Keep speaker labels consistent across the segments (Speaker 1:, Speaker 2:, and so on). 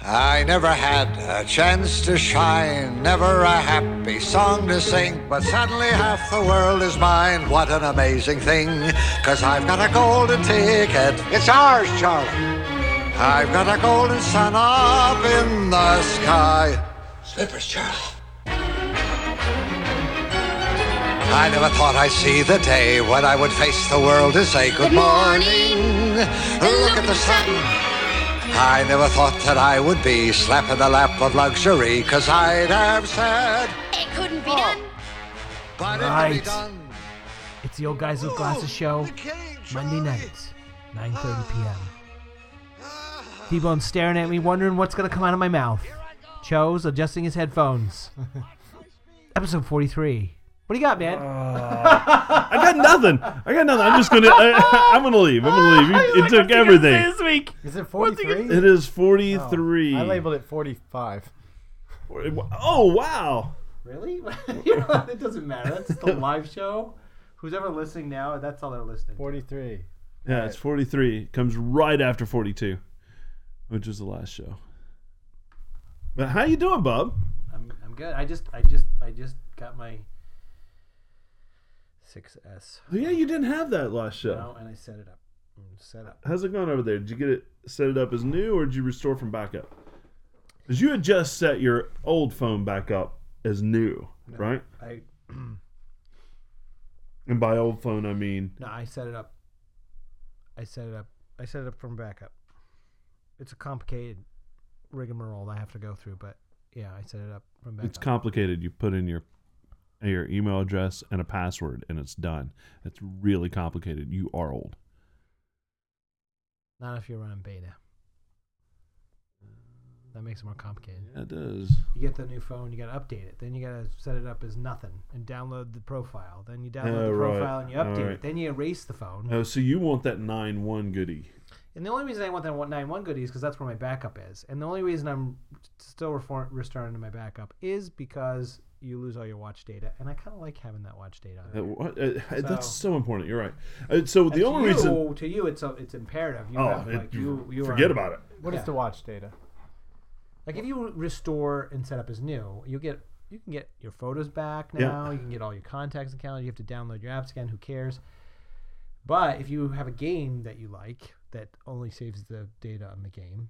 Speaker 1: I never had a chance to shine, never a happy song to sing, but suddenly half the world is mine. What an amazing thing, cause I've got a golden ticket. It's ours, Charlie. I've got a golden sun up in the sky. Slippers, Charlie. I never thought I'd see the day when I would face the world to say good,
Speaker 2: Good morning.
Speaker 1: morning. Look at the sun. I never thought that I would be slapping the lap of luxury, cause I'd have said,
Speaker 2: It couldn't be done.
Speaker 1: but it can be
Speaker 3: Right.
Speaker 1: done.
Speaker 3: It's the Old Guys with Glasses show, Monday nights, 9:30 p.m. T-Bone's staring at me, wondering what's gonna come out of my mouth. Cho's adjusting his headphones. Episode 43. What do you got, man?
Speaker 4: I got nothing. I got nothing. I'm just gonna. I, I'm gonna leave. I'm gonna leave. You- It,
Speaker 5: Like, what's
Speaker 4: took
Speaker 5: he gonna say
Speaker 4: everything.
Speaker 5: This week.
Speaker 6: Is it 43?
Speaker 4: It is 43.
Speaker 6: I labeled it 45.
Speaker 4: Oh wow.
Speaker 3: really? you know, it doesn't matter. That's the live show. Who's ever listening now, that's all they're listening.
Speaker 6: 43.
Speaker 4: Yeah, it's 43. It comes right after 42, which was the last show. But how you doing, Bob?
Speaker 3: I'm, I'm good. I just, I just, I just got my 6S
Speaker 4: Yeah, you didn't have that last show.
Speaker 3: now, Oh, and I set it up. I'm set up.
Speaker 4: How's it going over there? Did you get it set it up as new, or did you restore from backup? Because you had just set your old phone back up as new, right?
Speaker 3: I
Speaker 4: And by old phone, I mean
Speaker 3: no, I set it up. I set it up. I set it up from backup. It's a complicated rigmarole I have to go through, but yeah, I set it up from backup.
Speaker 4: It's complicated. You put in your your email address and a password, and it's done. It's really complicated. You are old.
Speaker 3: Not if you're running beta. That makes it more complicated.
Speaker 4: It does.
Speaker 3: You get the new phone, you gotta update it. Then you gotta set it up as nothing and download the profile. Then you download
Speaker 4: Oh,
Speaker 3: the
Speaker 4: right.
Speaker 3: profile and you update
Speaker 4: Alright.
Speaker 3: it. Then you erase the phone.
Speaker 4: Oh, so you want that nine one goodie?
Speaker 3: And the only reason I want that 9.1 goodie is because that's where my backup is. And the only reason I'm still refor- restoring to my backup is because you lose all your watch data. And I kind of like having that watch data. on
Speaker 4: Uh,
Speaker 3: there.
Speaker 4: what- uh, That's
Speaker 3: So-
Speaker 4: so important. You're right. Uh, so the
Speaker 3: To
Speaker 4: only
Speaker 3: you-
Speaker 4: reason.
Speaker 3: to you, it's a, it's imperative. You
Speaker 4: Oh,
Speaker 3: have,
Speaker 4: it-
Speaker 3: like, you, you
Speaker 4: forget
Speaker 3: are,
Speaker 4: about it.
Speaker 6: What is
Speaker 3: Yeah.
Speaker 6: the watch data?
Speaker 3: Like if you restore and set up as new, you get you can get your photos back
Speaker 4: Yeah.
Speaker 3: now. You can get all your contacts and calendar. You have to download your apps again. Who cares? But if you have a game that you like that only saves the data on the game,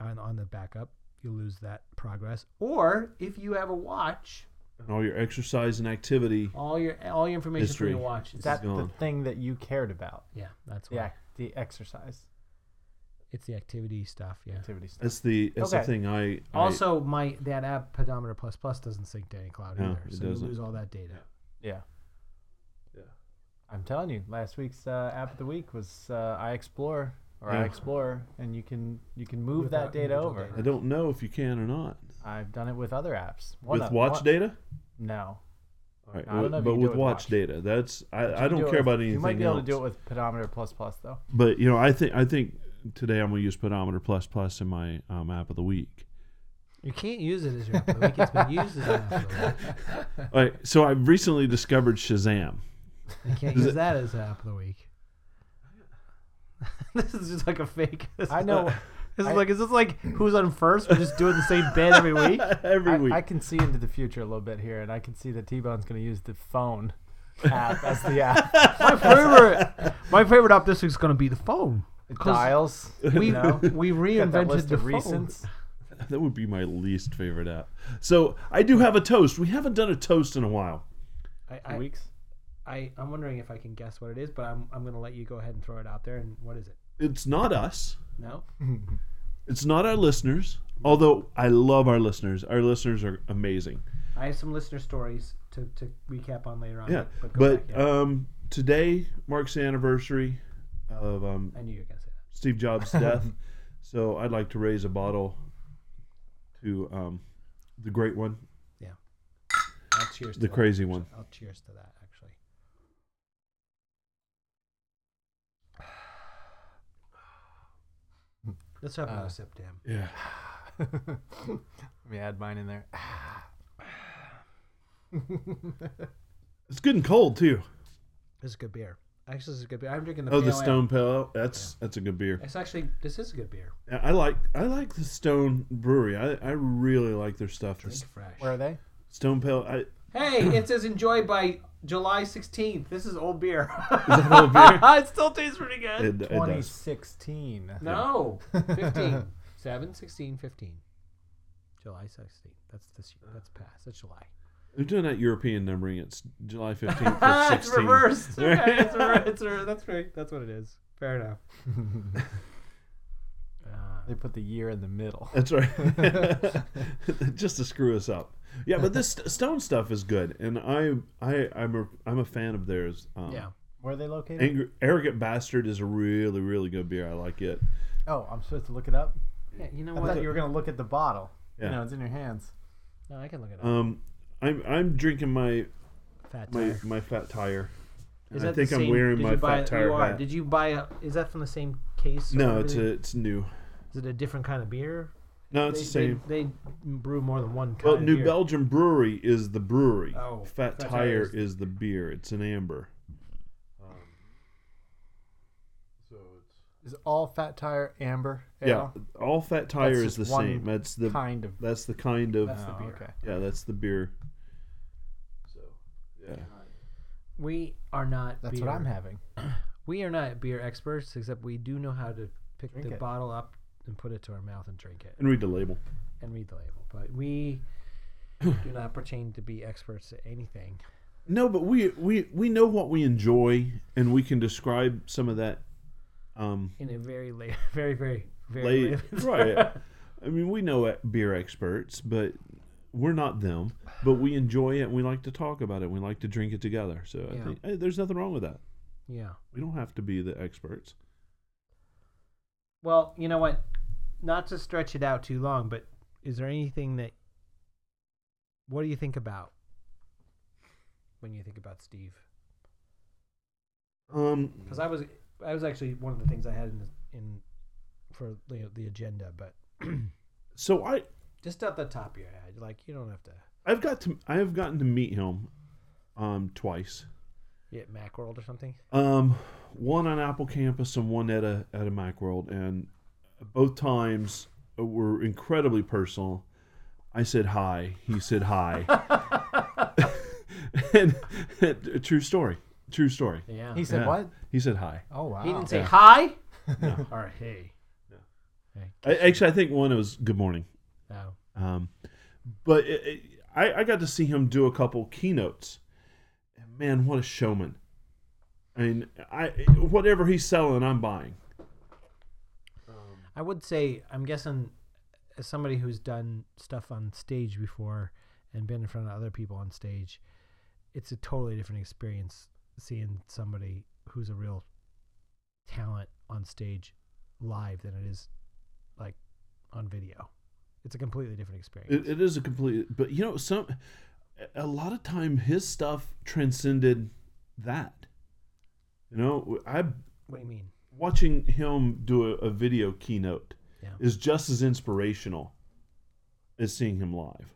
Speaker 3: on on the backup, you lose that progress. Or if you have a watch,
Speaker 4: And all your exercise and activity.
Speaker 3: all your all your information
Speaker 4: History.
Speaker 3: from your watch is
Speaker 6: Is that the
Speaker 4: gone.
Speaker 6: thing that you cared about?
Speaker 3: yeah, that's
Speaker 6: The,
Speaker 3: why.
Speaker 6: ac- the exercise
Speaker 3: It's the activity stuff. Yeah.
Speaker 6: activity stuff.
Speaker 4: That's the that's the
Speaker 6: Okay.
Speaker 4: thing. I, I
Speaker 3: Also, my that app Pedometer Plus Plus doesn't sync to any cloud
Speaker 4: No,
Speaker 3: either,
Speaker 4: it
Speaker 3: so
Speaker 4: doesn't.
Speaker 3: you lose all that data.
Speaker 6: Yeah.
Speaker 4: Yeah.
Speaker 6: I'm telling you, last week's uh, app of the week was uh, iExplorer or
Speaker 4: Yeah.
Speaker 6: iExplorer, and you can you can move
Speaker 3: Without
Speaker 6: that data
Speaker 3: individual
Speaker 6: over.
Speaker 3: data.
Speaker 4: I don't know if you can or not
Speaker 6: I've done it with other apps. One
Speaker 4: with
Speaker 6: of-
Speaker 4: watch
Speaker 6: one-
Speaker 4: data.
Speaker 6: No,
Speaker 4: All right,
Speaker 6: I don't
Speaker 4: with-
Speaker 6: know if
Speaker 4: but
Speaker 6: you can do
Speaker 4: with
Speaker 6: it with
Speaker 4: watch,
Speaker 6: watch.
Speaker 4: data, that's
Speaker 6: You
Speaker 4: I, I don't
Speaker 6: can do
Speaker 4: care
Speaker 6: it with-
Speaker 4: about anything.
Speaker 6: You might be able
Speaker 4: else.
Speaker 6: to do it with pedometer plus plus though.
Speaker 4: but you know, I think I think today I'm gonna use pedometer plus plus in my um, app of the week.
Speaker 3: You can't use it as your app of the week. It's been used as an app of the week.
Speaker 4: All right, so I recently discovered Shazam.
Speaker 3: You can't use that as an app of the week. this is just like a fake. This
Speaker 6: I
Speaker 3: is
Speaker 6: know.
Speaker 3: like- This is
Speaker 6: I-
Speaker 3: like is this like who's on first? We're just doing the same bit every week.
Speaker 4: Every
Speaker 6: I,
Speaker 4: week,
Speaker 6: I can see into the future a little bit here, and I can see that T Bone's going to use the phone app as the app.
Speaker 3: My favorite, my favorite app this week's gonna be the phone.
Speaker 6: It
Speaker 3: 'Cause
Speaker 6: dials.
Speaker 3: We
Speaker 6: you know,
Speaker 3: we
Speaker 6: got that
Speaker 3: reinvented
Speaker 6: list
Speaker 3: the
Speaker 6: of
Speaker 3: phone.
Speaker 6: recents.
Speaker 4: that would be my least favorite app. So I do have a toast. We haven't done a toast in a while.
Speaker 3: I, I,
Speaker 6: Weeks.
Speaker 3: I I'm wondering if I can guess what it is, but I'm I'm gonna let you go ahead and throw it out there. And what is it?
Speaker 4: It's not us.
Speaker 3: No,
Speaker 4: It's not our listeners. Although I love our listeners. Our listeners are amazing.
Speaker 3: I have some listener stories to, to recap on later on.
Speaker 4: Yeah,
Speaker 3: but, go
Speaker 4: but
Speaker 3: back, yeah.
Speaker 4: um, today marks the anniversary of um,
Speaker 3: I knew you were gonna say that.
Speaker 4: Steve Jobs' death. so I'd like to raise a bottle to um, the great one,
Speaker 3: I'll cheers. To
Speaker 4: the
Speaker 3: that.
Speaker 4: crazy one.
Speaker 3: I'll Oh, cheers to that actually. Let's
Speaker 4: Uh,
Speaker 3: have another sip, Dan.
Speaker 4: Yeah.
Speaker 6: Let me add mine in there.
Speaker 4: It's good and cold, too.
Speaker 3: This is good beer. Actually, this is a good beer. I'm drinking the.
Speaker 4: Oh, the
Speaker 3: pale ale.
Speaker 4: Stone Pale. That's that's a good beer.
Speaker 3: It's actually this is a good beer.
Speaker 4: Yeah, I like I like the Stone Brewery. I, I really like their stuff. The
Speaker 3: It's
Speaker 4: S-
Speaker 3: fresh.
Speaker 6: Where are they?
Speaker 4: Stone Pale. I,
Speaker 3: Hey, it says enjoy by July 16th. This is old beer.
Speaker 4: old beer?
Speaker 3: it still tastes pretty good.
Speaker 4: it, it does.
Speaker 6: 2016.
Speaker 3: no. 15. 7, 16, 15. July 16th. That's this year. That's past. That's July.
Speaker 4: They're doing that European numbering. It's July fifteenth.
Speaker 3: Ah, it's reversed. Okay, it's re- it's re- that's right. That's what it is. Fair enough. Uh,
Speaker 6: They put the year in the middle.
Speaker 4: That's right. Just to screw us up. Yeah, but this st- stone stuff is good, and I I I'm a I'm a fan of theirs. Um,
Speaker 3: yeah.
Speaker 6: Where are they located?
Speaker 4: Angry, arrogant bastard is a really really good beer. I like it.
Speaker 6: oh, I'm supposed to look it up.
Speaker 3: yeah. You know
Speaker 6: I
Speaker 3: what?
Speaker 6: thought you were gonna look at the bottle.
Speaker 4: Yeah.
Speaker 6: You know, it's in your hands.
Speaker 3: No, I can look it up.
Speaker 4: Um, I'm I'm drinking my
Speaker 3: Fat
Speaker 4: my
Speaker 3: tire.
Speaker 4: my fat tire.
Speaker 3: Is
Speaker 4: I
Speaker 3: that the
Speaker 4: think I'm
Speaker 3: same-
Speaker 4: wearing
Speaker 3: did
Speaker 4: my
Speaker 3: you buy,
Speaker 4: fat tire
Speaker 3: You are.
Speaker 4: hat.
Speaker 3: Did you buy a? Is that from the same case? or
Speaker 4: No, it's a,
Speaker 3: everything?
Speaker 4: it's new.
Speaker 3: Is it a different kind of beer?
Speaker 4: No, it's the
Speaker 3: they,
Speaker 4: same.
Speaker 3: They, they brew more than one kind.
Speaker 4: Well,
Speaker 3: of
Speaker 4: New
Speaker 3: beer.
Speaker 4: Belgium Brewery is the brewery.
Speaker 3: Oh, Fat
Speaker 4: fat,
Speaker 3: Tire
Speaker 4: Tire
Speaker 3: is-
Speaker 4: is the beer. It's an amber.
Speaker 6: Is all Fat Tire amber?
Speaker 4: Yeah,
Speaker 6: Ale?
Speaker 4: all Fat Tire
Speaker 6: That's
Speaker 4: is the
Speaker 6: just one
Speaker 4: same. That's the
Speaker 6: kind of.
Speaker 4: That's the kind of.
Speaker 6: Oh,
Speaker 3: beer.
Speaker 6: okay.
Speaker 4: Yeah, that's the beer.
Speaker 3: We are not.
Speaker 6: That's
Speaker 3: beer.
Speaker 6: what I'm having.
Speaker 3: We are not beer experts, except we do know how to pick
Speaker 6: Drink
Speaker 3: the
Speaker 6: it.
Speaker 3: bottle up and put it to our mouth and drink it
Speaker 4: And read the label.
Speaker 3: and read the label. But we do not pretend to be experts at anything.
Speaker 4: No, but we we we know what we enjoy, and we can describe some of that. Um,
Speaker 3: In a very late, very, very, very
Speaker 4: late,
Speaker 3: late.
Speaker 4: right? I mean, we know e- beer experts, but we're not them. But we enjoy it. and We like to talk about it. We like to drink it together. So I
Speaker 3: Yeah.
Speaker 4: think eh, there's nothing wrong with that.
Speaker 3: Yeah.
Speaker 4: We don't have to be the experts.
Speaker 3: Well, you know what? Not to stretch it out too long, but is there anything that? What do you think about when you think about Steve?
Speaker 4: Um,
Speaker 3: because I was I was actually one of the things I had in the, in for you know, the agenda, but
Speaker 4: so I
Speaker 3: just at the top of your head, like you don't have to
Speaker 4: I've got to I have gotten to meet him, um, twice.
Speaker 3: get Macworld or something.
Speaker 4: Um, one on Apple campus and one at a at a Macworld, and both times uh, were incredibly personal. I said hi. He said hi. and a true story. True story.
Speaker 3: Yeah,
Speaker 6: He said
Speaker 4: Yeah.
Speaker 6: what?
Speaker 4: He said hi.
Speaker 6: Oh wow.
Speaker 3: he didn't say hi or hey.
Speaker 4: I, actually, I think one was good morning.
Speaker 3: No.
Speaker 4: Um, but it, it, I, I got to see him do a couple keynotes. And man, what a showman! I mean, I whatever he's selling, I'm buying.
Speaker 3: I would say I'm guessing as somebody who's done stuff on stage before and been in front of other people on stage, it's a totally different experience seeing somebody who's a real talent on stage live than it is like on video. It's a completely different experience.
Speaker 4: It, it is a complete, but you know, some a lot of time his stuff transcended that. You know, I
Speaker 3: what do you mean?
Speaker 4: watching him do a, a video keynote
Speaker 3: Yeah.
Speaker 4: is just as inspirational as seeing him live.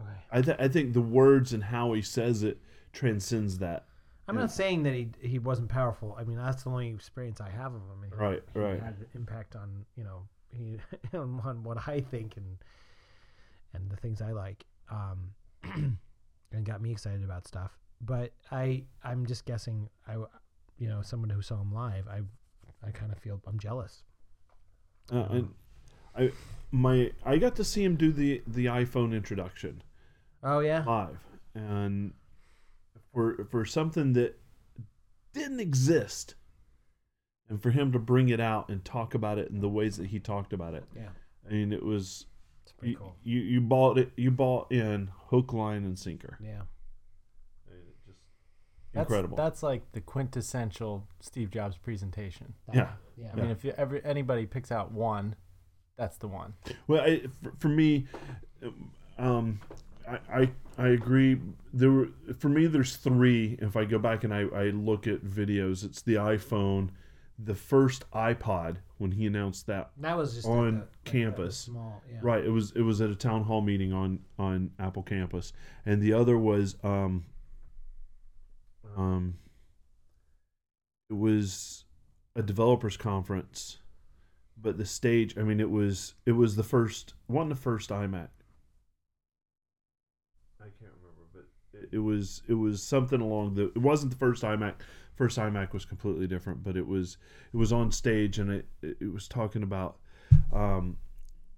Speaker 3: Okay.
Speaker 4: I th- I think the words and how he says it transcends that.
Speaker 3: I'm not saying that he he wasn't powerful. I mean, that's the only experience I have of him. and he-
Speaker 4: Right,
Speaker 3: he
Speaker 4: right.
Speaker 3: Had an impact on you know he on, on what I think and and the things I like, um, and got me excited about stuff. But I I'm just guessing I w- you know someone who saw him live I I kind of feel I'm jealous.
Speaker 4: Uh, and I my I got to see him do the the iPhone introduction
Speaker 3: Oh yeah,
Speaker 4: live, and for for something that didn't exist, and for him to bring it out and talk about it in the ways that he talked about it.
Speaker 3: yeah,
Speaker 4: I mean, it was
Speaker 3: it's pretty
Speaker 4: you,
Speaker 3: cool.
Speaker 4: you you bought it you bought in hook, line, and sinker.
Speaker 3: Yeah,
Speaker 6: That's-
Speaker 4: Incredible.
Speaker 6: That's like the quintessential Steve Jobs presentation.
Speaker 3: that-
Speaker 4: yeah.
Speaker 3: yeah.
Speaker 6: I mean, if you, every anybody picks out one, that's the one.
Speaker 4: Well, I, for, for me, um, I, I I agree. There were for me. There's three. If I go back and I, I look at videos, it's the iPhone, the first iPod when he announced that.
Speaker 3: That was just
Speaker 4: On
Speaker 3: like the- like the
Speaker 4: campus.
Speaker 3: small, yeah.
Speaker 4: Right. It was it was at a town hall meeting on on Apple campus, and the other was um. Um. it was a developers conference, but the stage. I mean, it was it was the first one, the first iMac. I can't remember, but it, it was it was something along the. It wasn't the first iMac. First iMac was completely different, but it was it was on stage and it it was talking about. Um,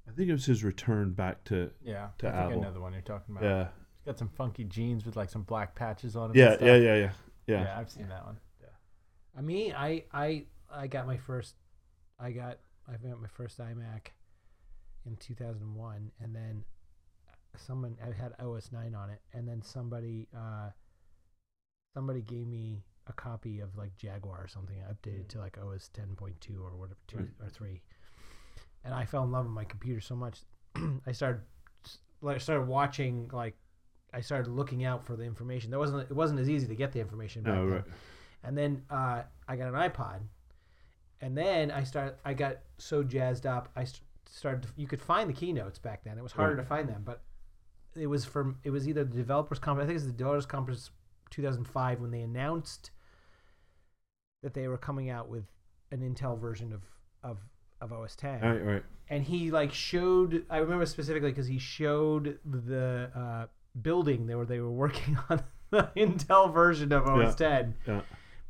Speaker 4: I think it was his return back to uh,
Speaker 6: Yeah,
Speaker 4: To
Speaker 6: I think
Speaker 4: Apple.
Speaker 6: I know the one you're talking about.
Speaker 4: yeah
Speaker 6: He's got some funky jeans with like some black patches on them.
Speaker 4: yeah
Speaker 6: and stuff.
Speaker 4: yeah yeah yeah yeah.
Speaker 6: Yeah, I've seen that one.
Speaker 3: I mean, I I I got my first I got I got my first iMac in 2001 and then someone I had OS 9 on it and then somebody uh somebody gave me a copy of like Jaguar or something I
Speaker 4: Hmm.
Speaker 3: updated to like OS 10.2 or whatever 2 or 3 and I fell in love with my computer so much I started like started watching like I started looking out for the information. There wasn't it wasn't as easy to get the information back
Speaker 4: No,
Speaker 3: then
Speaker 4: Oh, right.
Speaker 3: and then uh, I got an iPod, and then I started. I got so jazzed up. I st- started. To, you could find the keynotes back then. It was harder
Speaker 4: Right.
Speaker 3: to find them, but it was from. It was either the developers conference. I think it was the developers conference 2005 when they announced that they were coming out with an Intel version of of of OS 10
Speaker 4: All right, all right.
Speaker 3: and he like showed i remember specifically because he showed the uh, building they were they were working on the intel version of os 10
Speaker 4: Yeah.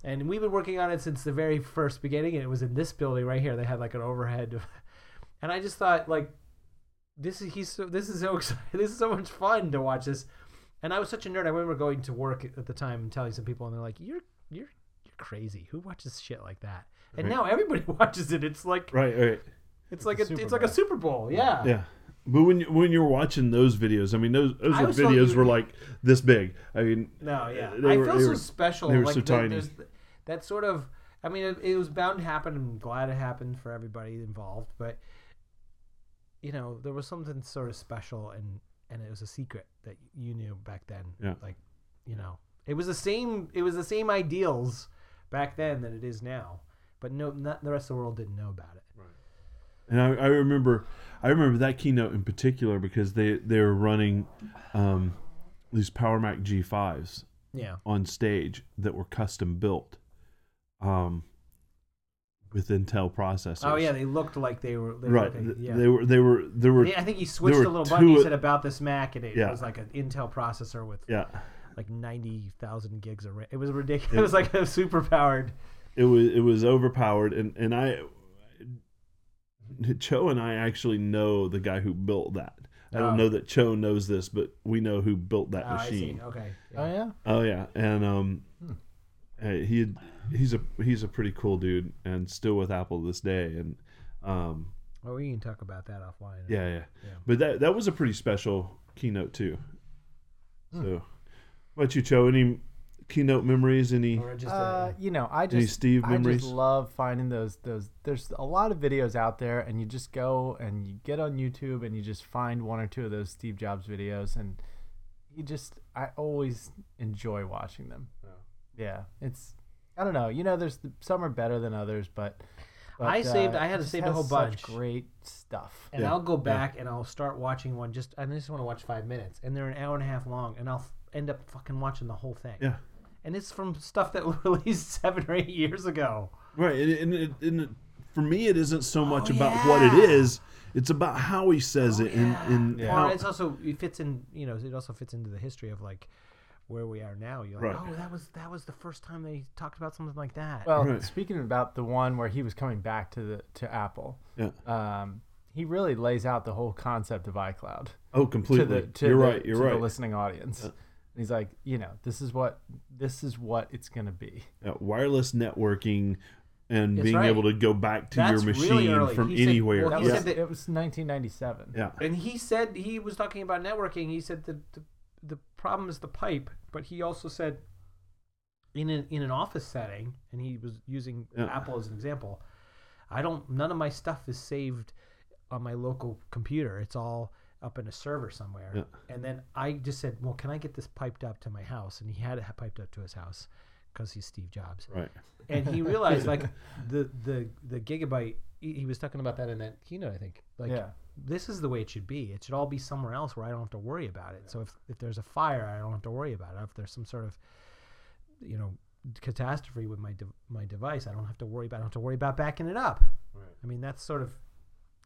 Speaker 3: and we've been working on it since the very first beginning and it was in this building right here they had like an overhead of, and i just thought like this is he's so, this is so exciting this is so much fun to watch this and i was such a nerd i remember going to work at the time and telling some people and they're like you're you're you're crazy who watches shit like that and
Speaker 4: Right.
Speaker 3: now everybody watches it it's like
Speaker 4: Right, right.
Speaker 3: it's like a,
Speaker 6: It's a
Speaker 3: it's
Speaker 6: Super
Speaker 3: like a
Speaker 6: Bowl.
Speaker 3: Super Bowl, yeah.
Speaker 4: Yeah. But when you, when you're watching those videos, I mean those those
Speaker 3: I
Speaker 4: were
Speaker 3: was so-
Speaker 4: videos were like this big. I mean,
Speaker 3: No, yeah.
Speaker 4: They
Speaker 3: I
Speaker 4: were-
Speaker 3: feel
Speaker 4: they
Speaker 3: so
Speaker 4: were-
Speaker 3: special.
Speaker 4: they were
Speaker 3: like
Speaker 4: so
Speaker 3: the-
Speaker 4: tiny.
Speaker 3: there's th- that sort of. I mean, it, it was bound to happen. I'm glad it happened for everybody involved, but you know, there was something sort of special, and and it was a secret that you knew back then.
Speaker 4: Yeah.
Speaker 3: Like, you know, it was the same. It was the same ideals back then that it is now, but no, not, the rest of the world didn't know about it.
Speaker 4: and I, I remember I remember that keynote in particular because they they were running um, these Power Mac G5s
Speaker 3: Yeah.
Speaker 4: on stage that were custom built um, with Intel processors.
Speaker 3: Oh yeah, they looked like they were. They
Speaker 4: right.
Speaker 3: Looked like, yeah.
Speaker 4: They were they were there were
Speaker 3: Yeah, I think he switched a
Speaker 4: were
Speaker 3: little button. He
Speaker 4: two-
Speaker 3: said about this Mac, and it
Speaker 4: Yeah.
Speaker 3: was like an Intel processor with
Speaker 4: yeah.
Speaker 3: like ninety thousand gigs of RAM. It was ridiculous. It was like a super powered.
Speaker 4: it was it was overpowered and and i cho and i actually know the guy who built that i don't
Speaker 3: Oh.
Speaker 4: know that cho knows this but we know who built that
Speaker 3: Oh, I see.
Speaker 4: machine
Speaker 3: Okay. Hmm. Yeah.
Speaker 6: Oh yeah.
Speaker 4: oh yeah and um uh, he had- he's a he's a pretty cool dude and still with apple to this day and um
Speaker 3: Well, we can talk about that offline.
Speaker 4: yeah yeah, but that that was a pretty special keynote too
Speaker 3: Hmm.
Speaker 4: so what about you cho any keynote memories any
Speaker 3: Or just
Speaker 6: Uh,
Speaker 3: a,
Speaker 6: you know, I just
Speaker 4: Steve
Speaker 6: I
Speaker 4: memories?
Speaker 6: just love finding those those. There's a lot of videos out there, and you just go and you get on YouTube and you just find one or two of those Steve Jobs videos, and you just I always enjoy watching them. Yeah, it's I don't know. You know, there's some are better than others, but, but, uh,
Speaker 3: I saved- I
Speaker 6: it
Speaker 3: had to
Speaker 6: just
Speaker 3: save a
Speaker 6: has
Speaker 3: whole bunch.
Speaker 6: such Great stuff.
Speaker 3: and
Speaker 4: yeah,
Speaker 3: I'll go back and I'll start watching one. Just I just want to watch five minutes, and they're an hour and a half long, and I'll f- end up fucking watching the whole thing.
Speaker 4: yeah
Speaker 3: And it's from stuff that was released seven or eight years ago.
Speaker 4: Right, and, and, it, and it, for me, it isn't
Speaker 3: Oh,
Speaker 4: so much about what it is; it's about how he says it, and, and
Speaker 3: Oh, Or
Speaker 4: how,
Speaker 3: it's also it fits in you know it also fits into the history of like where we are now. You're like,
Speaker 4: Right.
Speaker 3: oh, that was that was the first time they talked about something like that.
Speaker 6: Well,
Speaker 4: Right.
Speaker 6: speaking about the one where he was coming back to the to Apple,
Speaker 4: yeah.
Speaker 6: um, he really lays out the whole concept of iCloud.
Speaker 4: oh, completely. you're
Speaker 6: the-
Speaker 4: right. You're
Speaker 6: to
Speaker 4: right. Uh.
Speaker 6: the listening audience. And he's like, you know, this is what this is what it's gonna be.
Speaker 4: Yeah, wireless networking and
Speaker 3: It's
Speaker 4: being
Speaker 3: right.
Speaker 4: able to go back to
Speaker 3: That's
Speaker 4: your
Speaker 3: really
Speaker 4: machine
Speaker 3: early.
Speaker 4: from
Speaker 3: He said-
Speaker 4: anywhere.
Speaker 3: well,
Speaker 6: That
Speaker 3: He
Speaker 6: was,
Speaker 4: yeah.
Speaker 3: said that-
Speaker 6: it was 1997.
Speaker 4: yeah,
Speaker 3: And he said he was talking about networking. He said the the, the problem is the pipe, but he also said in an in an office setting, and he was using
Speaker 4: Yeah.
Speaker 3: Apple as an example. I don't. None of my stuff is saved on my local computer. It's all up in a server somewhere.
Speaker 4: Yeah.
Speaker 3: And then I just said, "Well, can I get this piped up to my house?" And he had it piped up to his house because he's Steve Jobs
Speaker 4: right.
Speaker 3: and he realized like the the the gigabyte he, he was talking about that in that keynote i think like
Speaker 6: Yeah.
Speaker 3: this is the way it should be it should all be somewhere else where i don't have to worry about it so if, if there's a fire i don't have to worry about it if there's some sort of you know catastrophe with my de- my device. I don't have to worry about I don't have to worry about backing it up. I mean, that's sort of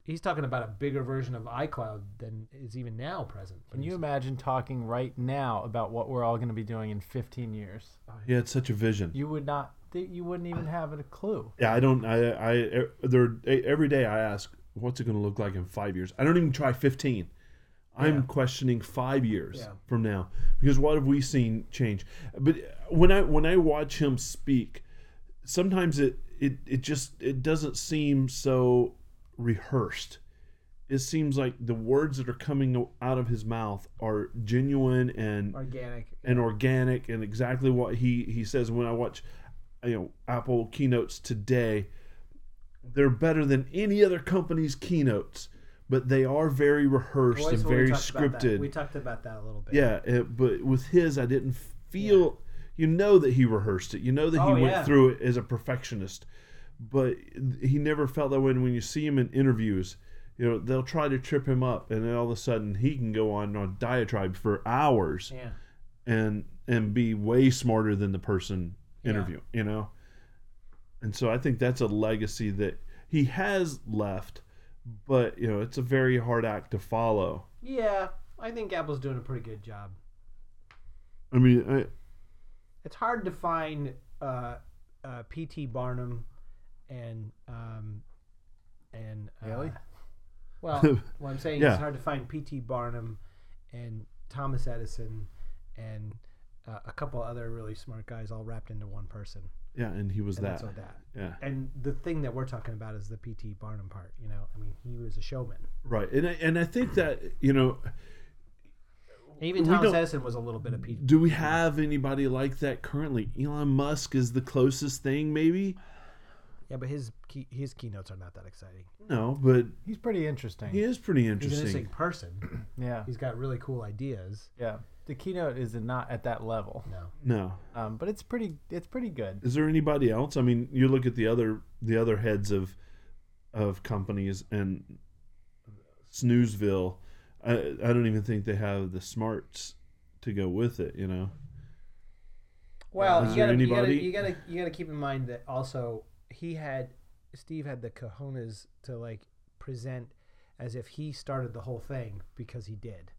Speaker 3: he's talking about a bigger version of iCloud than is even now present.
Speaker 6: Can you imagine talking right now about what we're all going to be doing in 15 years?
Speaker 4: He had such a vision.
Speaker 6: You would not. th- You wouldn't even have a clue.
Speaker 4: Yeah, I don't. I, I, e- there e- every day I ask, what's it going to look like in five years? I don't even try fifteen. I'm questioning five years from now because what have we seen change? But when I when I watch him speak, sometimes it it, it just it doesn't seem so rehearsed. It seems like the words that are coming out of his mouth are genuine and
Speaker 3: organic?
Speaker 4: and organic and exactly what he he says when i watch you know apple keynotes today they're better than any other company's keynotes but they are very rehearsed and very scripted
Speaker 3: We talked about that a little bit.
Speaker 4: yeah it, but with his i didn't feel you know that he rehearsed it you know that
Speaker 3: Oh,
Speaker 4: he went
Speaker 3: yeah.
Speaker 4: through it as a perfectionist but he never felt that way and when you see him in interviews you know they'll try to trip him up and then all of a sudden he can go on on diatribe for hours
Speaker 3: Yeah.
Speaker 4: and and be way smarter than the person interviewing you know and so i think that's a legacy that he has left but you know it's a very hard act to follow
Speaker 3: Yeah, I think Apple's doing a pretty good job.
Speaker 4: i mean I,
Speaker 3: It's hard to find uh, uh, P.T. Barnum and um, and uh,
Speaker 6: Really?
Speaker 3: Well, what I'm saying is
Speaker 4: Yeah.
Speaker 3: it's hard to find P.T. Barnum and Thomas Edison and uh, a couple other really smart guys all wrapped into one person.
Speaker 4: yeah and he was
Speaker 3: And
Speaker 4: that
Speaker 3: that's what that.
Speaker 4: yeah
Speaker 3: And the thing that we're talking about is the P.T. Barnum part. You know, I mean, he was a showman.
Speaker 4: right and I, and I think that you know
Speaker 3: Even
Speaker 4: We
Speaker 3: Thomas
Speaker 4: don't- Mm.
Speaker 3: Edison was a little bit of P.T.
Speaker 4: do we have anybody like that currently elon musk is the closest thing maybe
Speaker 3: Yeah, but his key, his keynotes are not that exciting.
Speaker 4: no but
Speaker 6: He's pretty interesting.
Speaker 4: he is pretty
Speaker 3: He's an
Speaker 4: interesting,
Speaker 3: interesting person.
Speaker 6: Yeah.
Speaker 3: He's got really cool ideas.
Speaker 6: Yeah. The keynote is not at that level,
Speaker 4: no
Speaker 6: um, but it's pretty. It's pretty good.
Speaker 4: is there anybody else? I mean, you look at the other the other heads of of companies and Snoozeville. I I don't even think they have the smarts to go with it. You know,
Speaker 3: Well,
Speaker 4: Is
Speaker 3: you
Speaker 4: there
Speaker 3: gotta, you gotta
Speaker 4: anybody-
Speaker 3: you gotta you gotta keep in mind that also he had Steve had the cojones to like present as if he started the whole thing because he did,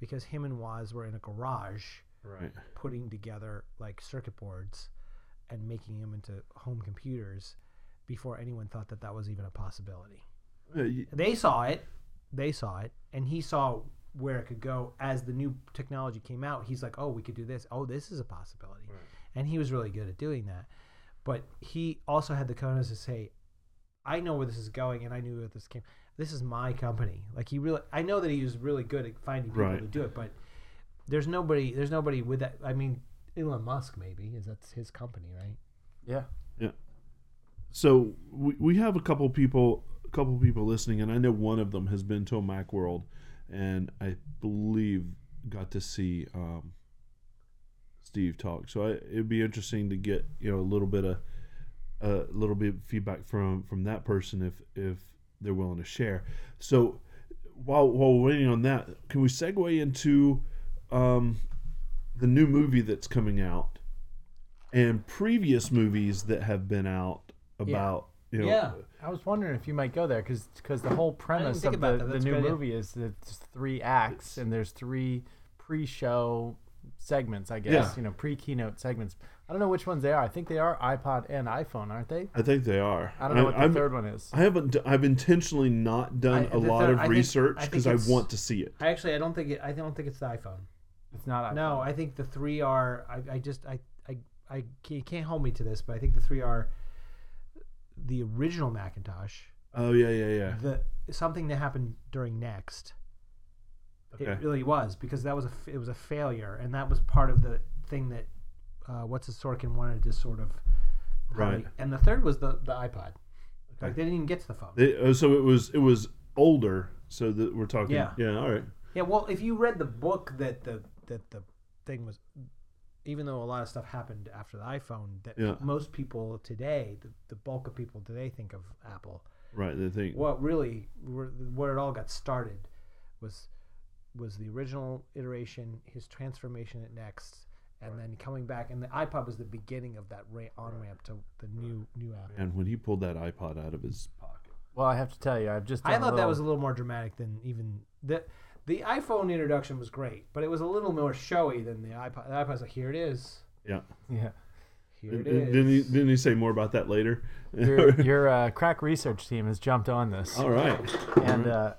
Speaker 3: because him and Waz were in a garage
Speaker 4: right?
Speaker 3: putting together like circuit boards and making them into home computers before anyone thought that that was even a possibility.
Speaker 4: Uh, y-
Speaker 3: They saw it, they saw it, and he saw where it could go as the new technology came out. He's like, "Oh, we could do this. Oh, this is a possibility," and he was really good at doing that. But he also had the cojones to say, "I know where this is going, and I knew where this came. This is my company." Like he really, I know that he was really good at finding people
Speaker 4: Right.
Speaker 3: to do it, but there's nobody, there's nobody with that. I mean, Elon Musk maybe is that's his company, right?
Speaker 6: Yeah.
Speaker 4: So we we have a couple people a couple people listening, and I know one of them has been to a Macworld, and I believe got to see um, Steve talk. So I, it'd be interesting to get you know a little bit of a little bit of feedback from from that person if if they're willing to share. So while while we're waiting on that, can we segue into um, the new movie that's coming out and previous movies that have been out about you know
Speaker 3: Yeah.
Speaker 6: I was wondering if you might go there because the whole premise
Speaker 3: think
Speaker 6: of
Speaker 3: about that.
Speaker 6: the, the
Speaker 3: That's a
Speaker 6: new
Speaker 3: good idea.
Speaker 6: movie is that it's three acts and there's three pre-show segments, I guess.
Speaker 4: Yeah.
Speaker 6: You know, pre-keynote segments. I don't know which ones they are. I think they are iPod and iPhone, aren't they?
Speaker 4: I think they are.
Speaker 6: I don't know what the
Speaker 4: I'm-
Speaker 6: third one is.
Speaker 4: I haven't. d- I've intentionally not done
Speaker 3: I- the
Speaker 4: a lot
Speaker 3: third-
Speaker 4: of
Speaker 3: I think-
Speaker 4: research
Speaker 3: I think
Speaker 4: because I,
Speaker 3: it's-
Speaker 4: want to see it.
Speaker 3: I actually, I don't think it, I don't think it's the iPhone.
Speaker 6: It's not iPhone.
Speaker 3: No, I think the three are. I, I just I, I I you can't hold me to this, but I think the three are the original Macintosh,
Speaker 4: Oh yeah, yeah, yeah.
Speaker 3: the something that happened during Next. It
Speaker 4: Okay.
Speaker 3: really was because that was a f- it was a failure, and that was part of the thing that uh, what's his Sorkin wanted to sort of
Speaker 4: Right.
Speaker 3: And the third was the the iPod. Like they didn't even get to the phone.
Speaker 4: They- oh, so it was. It was older. So that we're talking.
Speaker 3: Yeah.
Speaker 4: Yeah. All right.
Speaker 3: Yeah, well, if you read the book that the that the thing was, even though a lot of stuff happened after the iPhone, that
Speaker 4: Yeah.
Speaker 3: most people today, the, the bulk of people today, think of Apple.
Speaker 4: Right. The thing.
Speaker 3: What really, where, where it all got started, was was the original iteration, his transformation at Next, and then coming back, and the iPod was the beginning of that ra- on ramp to the new new app.
Speaker 4: And when he pulled that iPod out of his pocket,
Speaker 6: Well, I have to tell you, I've just. Done
Speaker 3: I
Speaker 6: a
Speaker 3: thought that
Speaker 6: little-
Speaker 3: was a little more dramatic than even the the iPhone introduction was great, but it was a little more showy than the iPod. The iPod's like, here it is,
Speaker 4: yeah.
Speaker 6: Yeah.
Speaker 3: here it
Speaker 4: And- and
Speaker 3: is.
Speaker 4: Didn't he, didn't he say more about that later?
Speaker 6: Your, your uh, crack research team has jumped on this,
Speaker 4: All right.
Speaker 6: and uh,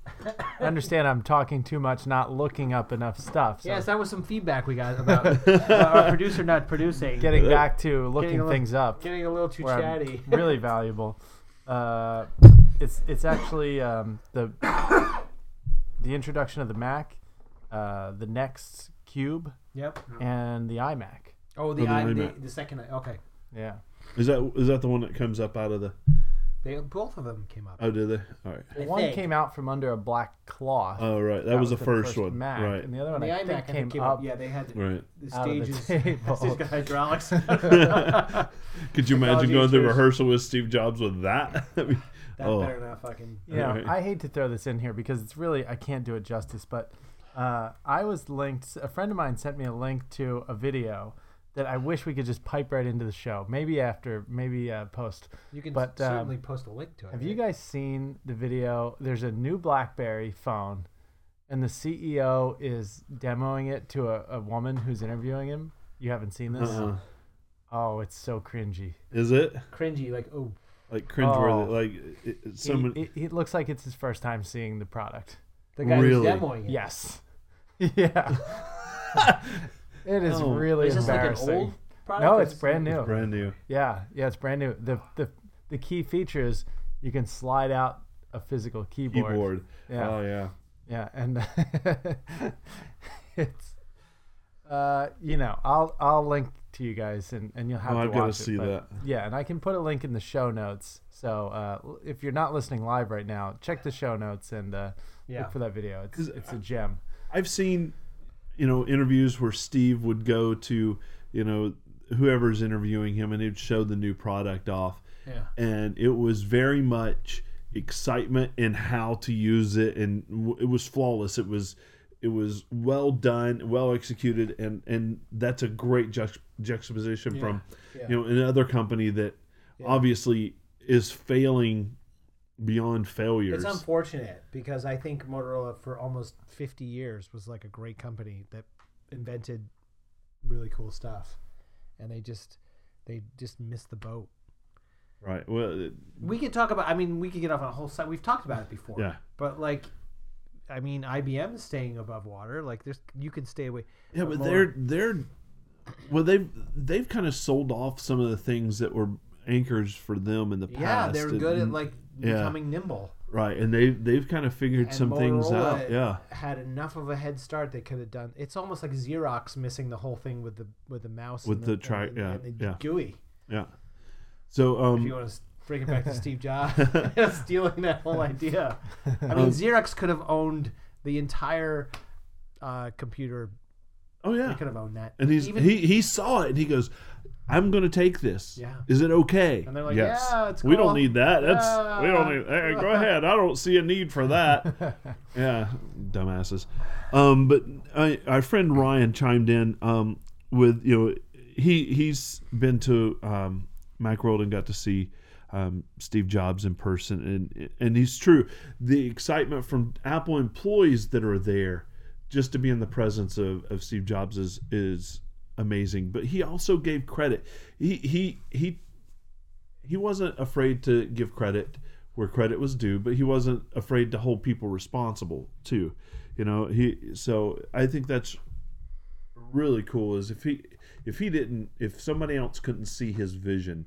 Speaker 6: I understand I'm talking too much, not looking up enough stuff. So
Speaker 3: Yes, that was some feedback we got about uh, our producer not producing,
Speaker 6: getting back to looking
Speaker 3: a little-
Speaker 6: things up,
Speaker 3: getting a little too
Speaker 6: where I'm
Speaker 3: chatty.
Speaker 6: really valuable. Uh, it's it's actually um, the the introduction of the Mac, uh, the next Cube,
Speaker 3: Yep.
Speaker 6: and the iMac.
Speaker 3: Oh,
Speaker 4: Oh,
Speaker 3: the
Speaker 4: the
Speaker 3: I, the,
Speaker 4: iMac.
Speaker 3: the second. Okay,
Speaker 6: Yeah.
Speaker 4: Is that is that the one that comes up out of the?
Speaker 3: they both of them came up.
Speaker 4: Oh, did they? All right.
Speaker 3: I
Speaker 6: One
Speaker 3: think.
Speaker 6: came out from under a black cloth.
Speaker 4: Oh, right. That, was, the first, one.
Speaker 6: Mac,
Speaker 4: Right.
Speaker 6: And the other one
Speaker 3: The
Speaker 6: I
Speaker 3: iMac
Speaker 6: think
Speaker 3: I
Speaker 6: came,
Speaker 3: think came
Speaker 6: up.
Speaker 3: up. Yeah, they had the,
Speaker 4: Right.
Speaker 3: the
Speaker 6: out of the
Speaker 3: stages.
Speaker 6: table.
Speaker 3: It's got hydraulics.
Speaker 4: Could you imagine
Speaker 3: Technology
Speaker 4: going through
Speaker 3: is-
Speaker 4: rehearsal with Steve Jobs with that? I mean,
Speaker 3: That
Speaker 4: oh,
Speaker 3: better not fucking.
Speaker 6: You know,
Speaker 4: Right.
Speaker 6: I hate to throw this in here because it's really I can't do it justice, but uh, I was linked. A friend of mine sent me a link to a video that I wish we could just pipe right into the show. Maybe after, maybe uh, post.
Speaker 3: You can
Speaker 6: But, um,
Speaker 3: certainly post a link to it.
Speaker 6: Have you
Speaker 3: right?
Speaker 6: guys seen the video? There's a new BlackBerry phone, and the CEO is demoing it to a, a woman who's interviewing him. You haven't seen this?
Speaker 4: uh-uh.
Speaker 6: Oh, it's so cringy.
Speaker 4: Is it
Speaker 3: cringy? Like, oh,
Speaker 4: like cringeworthy?
Speaker 6: Oh.
Speaker 4: Like it, it, someone.
Speaker 6: It, it, it looks like it's his first time seeing the product.
Speaker 3: the guy
Speaker 4: Really?
Speaker 3: who's demoing it.
Speaker 6: Yes. Yeah. it is
Speaker 4: Oh.
Speaker 6: really
Speaker 3: Is this like an
Speaker 6: embarrassing.
Speaker 3: old product?
Speaker 6: no,
Speaker 3: or
Speaker 6: it's
Speaker 3: is this
Speaker 6: brand
Speaker 3: a-
Speaker 6: new.
Speaker 4: brand new.
Speaker 6: yeah, yeah, it's brand new. The the the key feature is you can slide out a physical keyboard.
Speaker 4: Keyboard.
Speaker 6: Yeah.
Speaker 4: Oh yeah.
Speaker 6: Yeah, and it's uh, you know, I'll I'll link to you guys and, and you'll have
Speaker 4: Oh,
Speaker 6: to
Speaker 4: I've
Speaker 6: watch
Speaker 4: gotta
Speaker 6: it,
Speaker 4: see
Speaker 6: but-
Speaker 4: that.
Speaker 6: Yeah, and I can put a link in the show notes. So uh, l- if you're not listening live right now, check the show notes and uh,
Speaker 3: Yeah.
Speaker 6: look for that video. It's it's a gem.
Speaker 4: I've seen, you know, interviews where Steve would go to, you know, whoever's interviewing him and he'd show the new product off.
Speaker 3: Yeah.
Speaker 4: And it was very much excitement and how to use it and w- it was flawless. It was it was well done, well executed and and that's a great juxt- juxtaposition from you know another company that obviously is failing beyond failures.
Speaker 3: It's unfortunate because I think Motorola for almost 50 years was like a great company that invented really cool stuff, and they just they just missed the boat.
Speaker 4: right. Well, it-
Speaker 3: We could talk about. I mean, we could get off on a whole side. We've talked about it before.
Speaker 4: Yeah.
Speaker 3: But like, I mean, IBM is staying above water. Like, there's you can stay away.
Speaker 4: Yeah, but
Speaker 3: more-
Speaker 4: they're they're well they've they've kind of sold off some of the things that were anchors for them in the past.
Speaker 3: Yeah, they're
Speaker 4: and-
Speaker 3: good at like
Speaker 4: yeah.
Speaker 3: becoming nimble.
Speaker 4: right, and they they've kind of figured
Speaker 3: And
Speaker 4: some things
Speaker 3: Motorola
Speaker 4: out. Yeah,
Speaker 3: had enough of a head start they could have done. It's almost like Xerox missing the whole thing with the with the mouse
Speaker 4: With
Speaker 3: and
Speaker 4: the tri-
Speaker 3: and the,
Speaker 4: yeah,
Speaker 3: and the
Speaker 4: yeah.
Speaker 3: GUI.
Speaker 4: yeah. So
Speaker 3: If you
Speaker 4: um,
Speaker 3: want to bring it back to Steve Jobs stealing that whole idea. I
Speaker 4: Um,
Speaker 3: mean, Xerox could have owned the entire uh, computer.
Speaker 4: oh
Speaker 3: They
Speaker 4: yeah,
Speaker 3: could have owned that.
Speaker 4: and he's
Speaker 3: even-
Speaker 4: he he saw it and he goes, "I'm going to take this.
Speaker 3: Yeah.
Speaker 4: Is it okay?"
Speaker 3: And they're like,
Speaker 4: "Yes.
Speaker 3: "Yeah, it's
Speaker 4: we
Speaker 3: cool."
Speaker 4: don't need that. That's we
Speaker 3: Yeah.
Speaker 4: don't need. Hey, go ahead. I don't see a need for that." yeah, dumbasses. Um, but I, our friend Ryan chimed in um, with you know he he's been to um, Macworld and got to see. Um, Steve Jobs in person, and and he's true. The excitement from Apple employees that are there, just to be in the presence of, of Steve Jobs is is amazing. But he also gave credit. He he he he wasn't afraid to give credit where credit was due, but he wasn't afraid to hold people responsible too. You know, he so I think that's really cool is if he if he didn't if somebody else couldn't see his vision,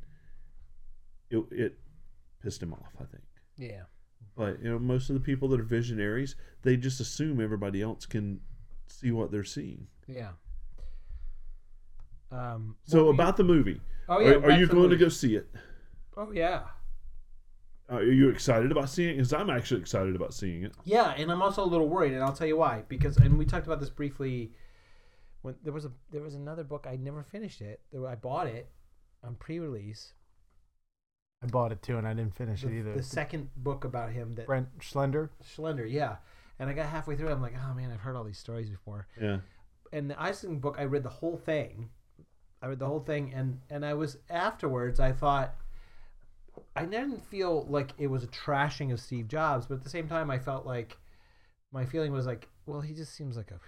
Speaker 4: it it pissed him off, I think.
Speaker 3: Yeah.
Speaker 4: But you know, most of the people that are visionaries, they just assume everybody else can see what they're seeing.
Speaker 3: Yeah. Um,
Speaker 4: So about the movie.
Speaker 3: Oh, yeah,
Speaker 4: are, are
Speaker 3: back
Speaker 4: you
Speaker 3: to the
Speaker 4: going to
Speaker 3: movie.
Speaker 4: go see it?
Speaker 3: oh, yeah.
Speaker 4: Are you excited about seeing it? Because I'm actually excited about seeing it.
Speaker 3: Yeah, and I'm also a little worried, and I'll tell you why. Because and we talked about this briefly. When there was a there was another book I never finished it. There, I bought it on pre-release.
Speaker 6: I bought it too, and I didn't finish
Speaker 3: The,
Speaker 6: it either.
Speaker 3: the second book about him that
Speaker 6: Brent Schlender.
Speaker 3: Schlender, yeah. And I got halfway through, I'm like, oh man, I've heard all these stories before.
Speaker 4: Yeah.
Speaker 3: in the Ising book, I read the whole thing. I read the whole thing, and and I was afterwards. I thought I didn't feel like it was a trashing of Steve Jobs, but at the same time, I felt like my feeling was like, well, he just seems like a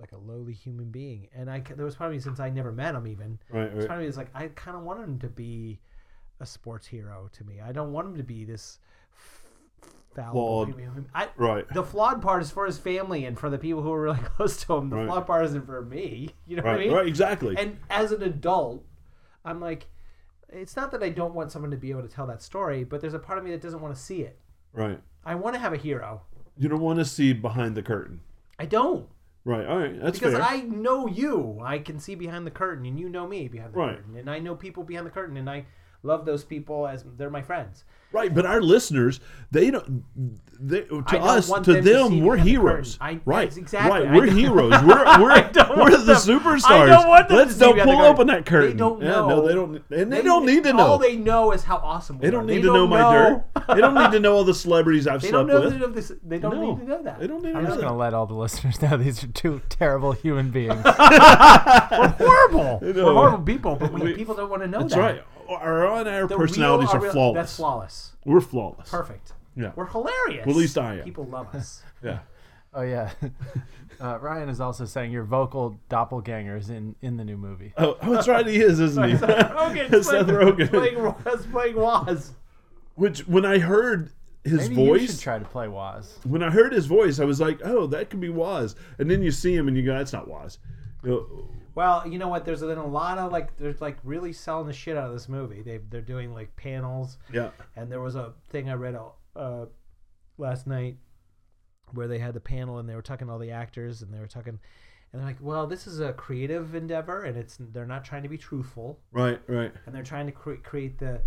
Speaker 3: like a lowly human being, and I c- there was part of me since I never met him even.
Speaker 4: Right,
Speaker 3: It's
Speaker 4: right.
Speaker 3: funny. It's like I kind of want him to be a sports hero to me. I don't want him to be this f- fallible.
Speaker 4: Flawed.
Speaker 3: human- I,
Speaker 4: Right.
Speaker 3: The flawed part is for his family and for the people who are really close to him. The
Speaker 4: Right.
Speaker 3: flawed part isn't for me. You know what I
Speaker 4: Right,
Speaker 3: mean?
Speaker 4: right, exactly.
Speaker 3: And as an adult, I'm like, it's not that I don't want someone to be able to tell that story, but there's a part of me that doesn't want to see it.
Speaker 4: right.
Speaker 3: I want to have a hero.
Speaker 4: You don't want to see behind the curtain.
Speaker 3: I don't.
Speaker 4: Right. All right. That's
Speaker 3: Because
Speaker 4: fair.
Speaker 3: I know you. I can see behind the curtain, and you know me behind the
Speaker 4: Right.
Speaker 3: curtain. And I know people behind the curtain, and I love those people as they're my friends.
Speaker 4: Right, but our listeners, they don't. They, to
Speaker 3: I don't
Speaker 4: us,
Speaker 3: want
Speaker 4: to
Speaker 3: them
Speaker 4: them,
Speaker 3: to see
Speaker 4: we're
Speaker 3: behind the
Speaker 4: heroes.
Speaker 3: curtain. I-
Speaker 4: right,
Speaker 3: that's exactly-
Speaker 4: right.
Speaker 3: I
Speaker 4: We're
Speaker 3: don't-
Speaker 4: heroes. We're we're,
Speaker 3: don't
Speaker 4: we're
Speaker 3: want
Speaker 4: the
Speaker 3: them-
Speaker 4: superstars.
Speaker 3: I don't want them
Speaker 4: Let's
Speaker 3: to see
Speaker 4: don't
Speaker 3: behind the
Speaker 4: pull open
Speaker 3: curtain.
Speaker 4: that curtain.
Speaker 3: They don't
Speaker 4: Yeah,
Speaker 3: know.
Speaker 4: no, they don't. And they, don't need to know.
Speaker 3: All they know is how awesome. We
Speaker 4: They
Speaker 3: are.
Speaker 4: don't need to know my dirt. They don't need to know all the celebrities I've
Speaker 3: They don't
Speaker 4: slept
Speaker 3: know
Speaker 4: with.
Speaker 3: that of this. They don't
Speaker 4: No,
Speaker 3: need to know that.
Speaker 4: They don't need to
Speaker 6: I'm
Speaker 4: know
Speaker 6: just
Speaker 4: that.
Speaker 6: gonna let all the listeners know these are two terrible human beings.
Speaker 3: horrible.
Speaker 4: know.
Speaker 3: We're horrible people, but we,
Speaker 4: We-
Speaker 3: people don't want to know
Speaker 4: That's
Speaker 3: that.
Speaker 4: right. Our on air
Speaker 3: The
Speaker 4: personalities
Speaker 3: real
Speaker 4: are
Speaker 3: real-
Speaker 4: flawless.
Speaker 3: That's flawless.
Speaker 4: We're flawless.
Speaker 3: Perfect.
Speaker 4: Yeah.
Speaker 3: We're hilarious.
Speaker 4: Well, at least I am.
Speaker 3: People love us.
Speaker 4: yeah.
Speaker 6: oh yeah, uh, Ryan is also saying your vocal doppelganger is in in the new movie.
Speaker 4: Oh, oh, that's right. He is, isn't he?
Speaker 3: Rogan, playing,
Speaker 4: Seth Rogen.
Speaker 3: playing, playing Waz.
Speaker 4: Which, when I heard his
Speaker 6: Maybe you should
Speaker 4: voice,
Speaker 6: try to play Waz.
Speaker 4: when I heard his voice, I was like, "Oh, that could be Waz." And then you see him, and you go, "That's not Waz." You know,
Speaker 3: Well, you know what? There's been a lot of like, there's like really selling the shit out of this movie. They they're doing like panels,
Speaker 4: yeah,
Speaker 3: and there was a thing I read uh, last night where they had the panel and they were talking to all the actors and they were talking, and they're like, well, this is a creative endeavor and it's they're not trying to be truthful
Speaker 4: right, right,
Speaker 3: and they're trying to cre- create the,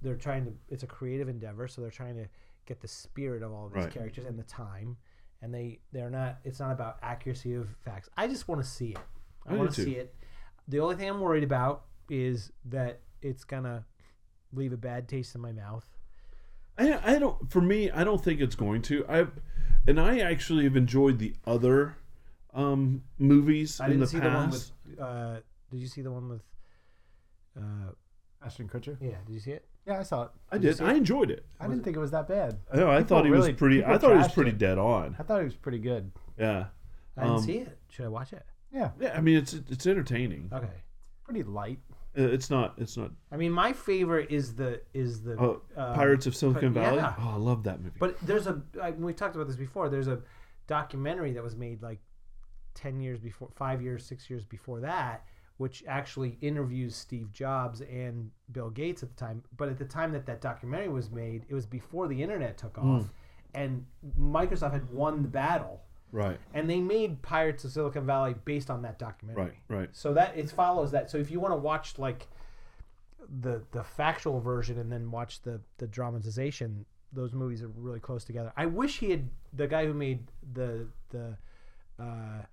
Speaker 3: they're trying to it's a creative endeavor so they're trying to get the spirit of all these
Speaker 4: Right.
Speaker 3: characters and the time, and they they're not it's not about accuracy of facts. I just want to see it. I,
Speaker 4: I do
Speaker 3: want to
Speaker 4: too.
Speaker 3: see it. The only thing I'm worried about is that it's gonna leave a bad taste in my mouth.
Speaker 4: I, I don't. For me, I don't think it's going to. I, and I actually have enjoyed the other um, movies
Speaker 3: I
Speaker 4: in
Speaker 3: didn't
Speaker 4: the
Speaker 3: see
Speaker 4: past.
Speaker 3: the one with. Uh, did you see the one with? Uh,
Speaker 6: Ashton Kutcher.
Speaker 3: yeah, did you see it?
Speaker 6: Yeah, I saw it.
Speaker 4: I did. I enjoyed it.
Speaker 6: I didn't think it was that bad.
Speaker 4: No, I
Speaker 6: People
Speaker 4: thought he
Speaker 6: really-
Speaker 4: was pretty.
Speaker 6: people
Speaker 4: I thought he was
Speaker 6: trashed
Speaker 4: pretty
Speaker 6: it.
Speaker 4: dead on.
Speaker 6: I thought it was pretty good.
Speaker 4: Yeah.
Speaker 3: I didn't
Speaker 4: Um,
Speaker 3: see it. Should I watch it?
Speaker 6: Yeah,
Speaker 4: Yeah. I mean, it's it's entertaining.
Speaker 3: Okay.
Speaker 6: pretty light.
Speaker 4: Uh, It's not. It's not.
Speaker 3: I mean, my favorite is the is the
Speaker 4: Oh,
Speaker 3: um,
Speaker 4: Pirates of Silicon
Speaker 3: but-
Speaker 4: Valley.
Speaker 3: yeah.
Speaker 4: Oh, I love that movie.
Speaker 3: But there's a I, we talked about this before. There's a documentary that was made like ten years before, five years, six years before that, which actually interviews Steve Jobs and Bill Gates at the time. But at the time that that documentary was made, it was before the internet took
Speaker 4: Hmm.
Speaker 3: off, and Microsoft had won the battle,
Speaker 4: right.
Speaker 3: and they made Pirates of Silicon Valley based on that documentary.
Speaker 4: Right. Right.
Speaker 3: So that it follows that. So if you want to watch like the the factual version and then watch the the dramatization, those movies are really close together. I wish he had the guy who made the the uh,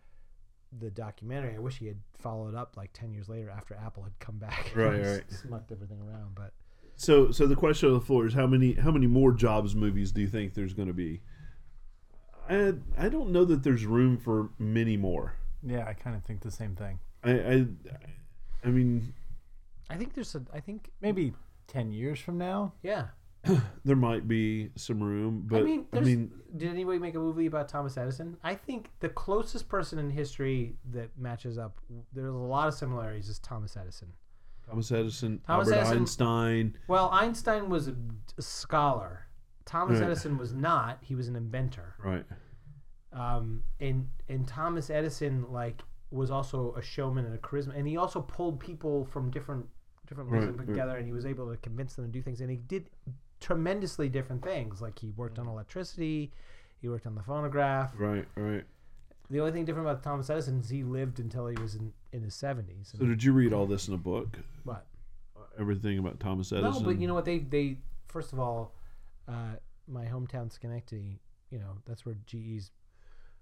Speaker 3: the documentary. I wish he had followed up like ten years later after Apple had come back, and
Speaker 4: Right,
Speaker 3: s-
Speaker 4: right.
Speaker 3: smucked everything around. But
Speaker 4: So, so the question on the floor is how many how many more Jobs movies do you think there's going to be? I I don't know that there's room for many more.
Speaker 6: Yeah, I kind of think the same thing.
Speaker 4: I I, I mean
Speaker 3: I think there's a I think
Speaker 6: Maybe ten years from now.
Speaker 3: yeah.
Speaker 4: there might be some room, but
Speaker 3: I mean,
Speaker 4: I
Speaker 3: there's,
Speaker 4: mean
Speaker 3: did anybody make a movie about Thomas Edison? I think the closest person in history that matches up, there's a lot of similarities, is Thomas Edison.
Speaker 4: Thomas Edison,
Speaker 3: Thomas
Speaker 4: Albert
Speaker 3: Edison-
Speaker 4: Einstein,
Speaker 3: Well, Einstein was a, a scholar. Thomas
Speaker 4: Right.
Speaker 3: Edison was not. He was an inventor.
Speaker 4: right?
Speaker 3: Um, and and Thomas Edison like was also a showman and a charisma, and he also pulled people from different different ways
Speaker 4: Right, right.
Speaker 3: together, and he was able to convince them to do things, and he did tremendously different things. Like he worked on electricity, he worked on the phonograph.
Speaker 4: Mm. Right, right.
Speaker 3: The only thing different about Thomas Edison is he lived until he was in, in his seventies.
Speaker 4: So did you read all this in a book?
Speaker 3: But
Speaker 4: Everything about Thomas Edison?
Speaker 3: no, but you know what? They they first of all, uh, my hometown Schenectady. You know that's where GE's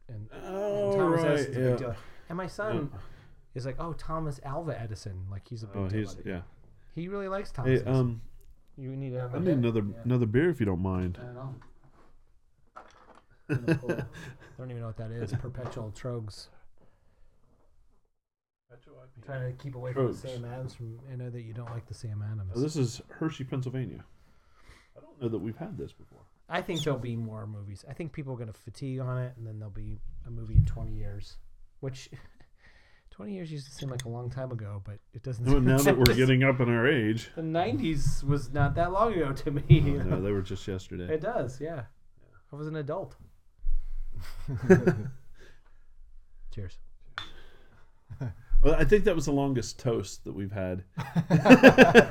Speaker 3: and, and
Speaker 4: Oh,
Speaker 3: Thomas
Speaker 4: right,
Speaker 3: Edison's a big
Speaker 4: yeah.
Speaker 3: deal. And my son is like, oh, Thomas Alva Edison. Like he's a big
Speaker 4: Oh,
Speaker 3: deal.
Speaker 4: he's
Speaker 3: about it.
Speaker 4: yeah.
Speaker 3: He really likes Thomas.
Speaker 4: Hey,
Speaker 3: Edison.
Speaker 4: um,
Speaker 3: you need to have
Speaker 4: I need another another beer if you don't mind.
Speaker 3: I don't know. I don't even know what that is. Perpetual trogs. I'm trying to keep away
Speaker 4: Drugs.
Speaker 3: from Sam Adams. From I know that you don't like the Sam
Speaker 4: Now,
Speaker 3: Adams.
Speaker 4: this is Hershey, Pennsylvania. I don't know that we've had this before.
Speaker 3: I think there'll be more movies. I think people are going to fatigue on it, and then there'll be a movie in 20 years, which 20 years used to seem like a long time ago, but it doesn't.
Speaker 4: Well, now that we're
Speaker 3: It's-
Speaker 4: getting up in our age,
Speaker 3: the 90s was not that long ago to me. you know?
Speaker 4: no, they were just yesterday.
Speaker 3: It does, yeah. I was an adult. Cheers.
Speaker 4: Well, I think that was the longest toast that we've had.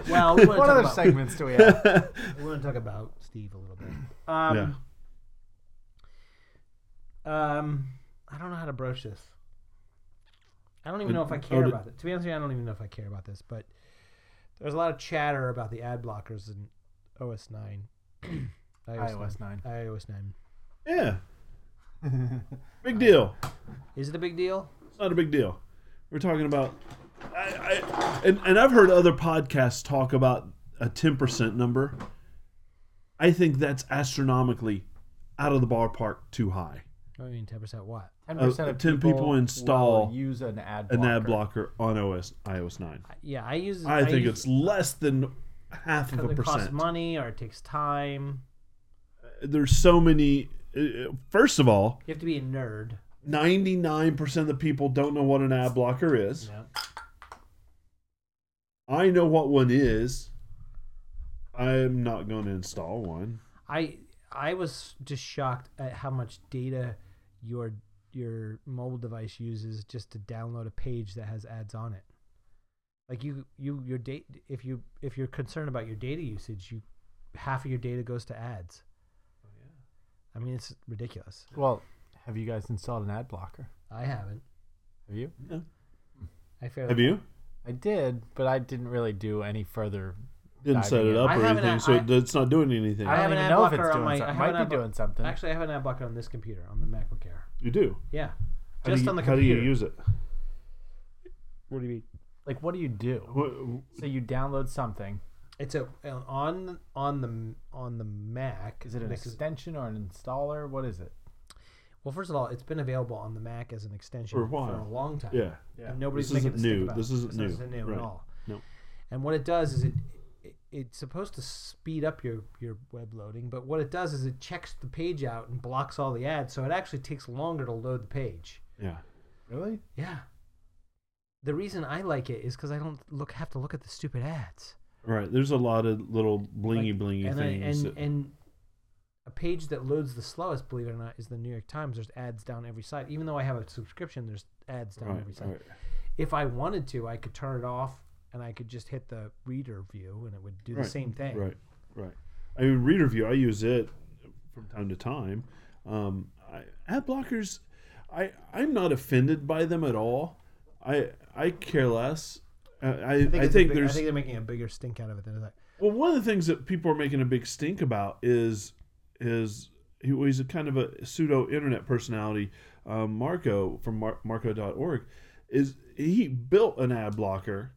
Speaker 3: Well, we want to
Speaker 6: What
Speaker 3: talk
Speaker 6: other
Speaker 3: about,
Speaker 6: segments do we have?
Speaker 3: we want to talk about Steve a little bit.
Speaker 4: yeah.
Speaker 3: Um, um, I don't know how to broach this. I don't even know if I
Speaker 4: Oh,
Speaker 3: care
Speaker 4: did-
Speaker 3: about it. To be honest with you, I don't even know if I care about this. But there's a lot of chatter about the ad blockers in OS nine,
Speaker 6: iOS 9.
Speaker 3: iOS nine.
Speaker 4: Yeah. Big deal.
Speaker 3: Is it a big deal?
Speaker 4: It's not a big deal. We're talking about, I, I, and and I've heard other podcasts talk about a ten percent number. I think that's astronomically out of the ballpark too high.
Speaker 3: I Oh, mean, ten percent what?
Speaker 6: 10%
Speaker 4: Uh,
Speaker 6: of
Speaker 4: 10 people
Speaker 6: will
Speaker 4: install
Speaker 6: use an ad
Speaker 4: An
Speaker 6: blocker.
Speaker 4: ad blocker on OS iOS nine.
Speaker 3: Yeah, I use.
Speaker 4: I, think
Speaker 3: use-
Speaker 4: it's less than half of a
Speaker 3: it costs
Speaker 4: percent.
Speaker 3: money or it takes time.
Speaker 4: There's so many. uh, First of all,
Speaker 3: You have to be a nerd.
Speaker 4: ninety nine percent of the people don't know what an ad blocker is.
Speaker 3: Yeah.
Speaker 4: I know what one is. I'm not going to install one.
Speaker 3: I I was just shocked at how much data your your mobile device uses just to download a page that has ads on it. Like you you your date if you if you're concerned about your data usage, you half of your data goes to ads.
Speaker 6: Oh,
Speaker 3: I mean, it's ridiculous.
Speaker 6: Well, have you guys installed an ad blocker?
Speaker 3: I haven't.
Speaker 6: Have you?
Speaker 3: I fairly
Speaker 4: Have you?
Speaker 6: I did, but I didn't really do any further.
Speaker 4: Didn't set it up
Speaker 3: I
Speaker 4: or
Speaker 3: haven't-
Speaker 4: anything, so
Speaker 3: I-
Speaker 4: it- it's not doing anything.
Speaker 3: I
Speaker 6: I
Speaker 3: have
Speaker 6: don't
Speaker 3: an
Speaker 6: even
Speaker 3: ad
Speaker 6: know if
Speaker 3: blocker
Speaker 6: it's
Speaker 3: on
Speaker 6: doing
Speaker 3: my- I
Speaker 6: something.
Speaker 3: have an
Speaker 6: Might
Speaker 3: ad
Speaker 6: be
Speaker 3: blo-
Speaker 6: doing something.
Speaker 3: Actually, I have an ad blocker on this computer, on the MacBook Air.
Speaker 4: you do.
Speaker 3: Yeah,
Speaker 4: How do
Speaker 3: just
Speaker 4: you-
Speaker 3: on the
Speaker 4: how
Speaker 3: computer.
Speaker 4: do you use it?
Speaker 3: What do you mean?
Speaker 6: like, what do you do?
Speaker 4: What,
Speaker 6: So you download something.
Speaker 3: It's a on on the on the Mac.
Speaker 6: Is it an
Speaker 3: this is-
Speaker 6: extension or an installer? What is it?
Speaker 3: Well, first of all, it's been available on the Mac as an extension
Speaker 4: For
Speaker 3: for
Speaker 4: a
Speaker 3: a,
Speaker 4: while.
Speaker 3: long time.
Speaker 4: yeah.
Speaker 6: Yeah.
Speaker 3: And nobody's
Speaker 4: This
Speaker 3: making a
Speaker 4: isn't
Speaker 3: stink
Speaker 4: new.
Speaker 3: about
Speaker 4: This
Speaker 3: it.
Speaker 4: isn't
Speaker 3: It's
Speaker 4: new.
Speaker 3: isn't new
Speaker 4: Right.
Speaker 3: at all.
Speaker 4: No.
Speaker 3: And what it does is it, it it's supposed to speed up your your web loading, but what it does is it checks the page out and blocks all the ads, so it actually takes longer to load the page.
Speaker 4: Yeah.
Speaker 6: Really?
Speaker 3: Yeah. The reason I like it is because I don't look have to look at the stupid ads.
Speaker 4: Right. There's a lot of little blingy
Speaker 3: Like,
Speaker 4: blingy
Speaker 3: and I-
Speaker 4: things.
Speaker 3: and
Speaker 4: that-
Speaker 3: and a page that loads the slowest, believe it or not, is the New York Times. There's ads down every site. Even though I have a subscription, there's ads down
Speaker 4: right,
Speaker 3: every site.
Speaker 4: right.
Speaker 3: If I wanted to, I could turn it off and I could just hit the reader view and it would do the
Speaker 4: Right,
Speaker 3: same thing.
Speaker 4: Right, right. I mean, reader view. I use it from time to time. Um, I, ad blockers, I I'm not offended by them at all. I I care less. I I, I think,
Speaker 3: it's a big-
Speaker 4: there's
Speaker 3: I think they're making a bigger stink out of it than that.
Speaker 4: well one of the things that people are making a big stink about is is he, well, he's a kind of a pseudo internet personality. Um, Marco from Mar- Marco.org is he built an ad blocker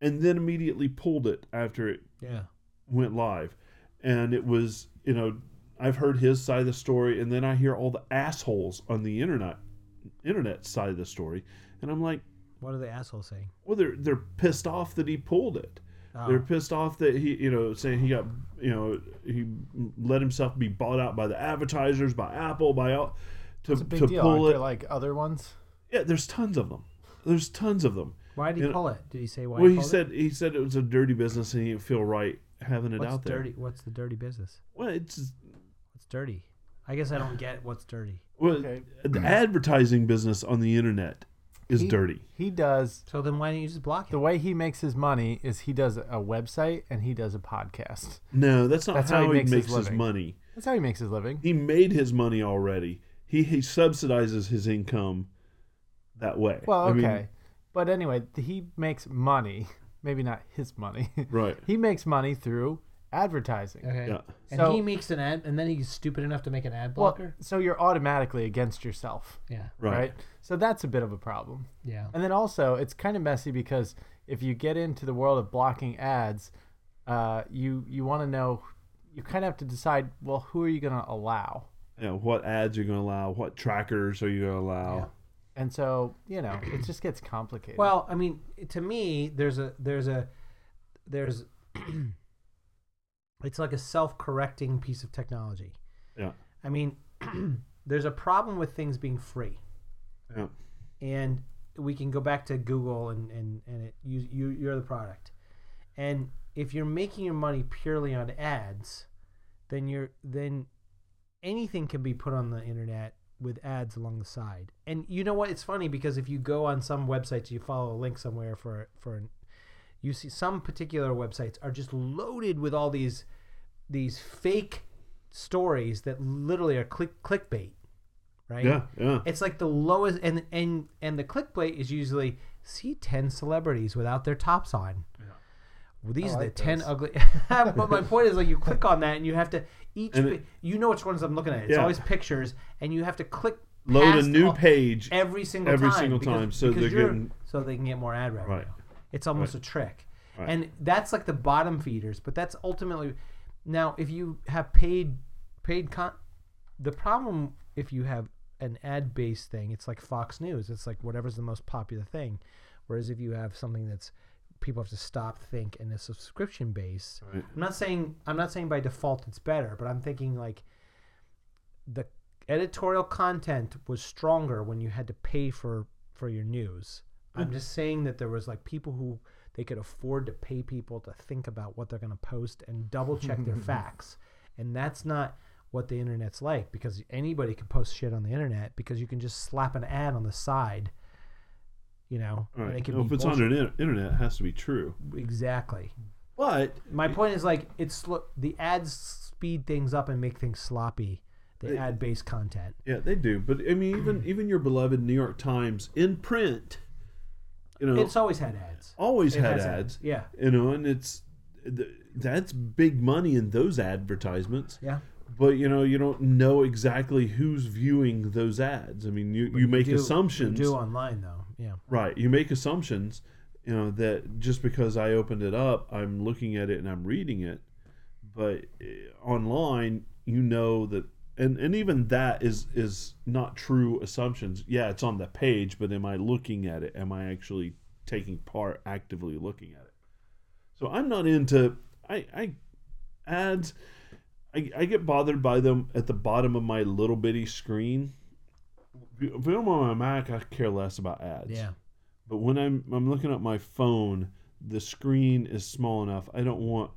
Speaker 4: and then immediately pulled it after it
Speaker 3: Yeah.
Speaker 4: went live and it was you know i've heard his side of the story and then i hear all the assholes on the internet internet side of the story and i'm like
Speaker 3: What are the assholes saying?
Speaker 4: well they're they're pissed off that he pulled it
Speaker 6: Oh.
Speaker 4: they're pissed off that he you know saying he got you know he let himself be bought out by the advertisers by apple by all to,
Speaker 6: It's a big
Speaker 4: to
Speaker 6: deal.
Speaker 4: pull
Speaker 6: Aren't
Speaker 4: it
Speaker 6: there like other ones?
Speaker 4: yeah there's tons of them there's tons of them
Speaker 3: Why did
Speaker 4: You
Speaker 3: he
Speaker 4: know-
Speaker 3: pull it? Did he say why?
Speaker 4: well
Speaker 3: he,
Speaker 4: he
Speaker 3: pulled it?
Speaker 4: said he said it was a dirty business and he didn't feel right having it
Speaker 3: what's
Speaker 4: out there
Speaker 3: dirty? What's the dirty business?
Speaker 4: well it's
Speaker 3: What's dirty? I guess I don't get what's dirty.
Speaker 4: Well,
Speaker 6: Okay.
Speaker 4: the advertising business on the internet is
Speaker 6: He-
Speaker 4: dirty.
Speaker 6: He does.
Speaker 3: So then why didn't you just block it?
Speaker 6: The way he makes his money is he does a website and he does a podcast.
Speaker 4: No, that's not
Speaker 6: That's
Speaker 4: how, he makes, his,
Speaker 6: living.
Speaker 4: money.
Speaker 6: That's how he makes his living.
Speaker 4: He made his money already. He, he subsidizes his income that way.
Speaker 6: Well,
Speaker 4: I
Speaker 6: okay.
Speaker 4: mean,
Speaker 6: but anyway, th- he makes money. Maybe not his money.
Speaker 4: Right.
Speaker 6: he makes money through advertising.
Speaker 3: Okay.
Speaker 4: yeah.
Speaker 3: And
Speaker 6: So-
Speaker 3: he makes an ad, and then he's stupid enough to make an ad
Speaker 6: Well,
Speaker 3: blocker.
Speaker 6: so you're automatically against yourself,
Speaker 3: yeah,
Speaker 4: Right.
Speaker 6: right? So that's a bit of a problem.
Speaker 3: yeah.
Speaker 6: And then also, it's kind of messy because if you get into the world of blocking ads, uh, you you want to know, you kind of have to decide, well, who are you going to allow?
Speaker 4: You know, what ads are going to allow? What trackers are you going to allow?
Speaker 6: And so, you know, it just gets complicated.
Speaker 3: Well, I mean, to me, there's a there's a there's it's like a self-correcting piece of technology.
Speaker 4: Yeah.
Speaker 3: I mean, there's a problem with things being free,
Speaker 4: Yeah.
Speaker 3: and we can go back to Google and and and it, you you you're the product, and if you're making your money purely on ads, then you're then anything can be put on the internet with ads along the side. And you know what? It's funny because if you go on some websites, you follow a link somewhere for for an, you see some particular websites are just loaded with all these these fake stories that literally are click clickbait, right?
Speaker 4: Yeah. Yeah.
Speaker 3: It's like the lowest and and and the clickbait is usually see 10 celebrities without their tops on. Well, these are the
Speaker 6: like
Speaker 3: 10
Speaker 6: those.
Speaker 3: ugly but my point is like you click on that and you have to each
Speaker 4: And
Speaker 3: pi-
Speaker 4: it-
Speaker 3: you know which ones I'm looking at. It's
Speaker 4: Yeah.
Speaker 3: always pictures and you have to click
Speaker 4: Load a
Speaker 3: past
Speaker 4: new
Speaker 3: all-
Speaker 4: page.
Speaker 3: every single
Speaker 4: every
Speaker 3: time
Speaker 4: single
Speaker 3: because-
Speaker 4: time, so
Speaker 3: because
Speaker 4: they're
Speaker 3: you're-
Speaker 4: getting-
Speaker 3: so they can get more ad revenue.
Speaker 4: Right.
Speaker 3: It's almost a trick.
Speaker 4: Right.
Speaker 3: And that's like the bottom feeders, but that's ultimately now if you have paid paid con the problem if you have an ad based thing, it's like Fox News. It's like whatever's the most popular thing. Whereas if you have something that's people have to stop, think, and is subscription based. I'm not saying I'm not saying by default it's better, but I'm thinking like the editorial content was stronger when you had to pay for for your news. I'm just saying that there was like people who they could afford to pay people to think about what they're going to post and double check their facts. And that's not what the internet's like because anybody can post shit on the internet because you can just slap an ad on the side, you know,
Speaker 4: All
Speaker 3: and
Speaker 4: right.
Speaker 3: it can
Speaker 4: Well,
Speaker 3: be
Speaker 4: if it's on
Speaker 3: bullshit.
Speaker 4: the inter- internet, it has to be true.
Speaker 3: exactly.
Speaker 4: But
Speaker 3: My point is like it's slo- the ads speed things up and make things sloppy. The ad based content.
Speaker 4: yeah, they do. But I mean,
Speaker 3: Mm.
Speaker 4: even even your beloved New York Times in print, you know,
Speaker 3: It's always had ads.
Speaker 4: always
Speaker 3: it
Speaker 4: had
Speaker 3: has
Speaker 4: ads.
Speaker 3: ads, yeah.
Speaker 4: You know, and it's th- that's big money in those advertisements.
Speaker 3: Yeah.
Speaker 4: But you know, you don't know exactly who's viewing those ads. I mean, you, you make
Speaker 3: Do-
Speaker 4: assumptions.
Speaker 3: Do online though. Yeah.
Speaker 4: Right. You make assumptions, you know, that just because I opened it up, I'm looking at it and I'm reading it. But eh, online, you know that and, and even that is is not true assumptions. Yeah, it's on the page, but am I looking at it? Am I actually taking part actively looking at it? So I'm not into I I ads I, I get bothered by them at the bottom of my little bitty screen. If I'm on my Mac, I care less about ads.
Speaker 3: Yeah.
Speaker 4: But when I'm I'm looking at my phone, the screen is small enough. I don't want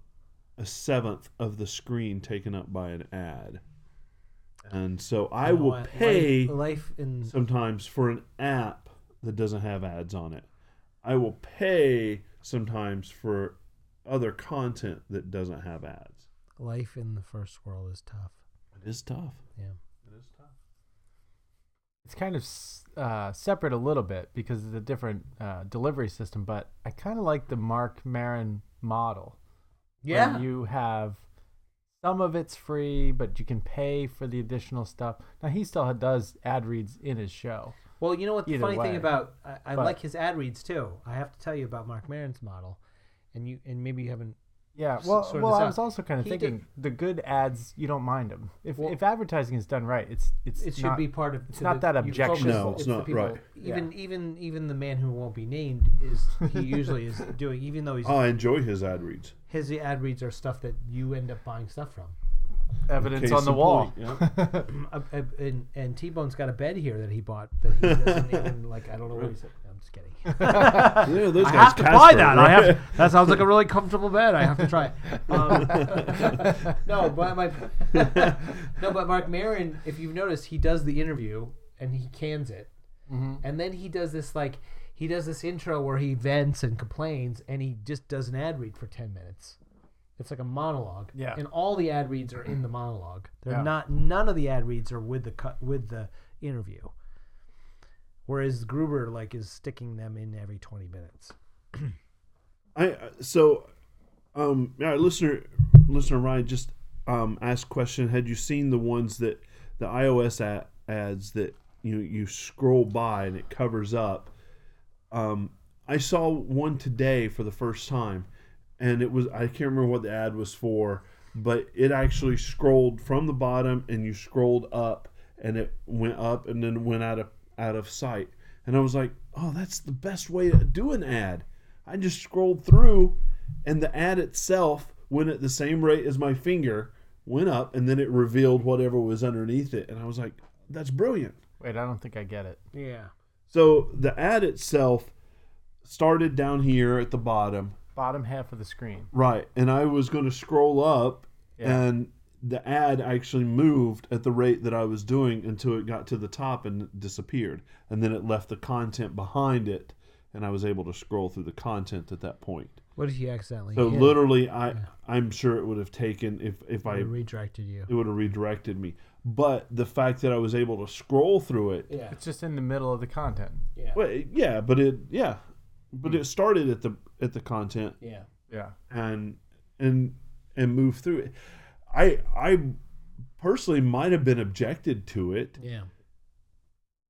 Speaker 4: a seventh of the screen taken up by an ad. And so I
Speaker 3: You know
Speaker 4: will
Speaker 3: what?
Speaker 4: pay
Speaker 3: life, life in
Speaker 4: sometimes for an app that doesn't have ads on it. I will pay sometimes for other content that doesn't have ads.
Speaker 3: life in the first world is tough.
Speaker 4: It is tough.
Speaker 3: Yeah.
Speaker 6: it's kind of s- uh, separate a little bit because it's a different uh, delivery system, but I kind of like the Mark Marin model. where you have some of it's free, but you can pay for the additional stuff. Now, he still does ad reads in his show.
Speaker 3: Well, you know what the
Speaker 6: Either
Speaker 3: funny
Speaker 6: way.
Speaker 3: thing about I, I
Speaker 6: But-
Speaker 3: like his ad reads too. I have to tell you about Mark Maron's model, and you and maybe you haven't.
Speaker 6: Yeah,
Speaker 3: S-
Speaker 6: well,
Speaker 3: sort
Speaker 6: well,
Speaker 3: this
Speaker 6: I
Speaker 3: out.
Speaker 6: was also kind of
Speaker 3: He did-
Speaker 6: thinking the good ads, you don't mind them. If,
Speaker 3: Well-
Speaker 6: if advertising is done right, it's it's
Speaker 3: It should
Speaker 6: not-
Speaker 3: be part of.
Speaker 6: it's
Speaker 3: to
Speaker 6: not
Speaker 3: the-
Speaker 6: that
Speaker 3: you
Speaker 6: objectionable.
Speaker 3: focus-
Speaker 4: No, it's
Speaker 3: the
Speaker 4: not,
Speaker 3: people-
Speaker 4: right.
Speaker 3: Even even even the man who won't be named is he usually is doing. Even though he's
Speaker 4: Oh, I enjoy his ad reads.
Speaker 3: his ad reads are stuff that you end up buying stuff from.
Speaker 6: evidence
Speaker 4: Case
Speaker 6: on the
Speaker 4: in
Speaker 6: wall.
Speaker 4: point, yeah.
Speaker 3: Uh, uh, and and T Bone's got a bed here that he bought that he doesn't even like. I don't know what he's. I'm just kidding.
Speaker 4: Yeah, those
Speaker 3: I
Speaker 4: guys
Speaker 3: have to
Speaker 4: Casper,
Speaker 3: buy that. I
Speaker 4: right?
Speaker 3: have. That sounds like a really comfortable bed. I have to try. it. Um, no, but my no, but Mark Maron, if you've noticed, he does the interview and he cans it,
Speaker 6: Mm-hmm.
Speaker 3: and then he does this like he does this intro where he vents and complains, and he just does an ad read for ten minutes. It's like a monologue.
Speaker 6: Yeah.
Speaker 3: And all the ad reads are in the monologue. They're
Speaker 6: Yeah.
Speaker 3: not. None of the ad reads are with the cut with the interview. Whereas Gruber like is sticking them in every twenty minutes.
Speaker 4: I uh, so um yeah, listener listener Ryan just um asked question had you seen the ones that the iOS ad, ads that you you scroll by and it covers up um I saw one today for the first time and it was I can't remember what the ad was for but it actually scrolled from the bottom and you scrolled up and it went up and then went out of out of sight And I was like, oh, that's the best way to do an ad. I just scrolled through, and the ad itself went at the same rate as my finger went up, and then it revealed whatever was underneath it. And I was like, that's brilliant.
Speaker 6: Wait, I don't think I get it.
Speaker 3: Yeah.
Speaker 4: So the ad itself started down here at the bottom.
Speaker 6: Bottom half of the screen.
Speaker 4: Right. And I was going to scroll up,
Speaker 6: Yeah.
Speaker 4: and the ad actually moved at the rate that I was doing until it got to the top and disappeared. And then it left the content behind it, and I was able to scroll through the content at that point.
Speaker 3: What if you accidentally
Speaker 4: So
Speaker 3: hit it?
Speaker 4: literally, I I'm sure it would have taken if if I
Speaker 3: It redirected you?
Speaker 4: it would have redirected me. But the fact that I was able to scroll through it, yeah,
Speaker 6: It's just in the middle of the content.
Speaker 4: well, yeah but it yeah, but it started at the at the content
Speaker 3: Yeah.
Speaker 6: Yeah.
Speaker 4: and and and move through it. I I personally might have been objected to it,
Speaker 3: Yeah.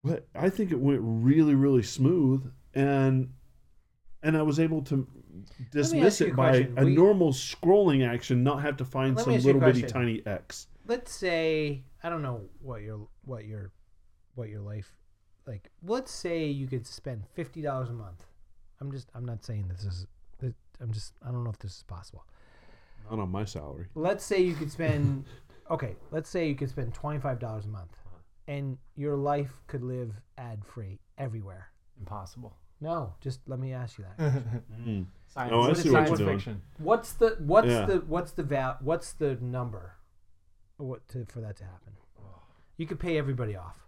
Speaker 4: but I think it went really really smooth and and I was able to dismiss
Speaker 3: ask you
Speaker 4: it
Speaker 3: a
Speaker 4: by
Speaker 3: question.
Speaker 4: a
Speaker 3: We-
Speaker 4: normal scrolling action, not have to find
Speaker 3: Let
Speaker 4: some
Speaker 3: me ask you a
Speaker 4: little bitty
Speaker 3: question.
Speaker 4: tiny X.
Speaker 3: Let's say I don't know what your what your what your life like. Let's say you could spend fifty dollars a month. I'm just I'm not saying this is. that- I'm just I don't know if this is possible.
Speaker 4: Not on my salary.
Speaker 3: Let's say you could spend. okay. Let's say you could spend twenty five dollars a month, and your life could live ad free everywhere.
Speaker 6: Impossible.
Speaker 3: No, just let me ask you that.
Speaker 6: Science,
Speaker 4: Oh, I
Speaker 6: it's
Speaker 4: see what
Speaker 6: science
Speaker 4: you're doing.
Speaker 6: fiction.
Speaker 3: what's the what's
Speaker 4: Yeah.
Speaker 3: the what's the val what's the number? What to, for that to happen? You could pay everybody off.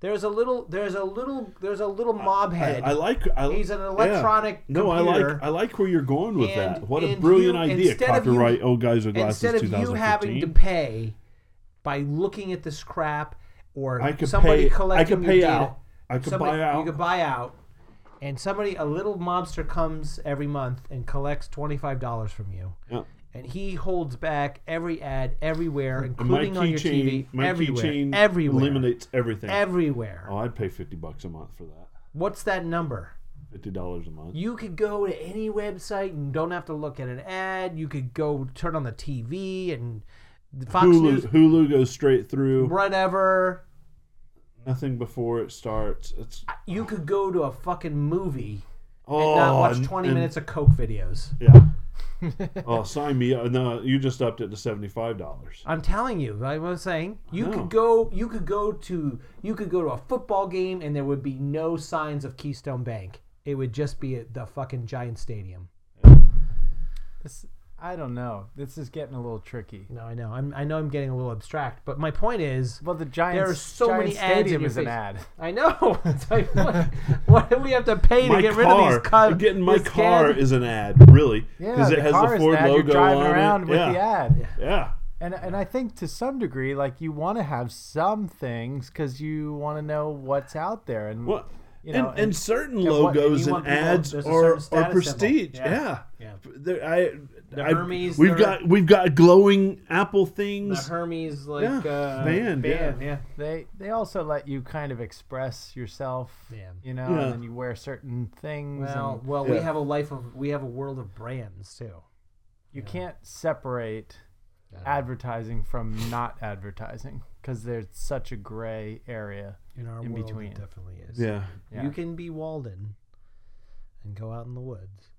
Speaker 3: There's a little there's a little there's a little mob
Speaker 4: I,
Speaker 3: head.
Speaker 4: I like. I,
Speaker 3: He's an
Speaker 4: yeah.
Speaker 3: electronic
Speaker 4: No, I like.
Speaker 3: computer.
Speaker 4: I like where you're going with that.
Speaker 3: And-
Speaker 4: What a
Speaker 3: and
Speaker 4: brilliant
Speaker 3: you-
Speaker 4: idea!
Speaker 3: instead of you-
Speaker 4: Copyright. old guys with glasses.
Speaker 3: Instead of you
Speaker 4: 2015.
Speaker 3: having to pay by looking at the scrap or
Speaker 4: I could
Speaker 3: somebody
Speaker 4: pay- I
Speaker 3: collecting
Speaker 4: could
Speaker 3: your
Speaker 4: pay
Speaker 3: data,
Speaker 4: out. I could
Speaker 3: somebody-
Speaker 4: buy out.
Speaker 3: You could buy out, and somebody a little mobster comes every month and collects twenty five dollars from you.
Speaker 4: Yeah.
Speaker 3: and he holds back every ad everywhere,
Speaker 4: And my
Speaker 3: including on your
Speaker 4: keychain.
Speaker 3: TV,
Speaker 4: My
Speaker 3: everywhere,
Speaker 4: keychain
Speaker 3: everywhere,
Speaker 4: eliminates everything.
Speaker 3: everywhere.
Speaker 4: Oh, I'd pay fifty bucks a month for that.
Speaker 3: What's that number?
Speaker 4: Fifty dollars a month.
Speaker 3: You could go to any website and don't have to look at an ad. You could go turn on the TV and the Fox
Speaker 4: Hulu,
Speaker 3: News,
Speaker 4: Hulu goes straight through.
Speaker 3: whatever.
Speaker 4: Nothing before it starts. It's
Speaker 3: You could go to a fucking movie
Speaker 4: oh,
Speaker 3: and not watch
Speaker 4: and-
Speaker 3: 20
Speaker 4: and-
Speaker 3: minutes of Coke videos.
Speaker 4: Yeah. oh, sign me. up. No, you just upped it to seventy-five dollars.
Speaker 3: I'm telling you, like what I'm saying. You
Speaker 4: know.
Speaker 3: could go you could go to you could go to a football game and there would be no signs of Keystone Bank. It would just be at the fucking giant stadium.
Speaker 6: This, I don't know. This is getting a little tricky.
Speaker 3: No, I know. I'm, I know I'm getting a little abstract, but my point is
Speaker 6: Well, the Giants,
Speaker 3: There are so
Speaker 6: Giants
Speaker 3: many ads in
Speaker 6: Stadium
Speaker 3: your
Speaker 6: is an
Speaker 3: face.
Speaker 6: ad.
Speaker 3: I know. It's like, what, what do we have to pay to
Speaker 4: My
Speaker 3: get rid of
Speaker 4: car.
Speaker 3: these cars?
Speaker 4: getting my car
Speaker 3: Is,
Speaker 4: is an ad, really,
Speaker 6: Yeah,
Speaker 4: because it
Speaker 6: the
Speaker 4: has
Speaker 6: car
Speaker 4: the
Speaker 6: is
Speaker 4: Ford
Speaker 6: an ad.
Speaker 4: logo
Speaker 6: You're driving
Speaker 4: on
Speaker 6: around
Speaker 4: it.
Speaker 6: with
Speaker 4: yeah.
Speaker 6: the ad.
Speaker 4: Yeah.
Speaker 6: And and I think to some degree, like you want to have some things because you want to know what's out there and
Speaker 4: Well,
Speaker 6: you
Speaker 4: and,
Speaker 6: know, and,
Speaker 4: and, certain
Speaker 6: and what- and
Speaker 4: logos
Speaker 3: you
Speaker 4: and,
Speaker 3: want people-
Speaker 4: ads
Speaker 3: there's a
Speaker 4: are,
Speaker 3: certain status
Speaker 4: are
Speaker 3: symbol.
Speaker 4: prestige.
Speaker 3: Yeah.
Speaker 4: Yeah.
Speaker 3: Yeah.
Speaker 4: There- I, I,
Speaker 3: Hermes,
Speaker 4: we've
Speaker 3: they're-
Speaker 4: got we've got glowing Apple
Speaker 3: the
Speaker 4: things.
Speaker 3: Hermes like
Speaker 4: Yeah,
Speaker 3: uh,
Speaker 4: band,
Speaker 3: band,
Speaker 4: yeah.
Speaker 3: yeah.
Speaker 6: they they also let you kind of express yourself.
Speaker 3: Yeah.
Speaker 6: You know,
Speaker 4: Yeah.
Speaker 6: and then you wear certain things.
Speaker 3: Well,
Speaker 6: and
Speaker 3: well,
Speaker 4: Yeah.
Speaker 3: we have a life of we have a world of brands too.
Speaker 6: you can't separate advertising from not advertising because there's such a gray area.
Speaker 3: In our
Speaker 6: In
Speaker 3: world,
Speaker 6: between.
Speaker 3: it definitely is.
Speaker 4: Yeah.
Speaker 6: Yeah.
Speaker 3: You can be Walden and go out in the woods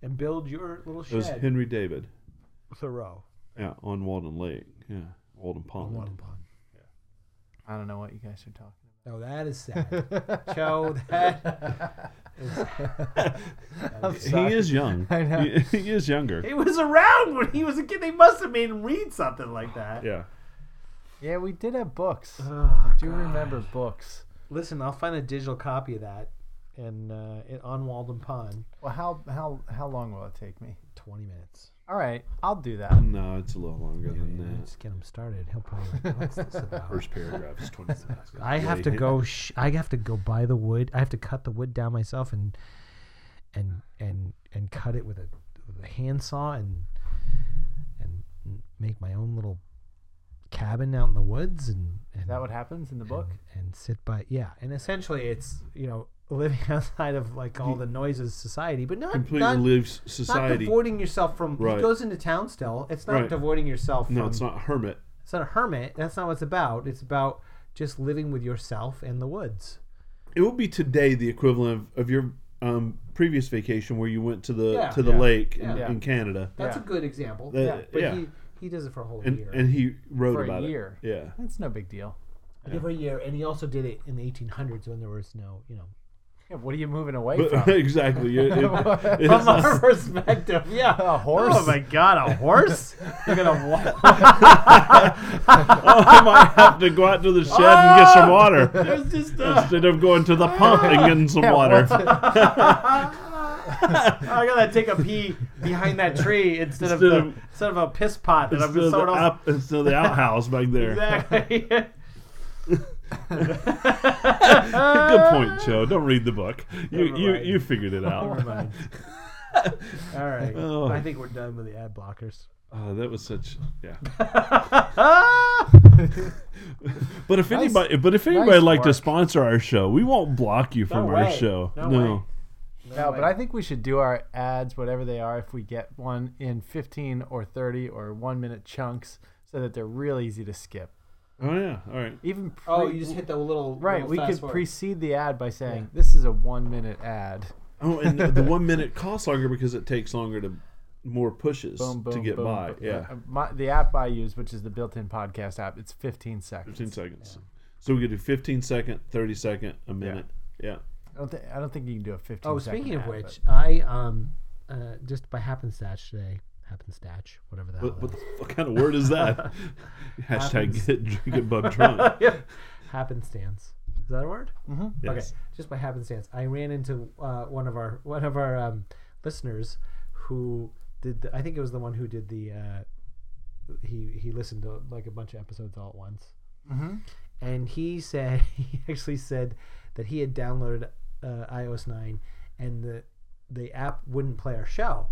Speaker 3: and build your little
Speaker 4: It was
Speaker 3: shed.
Speaker 4: Henry David.
Speaker 3: Thoreau.
Speaker 4: Yeah, on Walden Lake. Yeah, Walden Pond.
Speaker 6: I don't know what you guys are talking.
Speaker 3: No, that is sad. Joe, that
Speaker 6: about. I'm
Speaker 4: He
Speaker 6: sorry.
Speaker 4: is young.
Speaker 6: I know.
Speaker 4: He, he is younger.
Speaker 3: he was around when he was a kid. They must have made him read something like that.
Speaker 4: Yeah.
Speaker 6: Yeah, we did have books.
Speaker 3: Oh,
Speaker 6: Do you remember books?
Speaker 3: Listen, I'll find a digital copy of that and uh, it, on Walden Pond.
Speaker 6: Well, how how how long will it take me?
Speaker 3: Twenty minutes.
Speaker 6: All right, I'll do that.
Speaker 4: No, it's a little longer than that.
Speaker 3: Just get him started. He'll probably like, what's this about?
Speaker 4: First paragraph is 20 minutes.
Speaker 3: I have to go. Sh- I have to go buy the wood. I have to cut the wood down myself and and and and cut it with a, with a handsaw and and make my own little cabin out in the woods and
Speaker 6: Is
Speaker 3: and,
Speaker 6: that what happens in the book?
Speaker 3: and sit by yeah. And essentially, it's you know living outside of like all the noises of society, but not
Speaker 4: Completely
Speaker 3: not,
Speaker 4: leaves
Speaker 3: not
Speaker 4: society.
Speaker 3: divorcing yourself from.
Speaker 4: Right.
Speaker 3: He goes into town still. It's not
Speaker 4: Right.
Speaker 3: divorcing yourself.
Speaker 4: no,
Speaker 3: from,
Speaker 4: it's not hermit.
Speaker 3: it's not a hermit. That's not what it's about. It's about just living with yourself in the woods.
Speaker 4: it would be today the equivalent of, of your um, previous vacation where you went to the
Speaker 3: Yeah.
Speaker 4: to the
Speaker 3: Yeah.
Speaker 4: lake in,
Speaker 6: Yeah.
Speaker 4: in Canada.
Speaker 3: That's
Speaker 6: Yeah.
Speaker 3: a good example.
Speaker 4: Uh, yeah.
Speaker 3: But he, he does it for a whole
Speaker 4: and
Speaker 3: year.
Speaker 4: and he wrote
Speaker 6: For a
Speaker 4: about
Speaker 6: year.
Speaker 4: it. Yeah.
Speaker 6: That's no big deal.
Speaker 3: Every year, and he also did it in the 1800s when there was no, you know.
Speaker 6: Yeah, what are you moving away
Speaker 4: But,
Speaker 6: from?
Speaker 4: exactly. You- it- it's
Speaker 3: From
Speaker 4: not-
Speaker 3: our perspective, yeah.
Speaker 6: A horse?
Speaker 3: Oh my god, a horse? You're gonna walk.
Speaker 4: I might have to go out to the shed and get some water
Speaker 3: It's just, uh,
Speaker 4: instead of going to the pump and getting some water.
Speaker 3: I gotta take a pee behind that tree instead of the,
Speaker 4: Instead of-
Speaker 3: instead of a piss pot that I'm
Speaker 4: Instead of
Speaker 3: just
Speaker 4: the,
Speaker 3: sort of
Speaker 4: out- instead of the outhouse back there.
Speaker 3: exactly.
Speaker 4: Good point, Joe. Don't read the book. You
Speaker 3: Never
Speaker 4: you,
Speaker 3: mind.
Speaker 4: you figured it
Speaker 3: Never
Speaker 4: out.
Speaker 3: mind. All right,
Speaker 4: Oh.
Speaker 3: I think we're done with the ad blockers.
Speaker 4: Oh, that was such yeah. Ah! But if anybody but if anybody would like to
Speaker 6: work.
Speaker 4: sponsor our show, we won't block you from our
Speaker 3: way.
Speaker 4: show.
Speaker 3: No way.
Speaker 6: no, but I think we should do our ads, whatever they are, if we get one in 15 or 30 or one minute chunks so that they're real easy to skip.
Speaker 4: Oh yeah. All right.
Speaker 6: Even pre-
Speaker 3: Oh, you just hit the little
Speaker 6: Right,
Speaker 3: little
Speaker 6: we
Speaker 3: fast
Speaker 6: could
Speaker 3: forward.
Speaker 6: precede the ad by saying, this is a one minute ad.
Speaker 4: Oh, and the one minute costs longer because it takes longer to more pushes
Speaker 6: Boom, boom,
Speaker 4: to get
Speaker 6: boom.
Speaker 4: by. Yeah.
Speaker 6: Uh, My, the app I use, which is the built in podcast app, it's 15 seconds.
Speaker 4: 15 seconds. So we could do 15 second, 30 second, a minute. Yeah.
Speaker 6: I, don't thi- I don't think you can do a 15
Speaker 3: Oh,
Speaker 6: second
Speaker 3: speaking of
Speaker 6: ad,
Speaker 3: which, I um uh, just by happenstance today, happenstance, whatever the hell
Speaker 4: What,
Speaker 3: that
Speaker 4: what the fuck kind of word is that? Hashtag
Speaker 3: Happens.
Speaker 4: get, drink it, bug drunk.
Speaker 3: happenstance. Is that a word?
Speaker 4: Mm-hmm. Yes.
Speaker 3: Okay, just by happenstance, I ran into uh, one of our one of our um, listeners who did. The, I think it was the one who did the. Uh, he he listened to like a bunch of episodes all at once, mm-hmm. and he said he actually said that he had downloaded uh, iOS nine, and the the app wouldn't play our show,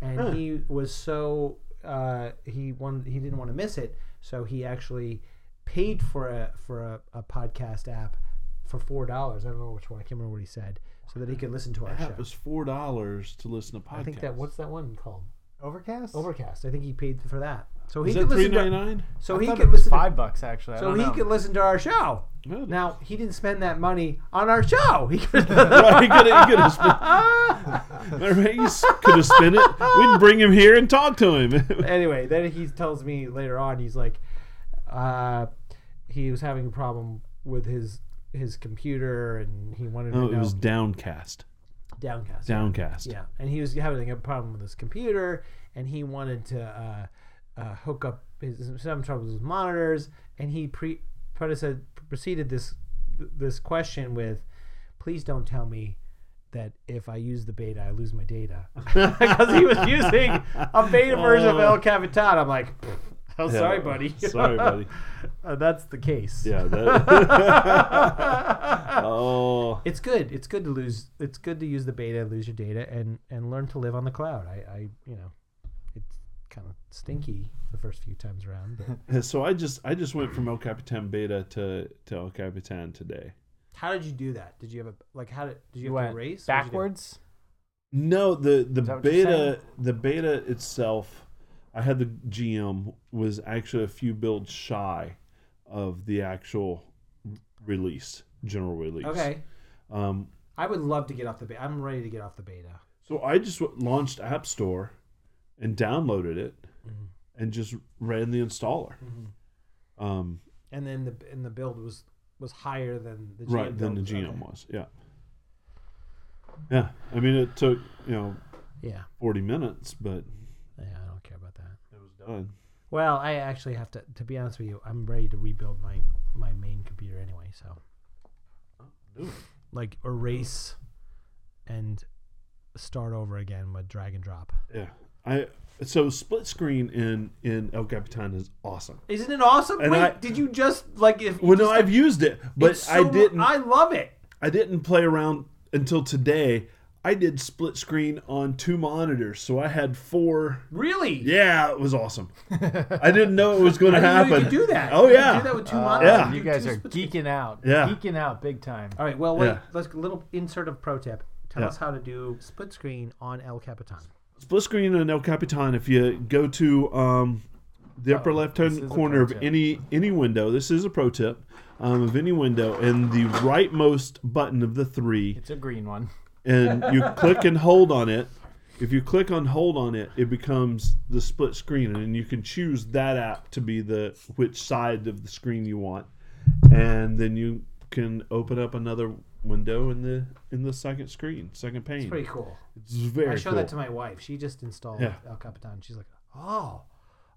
Speaker 3: and he was so uh, he wanted he didn't want to miss it, so he actually paid for a for a, a podcast app for four dollars. I don't know which one. I can't remember what he said, so that he could listen to our
Speaker 4: That
Speaker 3: show.
Speaker 4: was four dollars to listen to podcast.
Speaker 3: I think that what's that one called?
Speaker 6: Overcast?
Speaker 3: Overcast. I think he paid for that, so he
Speaker 4: is
Speaker 3: could
Speaker 4: that three
Speaker 3: listen.
Speaker 4: ninety
Speaker 3: To,
Speaker 4: nine?
Speaker 3: so
Speaker 6: I
Speaker 3: he
Speaker 6: thought
Speaker 3: could
Speaker 6: it was
Speaker 3: listen.
Speaker 6: five
Speaker 3: To,
Speaker 6: bucks, actually. I
Speaker 3: so
Speaker 6: don't
Speaker 3: he
Speaker 6: know.
Speaker 3: could listen to our show.
Speaker 4: Good.
Speaker 3: Now he didn't spend that money on our show. He could
Speaker 4: he could have spent. could have spent it. We'd bring him here and talk to him.
Speaker 3: anyway, then he tells me later on, he's like, uh, he was having a problem with his his computer, and he wanted to
Speaker 4: no, Oh, it
Speaker 3: know
Speaker 4: was downcast.
Speaker 3: downcast.
Speaker 4: Downcast.
Speaker 3: Yeah, and he was having a problem with his computer, and he wanted to uh, uh, hook up his some troubles with monitors, and he pre predecessed, preceded this this question with, "Please don't tell me." That if I use the beta, I lose my data because he was using a beta version of El Capitan. I'm like, oh, sorry, buddy.
Speaker 4: Oh. sorry, buddy.
Speaker 3: Uh, that's the case.
Speaker 4: Yeah. that- oh.
Speaker 3: it's good. It's good to lose. It's good to use the beta, lose your data, and and learn to live on the cloud. I, I you know, it's kind of stinky the first few times around. But
Speaker 4: So I just I just went from El Capitan Beta to to El Capitan today.
Speaker 3: how did you do that? Did you have a like? How did did you,
Speaker 6: You
Speaker 3: have
Speaker 6: went
Speaker 3: to race What'd you do?
Speaker 6: backwards?
Speaker 4: No, the the
Speaker 6: that what you're
Speaker 4: beta the beta itself, I had the GM was actually a few builds shy of the actual release, general release.
Speaker 3: Okay,
Speaker 4: Um,
Speaker 3: I would love to get off the beta. I'm ready to get off the beta.
Speaker 4: so I just w- launched App Store and downloaded it
Speaker 3: Mm-hmm.
Speaker 4: and just ran the installer. Um,
Speaker 3: And then the and the build was was higher than the GM
Speaker 4: right then the
Speaker 3: build.
Speaker 4: GM
Speaker 3: Okay.
Speaker 4: was. Yeah. Yeah. I mean it took, you know,
Speaker 3: Yeah,
Speaker 4: 40 minutes, but
Speaker 3: yeah. I don't care about that.
Speaker 4: it was done.
Speaker 3: Well, I actually have to. To be honest with you, I'm ready to rebuild my my main computer anyway. So, like erase and start over again with drag and drop.
Speaker 4: Yeah. I so split screen in in El Capitan is awesome.
Speaker 3: Isn't it awesome?
Speaker 4: And
Speaker 3: Wait,
Speaker 4: I-
Speaker 3: did you just like if?
Speaker 4: Well, no,
Speaker 3: just-
Speaker 4: I've used it, but
Speaker 3: it's
Speaker 4: I
Speaker 3: so-
Speaker 4: didn't. I,
Speaker 3: I love it.
Speaker 4: didn't play around until today. I did split screen on two monitors, so I had four.
Speaker 3: Really?
Speaker 4: Yeah, it was awesome. I didn't know it was going to
Speaker 3: I didn't know
Speaker 4: happen.
Speaker 3: You could do that.
Speaker 4: Oh
Speaker 3: You could
Speaker 4: yeah.
Speaker 3: do that with two
Speaker 6: Uh,
Speaker 3: monitors.
Speaker 4: yeah.
Speaker 3: do
Speaker 6: You
Speaker 3: two
Speaker 6: guys are
Speaker 3: sp-
Speaker 6: geeking out.
Speaker 4: Yeah.
Speaker 6: Geeking out big time.
Speaker 3: All right. Well, wait.
Speaker 4: Yeah.
Speaker 3: Let's a little insert of pro tip. Tell
Speaker 4: Yeah.
Speaker 3: us how to do split screen on El Capitan.
Speaker 4: split screen on El Capitan. If you go to um, the upper left
Speaker 6: this
Speaker 3: Oh,
Speaker 4: hand
Speaker 6: is a
Speaker 4: corner
Speaker 6: pro
Speaker 4: of
Speaker 6: tip.
Speaker 4: any any window, this is a pro tip. um, of any window, and the rightmost button of the three
Speaker 6: It's a green one.
Speaker 4: and you click and hold on it. If you click on hold on it, it becomes the split screen, and you can choose that app to be the which side of the screen you want, and then you can open up another window in the in the second screen, second pane. It's,
Speaker 3: Pretty cool.
Speaker 4: very
Speaker 3: I showed
Speaker 4: cool.
Speaker 3: that to my wife. She just installed
Speaker 4: Yeah.
Speaker 3: El Capitan. She's like, "Oh,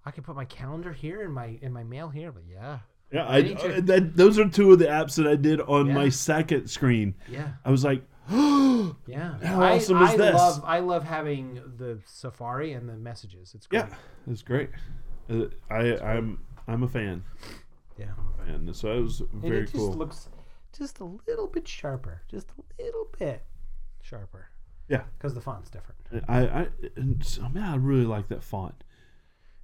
Speaker 3: I can put my calendar here and my and my mail here." But yeah,
Speaker 4: yeah, I,
Speaker 3: need to-
Speaker 4: uh, that, those are two of the apps that I did on my
Speaker 3: Yeah.
Speaker 4: second screen.
Speaker 3: yeah,
Speaker 4: I was like,
Speaker 3: yeah.
Speaker 4: How
Speaker 3: I,
Speaker 4: awesome is
Speaker 3: I
Speaker 4: this?
Speaker 3: love I love having the Safari and the messages. It's great.
Speaker 4: yeah, it's great. Uh, I I'm I'm a fan,
Speaker 3: yeah.
Speaker 4: and so it was
Speaker 3: And
Speaker 4: very
Speaker 3: it just
Speaker 4: cool.
Speaker 3: looks just a little bit sharper, just a little bit sharper
Speaker 4: yeah,
Speaker 3: because the font's different.
Speaker 4: I, I and so, man, I really like that font.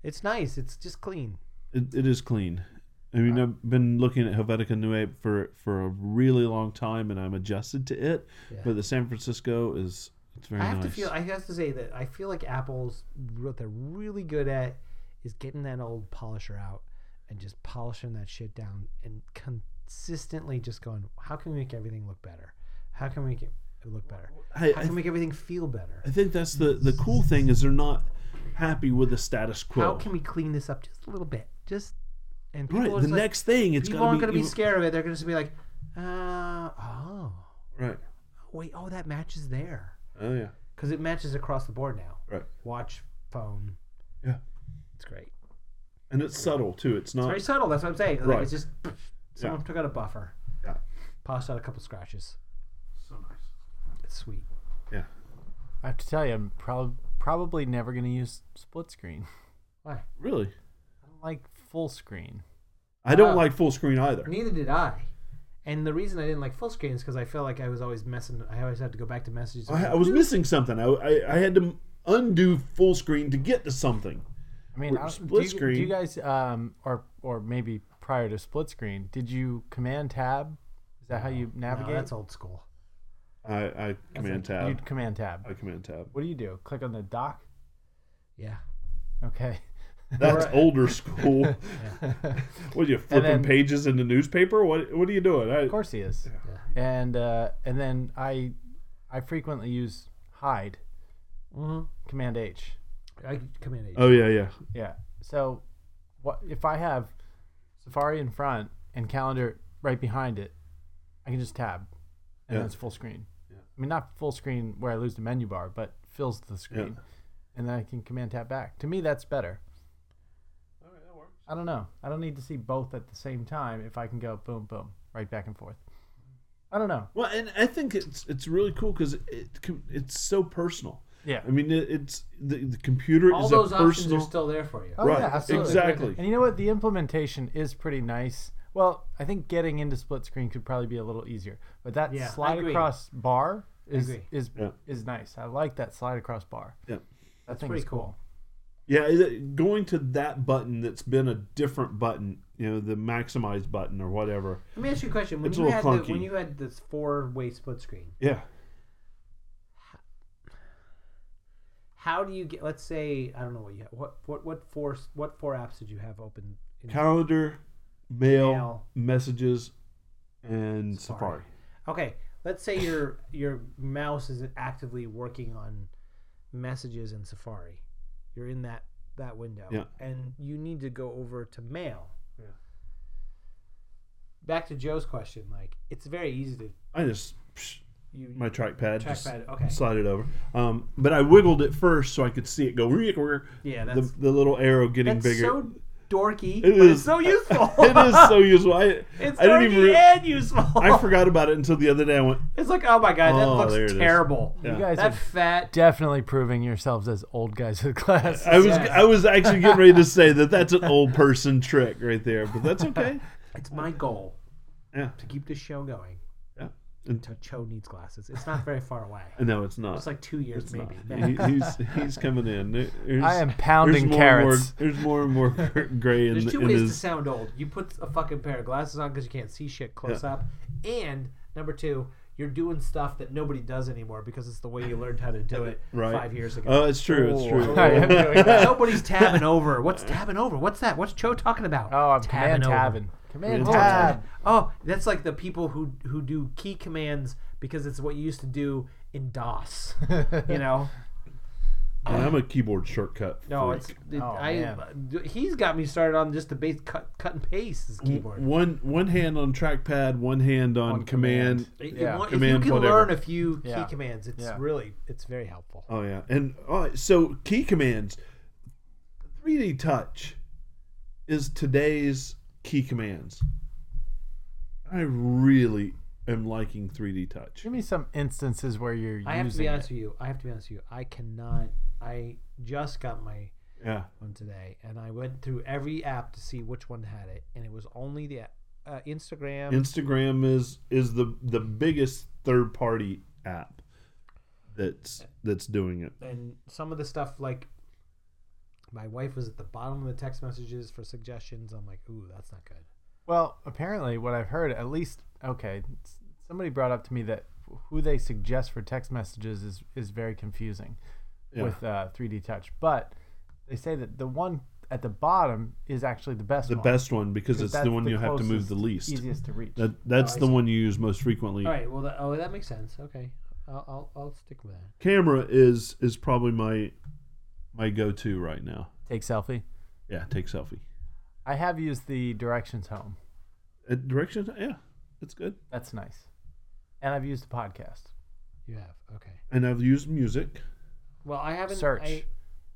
Speaker 3: It's nice. It's just clean.
Speaker 4: It, it is clean. I mean, I've been looking at Helvetica New Ape for for a really long time, and I'm adjusted to it. But the San Francisco is it's very
Speaker 3: I have
Speaker 4: nice.
Speaker 3: to feel. I have to say that I feel like Apple's what they're really good at is getting that old polisher out and just polishing that shit down and consistently just going, how can we make everything look better? How can we make it look better?
Speaker 4: I,
Speaker 3: How
Speaker 4: I,
Speaker 3: can we make everything feel better?
Speaker 4: I think that's the the cool thing is they're not happy with the status quo.
Speaker 3: How can we clean this up just a little bit? Just and people
Speaker 4: right,
Speaker 3: are
Speaker 4: the
Speaker 3: just like-
Speaker 4: next thing it's
Speaker 3: people
Speaker 4: gonna
Speaker 3: aren't
Speaker 4: be,
Speaker 3: going to be
Speaker 4: even-
Speaker 3: scared of it. They're going to just be like, uh, oh,
Speaker 4: Right.
Speaker 3: wait, oh, that matches there
Speaker 4: Oh yeah.
Speaker 3: because it matches across the board now.
Speaker 4: Right.
Speaker 3: Watch, phone,
Speaker 4: Yeah.
Speaker 3: it's great.
Speaker 4: And it's subtle too. It's not.
Speaker 3: Very subtle. That's what I'm saying. Like,
Speaker 4: Right.
Speaker 3: It's just pff, someone took out a buffer,
Speaker 4: Yeah.
Speaker 3: polished out a couple scratches.
Speaker 4: so nice.
Speaker 3: It's sweet.
Speaker 4: Yeah.
Speaker 6: I have to tell you, I'm prob- probably never going to use split screen.
Speaker 3: Why?
Speaker 4: Really.
Speaker 6: I don't like full screen.
Speaker 4: I don't
Speaker 3: Uh,
Speaker 4: like full screen either.
Speaker 3: Neither did I. And the reason I didn't like full screen is because I felt like I was always messing. I always had to go back to messages.
Speaker 4: I, I was missing something. I, I I had to undo full screen to get to something.
Speaker 6: I mean,
Speaker 4: Or
Speaker 6: I don't-
Speaker 4: split
Speaker 6: do, you, do
Speaker 4: screen.
Speaker 6: you guys, um, or or maybe prior to split screen, did you command tab? Is that how you
Speaker 3: no,
Speaker 6: navigate?
Speaker 3: that's old school.
Speaker 4: I, I command
Speaker 6: you
Speaker 4: tab.
Speaker 6: command tab.
Speaker 4: I command tab.
Speaker 6: What do you do? Click on the dock.
Speaker 3: Yeah.
Speaker 6: Okay.
Speaker 4: That's older school. What are you flipping
Speaker 6: then-
Speaker 4: pages in the newspaper? What What are you doing? I,
Speaker 6: Of course he is. And uh, and then I I frequently use hide.
Speaker 3: Mm-hmm.
Speaker 6: Command H.
Speaker 3: I command H.
Speaker 4: oh yeah, yeah.
Speaker 6: Yeah. So what if I have Safari in front and calendar right behind it, I can just tab and
Speaker 4: Yeah.
Speaker 6: then it's full screen. I mean not full screen where I lose the menu bar, but fills the screen. And then I can command tab back. To me that's better. I don't know. I don't need to see both at the same time if I can go boom boom right back and forth. I don't know.
Speaker 4: Well, and I think it's it's really cool because it com- it's so personal.
Speaker 6: Yeah.
Speaker 4: I mean, it, it's the, the computer
Speaker 3: All
Speaker 4: is
Speaker 3: those
Speaker 4: a
Speaker 3: options
Speaker 4: personal.
Speaker 3: are still there for you.
Speaker 6: Oh,
Speaker 4: right,
Speaker 6: yeah, absolutely.
Speaker 4: exactly.
Speaker 6: And you know what? The implementation is pretty nice. Well, I think getting into split screen could probably be a little easier, but that
Speaker 3: Yeah, I
Speaker 6: slide
Speaker 3: agree.
Speaker 6: across bar is
Speaker 3: agree.
Speaker 6: is
Speaker 4: Yeah.
Speaker 6: is nice. I like that slide across bar.
Speaker 4: Yeah.
Speaker 6: That thing
Speaker 3: pretty
Speaker 6: is cool.
Speaker 4: Yeah, it- going to that button that's been a different button, you know, the maximize button or whatever.
Speaker 3: Let me ask you a question. When
Speaker 4: It's a
Speaker 3: you
Speaker 4: little
Speaker 3: had the,
Speaker 4: clunky.
Speaker 3: when you had this four-way split screen,
Speaker 4: Yeah.
Speaker 3: how do you get? Let's say I don't know what you have. What what what four what four apps did you have open? In,
Speaker 4: Calendar, mail,
Speaker 3: Mail.
Speaker 4: messages, and Safari.
Speaker 3: okay, let's say your your mouse is actively working on messages in Safari. You're in that that window,
Speaker 4: Yeah.
Speaker 3: and you need to go over to Mail. Yeah. Back to Joe's question, like it's very easy to
Speaker 4: I just psh,
Speaker 3: you.
Speaker 4: my trackpad, just
Speaker 3: Trackpad, okay.
Speaker 4: slide it over. Um, but I wiggled it first so I could see it go.
Speaker 3: Yeah,
Speaker 4: the,
Speaker 3: that's-
Speaker 4: the little arrow getting
Speaker 3: that's
Speaker 4: bigger.
Speaker 3: so dorky,
Speaker 4: It
Speaker 3: but
Speaker 4: is.
Speaker 3: it's so useful.
Speaker 4: it is so useful. I
Speaker 3: It's
Speaker 4: I didn't
Speaker 3: dorky
Speaker 4: even. re-
Speaker 3: and useful.
Speaker 4: I forgot about it until the other day. I went.
Speaker 3: It's like, oh my god, that
Speaker 4: Oh, there it
Speaker 3: looks
Speaker 4: is.
Speaker 3: terrible.
Speaker 4: Yeah.
Speaker 6: You guys
Speaker 3: That
Speaker 6: are
Speaker 3: fat.
Speaker 6: definitely proving yourselves as old guys of the class.
Speaker 4: I was
Speaker 3: Yes.
Speaker 4: I was actually getting ready to say that that's an old person trick right there, but that's okay.
Speaker 3: It's my goal
Speaker 4: Yeah,
Speaker 3: to keep this show going.
Speaker 4: yeah. And,
Speaker 3: But Cho needs glasses. It's not very far away.
Speaker 4: no, it's not.
Speaker 3: It's like two years, maybe.
Speaker 4: He- he's he's coming in. There- there's-
Speaker 6: I am pounding
Speaker 4: there's more and
Speaker 6: carrots.
Speaker 4: More, there's more and more gray in,
Speaker 3: There's two
Speaker 4: in
Speaker 3: ways to
Speaker 4: his.
Speaker 3: sound old. You put a fucking pair of glasses on because you can't see shit close up, and number two, you're doing stuff that nobody does anymore because it's the way you learned how to do it
Speaker 4: Right.
Speaker 3: five years ago.
Speaker 4: Oh, it's true. It's true.
Speaker 6: I am doing that.
Speaker 3: Nobody's tabbing over. What's tabbing over? What's that? What's Cho talking about?
Speaker 6: Oh, I'm
Speaker 3: Tabbing
Speaker 6: command
Speaker 3: over.
Speaker 6: tabbing. Command
Speaker 3: Oh,
Speaker 6: tab.
Speaker 3: Oh, that's like the people who who do key commands because it's what you used to do in DOS. You know?
Speaker 4: And I'm a keyboard shortcut.
Speaker 3: No,
Speaker 4: freak.
Speaker 3: it's it,
Speaker 6: Oh,
Speaker 3: I. He's got me started on just the base cut cut and paste
Speaker 4: Mm,
Speaker 3: his keyboard.
Speaker 4: one one hand on trackpad, one hand on, command.
Speaker 6: command.
Speaker 3: It- it
Speaker 6: Yeah.
Speaker 3: wa- if you
Speaker 4: Command,
Speaker 3: can
Speaker 4: whatever.
Speaker 3: learn a few
Speaker 6: Yeah.
Speaker 3: key commands, it's
Speaker 6: Yeah.
Speaker 3: really it's very helpful.
Speaker 4: Oh yeah, and oh, so key commands, 3D touch, is today's key commands. I really am liking 3D touch.
Speaker 6: Give me some instances where you're using
Speaker 3: I have to be honest
Speaker 6: it.
Speaker 3: with you. I have to be honest with you. I cannot. I just got my
Speaker 4: Yeah,
Speaker 3: one today, and I went through every app to see which one had it, and it was only the uh, Instagram.
Speaker 4: Instagram is is the the biggest third party app that's that's doing it.
Speaker 3: and some of the stuff like my wife was at the bottom of the text messages for suggestions. I'm like, ooh, that's not good.
Speaker 6: Well, apparently, what I've heard, at least, okay, s- somebody brought up to me that who they suggest for text messages is, is very confusing with uh, 3D touch. But they say that the one at the bottom is actually the best
Speaker 4: The
Speaker 6: one.
Speaker 4: best one because it's
Speaker 6: That's
Speaker 4: the one you have to move
Speaker 6: closest,
Speaker 4: the least.
Speaker 6: Easiest to reach.
Speaker 4: That that's
Speaker 3: Oh, I
Speaker 4: the
Speaker 3: see.
Speaker 4: one you use most frequently.
Speaker 3: All right, well, that, oh, that makes sense. Okay, I'll I'll, I'll stick with that.
Speaker 4: Camera is is probably my my go to right now.
Speaker 6: Take selfie.
Speaker 4: Yeah, take selfie.
Speaker 6: I have used the directions home.
Speaker 4: Uh, direction, yeah, it's good.
Speaker 6: That's nice. And I've used a podcast.
Speaker 3: You have okay.
Speaker 4: And I've used music.
Speaker 3: Well, I haven't
Speaker 6: Search.
Speaker 3: I,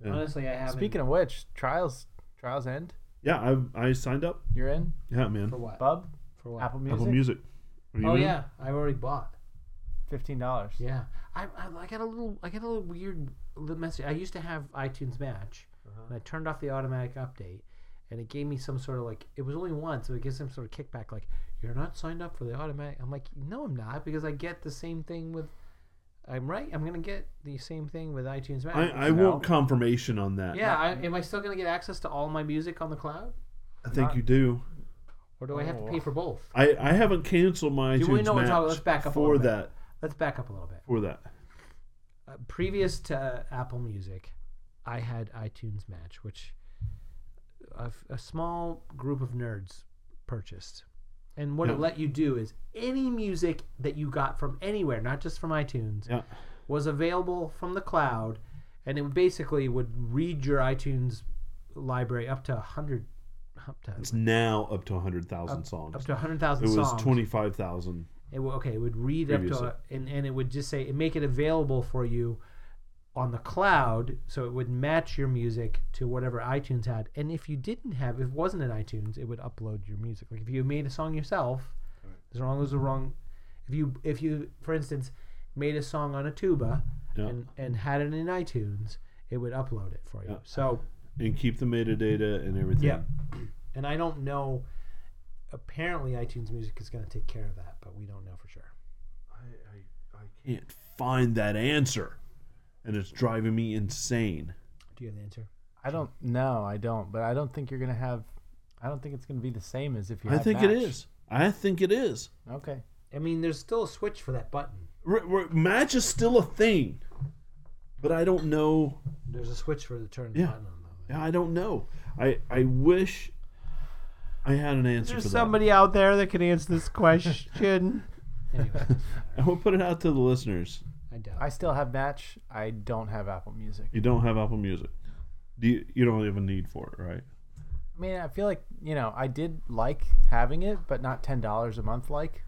Speaker 4: Yeah.
Speaker 3: honestly, I haven't.
Speaker 6: Speaking of which, trials trials end.
Speaker 4: Yeah, I've I signed up.
Speaker 6: You're in.
Speaker 4: Yeah, man.
Speaker 3: for what?
Speaker 6: Bub,
Speaker 3: for what?
Speaker 6: Apple Music,
Speaker 4: Apple Music. Are you
Speaker 3: Oh
Speaker 4: in?
Speaker 3: yeah, I already bought.
Speaker 6: fifteen dollars.
Speaker 3: Yeah, I, I I got a little I got a little weird little message. I used to have iTunes Match,
Speaker 4: Uh-huh.
Speaker 3: and I turned off the automatic update, and it gave me some sort of like it was only one, so it gives some sort of kickback like you're not signed up for the automatic. I'm like, no, I'm not because I get the same thing with. I'm right. I'm gonna get the same thing with iTunes Match.
Speaker 4: I, I
Speaker 6: No.
Speaker 4: want confirmation on that.
Speaker 3: yeah, I, am I still gonna get access to all my music on the cloud,
Speaker 4: I think you do.
Speaker 3: or do I have to
Speaker 6: Oh.
Speaker 3: pay for both?
Speaker 4: I, I haven't canceled my
Speaker 3: Do
Speaker 4: iTunes
Speaker 3: we know what we're
Speaker 4: match
Speaker 3: talking- let's back up a
Speaker 4: for
Speaker 3: little bit.
Speaker 4: that
Speaker 3: Let's back up a little bit.
Speaker 4: for that.
Speaker 3: uh, previous to uh, Apple Music, I had iTunes Match, which a, f- a small group of nerds purchased. And what it
Speaker 4: Yeah.
Speaker 3: let you do is any music that you got from anywhere, not just from iTunes,
Speaker 4: Yeah.
Speaker 3: was available from the cloud, and it basically would read your iTunes library up to 100 up to
Speaker 4: It's now up to 100,000 songs.
Speaker 3: up to
Speaker 4: it
Speaker 3: 100,000
Speaker 4: was
Speaker 3: songs.
Speaker 4: 25,000.
Speaker 3: It w- okay, it would read up to,
Speaker 4: Previously.
Speaker 3: a, and, and it would just say, make it available for you on the cloud. So it would match your music to whatever iTunes had. And if you didn't have, if it wasn't in iTunes, it would upload your music. Like if you made a song yourself, as long as the wrong, if you, if you, for instance, made a song on a tuba
Speaker 4: Yeah.
Speaker 3: and, and had it in iTunes, it would upload it for you. So,
Speaker 4: And keep the metadata and everything.
Speaker 3: yeah. And I don't know, apparently iTunes Music is going to take care of that, but we don't know for sure.
Speaker 4: Can't find that answer. And it's driving me insane.
Speaker 3: Do you have the answer?
Speaker 6: I don't. No, I don't. But I don't think you're gonna have. I don't think it's gonna be the same as if you.
Speaker 4: I
Speaker 6: had
Speaker 4: think it
Speaker 6: Match.
Speaker 4: is. I think it is.
Speaker 6: Okay.
Speaker 3: I mean, there's still a switch for that button.
Speaker 4: R- r- match is still a thing, but I don't know.
Speaker 3: There's a switch for the turn
Speaker 4: Yeah.
Speaker 3: button. On that.
Speaker 4: I don't know. I I wish I had an answer for
Speaker 7: out there that can answer this question.
Speaker 3: Anyway,
Speaker 4: that. I will put it out to the listeners.
Speaker 3: I doubt.
Speaker 6: I still have Match. I don't have Apple Music.
Speaker 4: You don't have Apple Music. Do you, you don't have a need for it, right?
Speaker 6: I mean, I feel like you know, I did like having it, but not ten dollars a month. Like,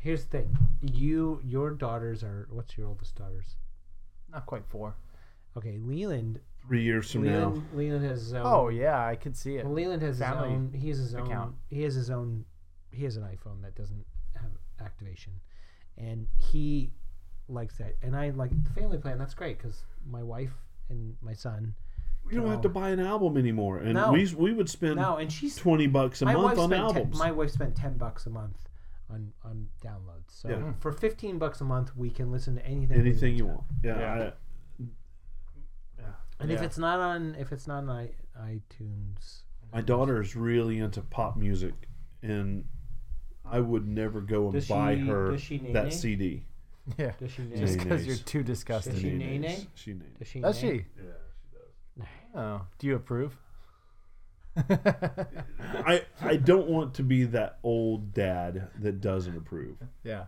Speaker 3: Here's the thing: you, your daughters are. What's your oldest daughters?
Speaker 6: not quite four.
Speaker 3: Okay, Leland.
Speaker 4: Three years from now,
Speaker 3: Leland, Leland has his own.
Speaker 6: Oh yeah, I could see it.
Speaker 3: well, Leland has his
Speaker 6: family
Speaker 3: own. He has his own.
Speaker 6: account.
Speaker 3: He has his own. He has an iPhone that doesn't have activation, and he likes that. And I like the family plan. That's great because my wife and my son.
Speaker 4: we don't have to buy an album anymore, and
Speaker 3: No.
Speaker 4: we we would spend
Speaker 3: No, and she's
Speaker 4: twenty bucks a
Speaker 3: my
Speaker 4: month
Speaker 3: wife
Speaker 4: on
Speaker 3: spent
Speaker 4: albums.
Speaker 3: Ten, my wife spent ten bucks a month on on downloads. So
Speaker 4: Yeah.
Speaker 3: for fifteen bucks a month, we can listen to anything. we
Speaker 4: Anything
Speaker 3: want.
Speaker 4: you want. Yeah.
Speaker 6: Yeah.
Speaker 3: And if
Speaker 6: Yeah.
Speaker 3: it's not on, if it's not on i- iTunes,
Speaker 4: I, my daughter is really into pop music, and I would never go and
Speaker 3: Does
Speaker 4: buy
Speaker 3: she-
Speaker 4: her
Speaker 3: does she
Speaker 4: that
Speaker 3: nay-nay?
Speaker 4: CD.
Speaker 6: Yeah.
Speaker 3: Does she nay?
Speaker 6: Just
Speaker 4: Nay
Speaker 6: because you're
Speaker 4: nays.
Speaker 6: too disgusted.
Speaker 3: Does she nay
Speaker 4: nays.
Speaker 3: nay?
Speaker 4: She named.
Speaker 3: Does she?
Speaker 6: Does
Speaker 3: nay?
Speaker 6: she? Oh, do you approve?
Speaker 4: I I don't want to be that old dad that doesn't approve.
Speaker 6: yeah.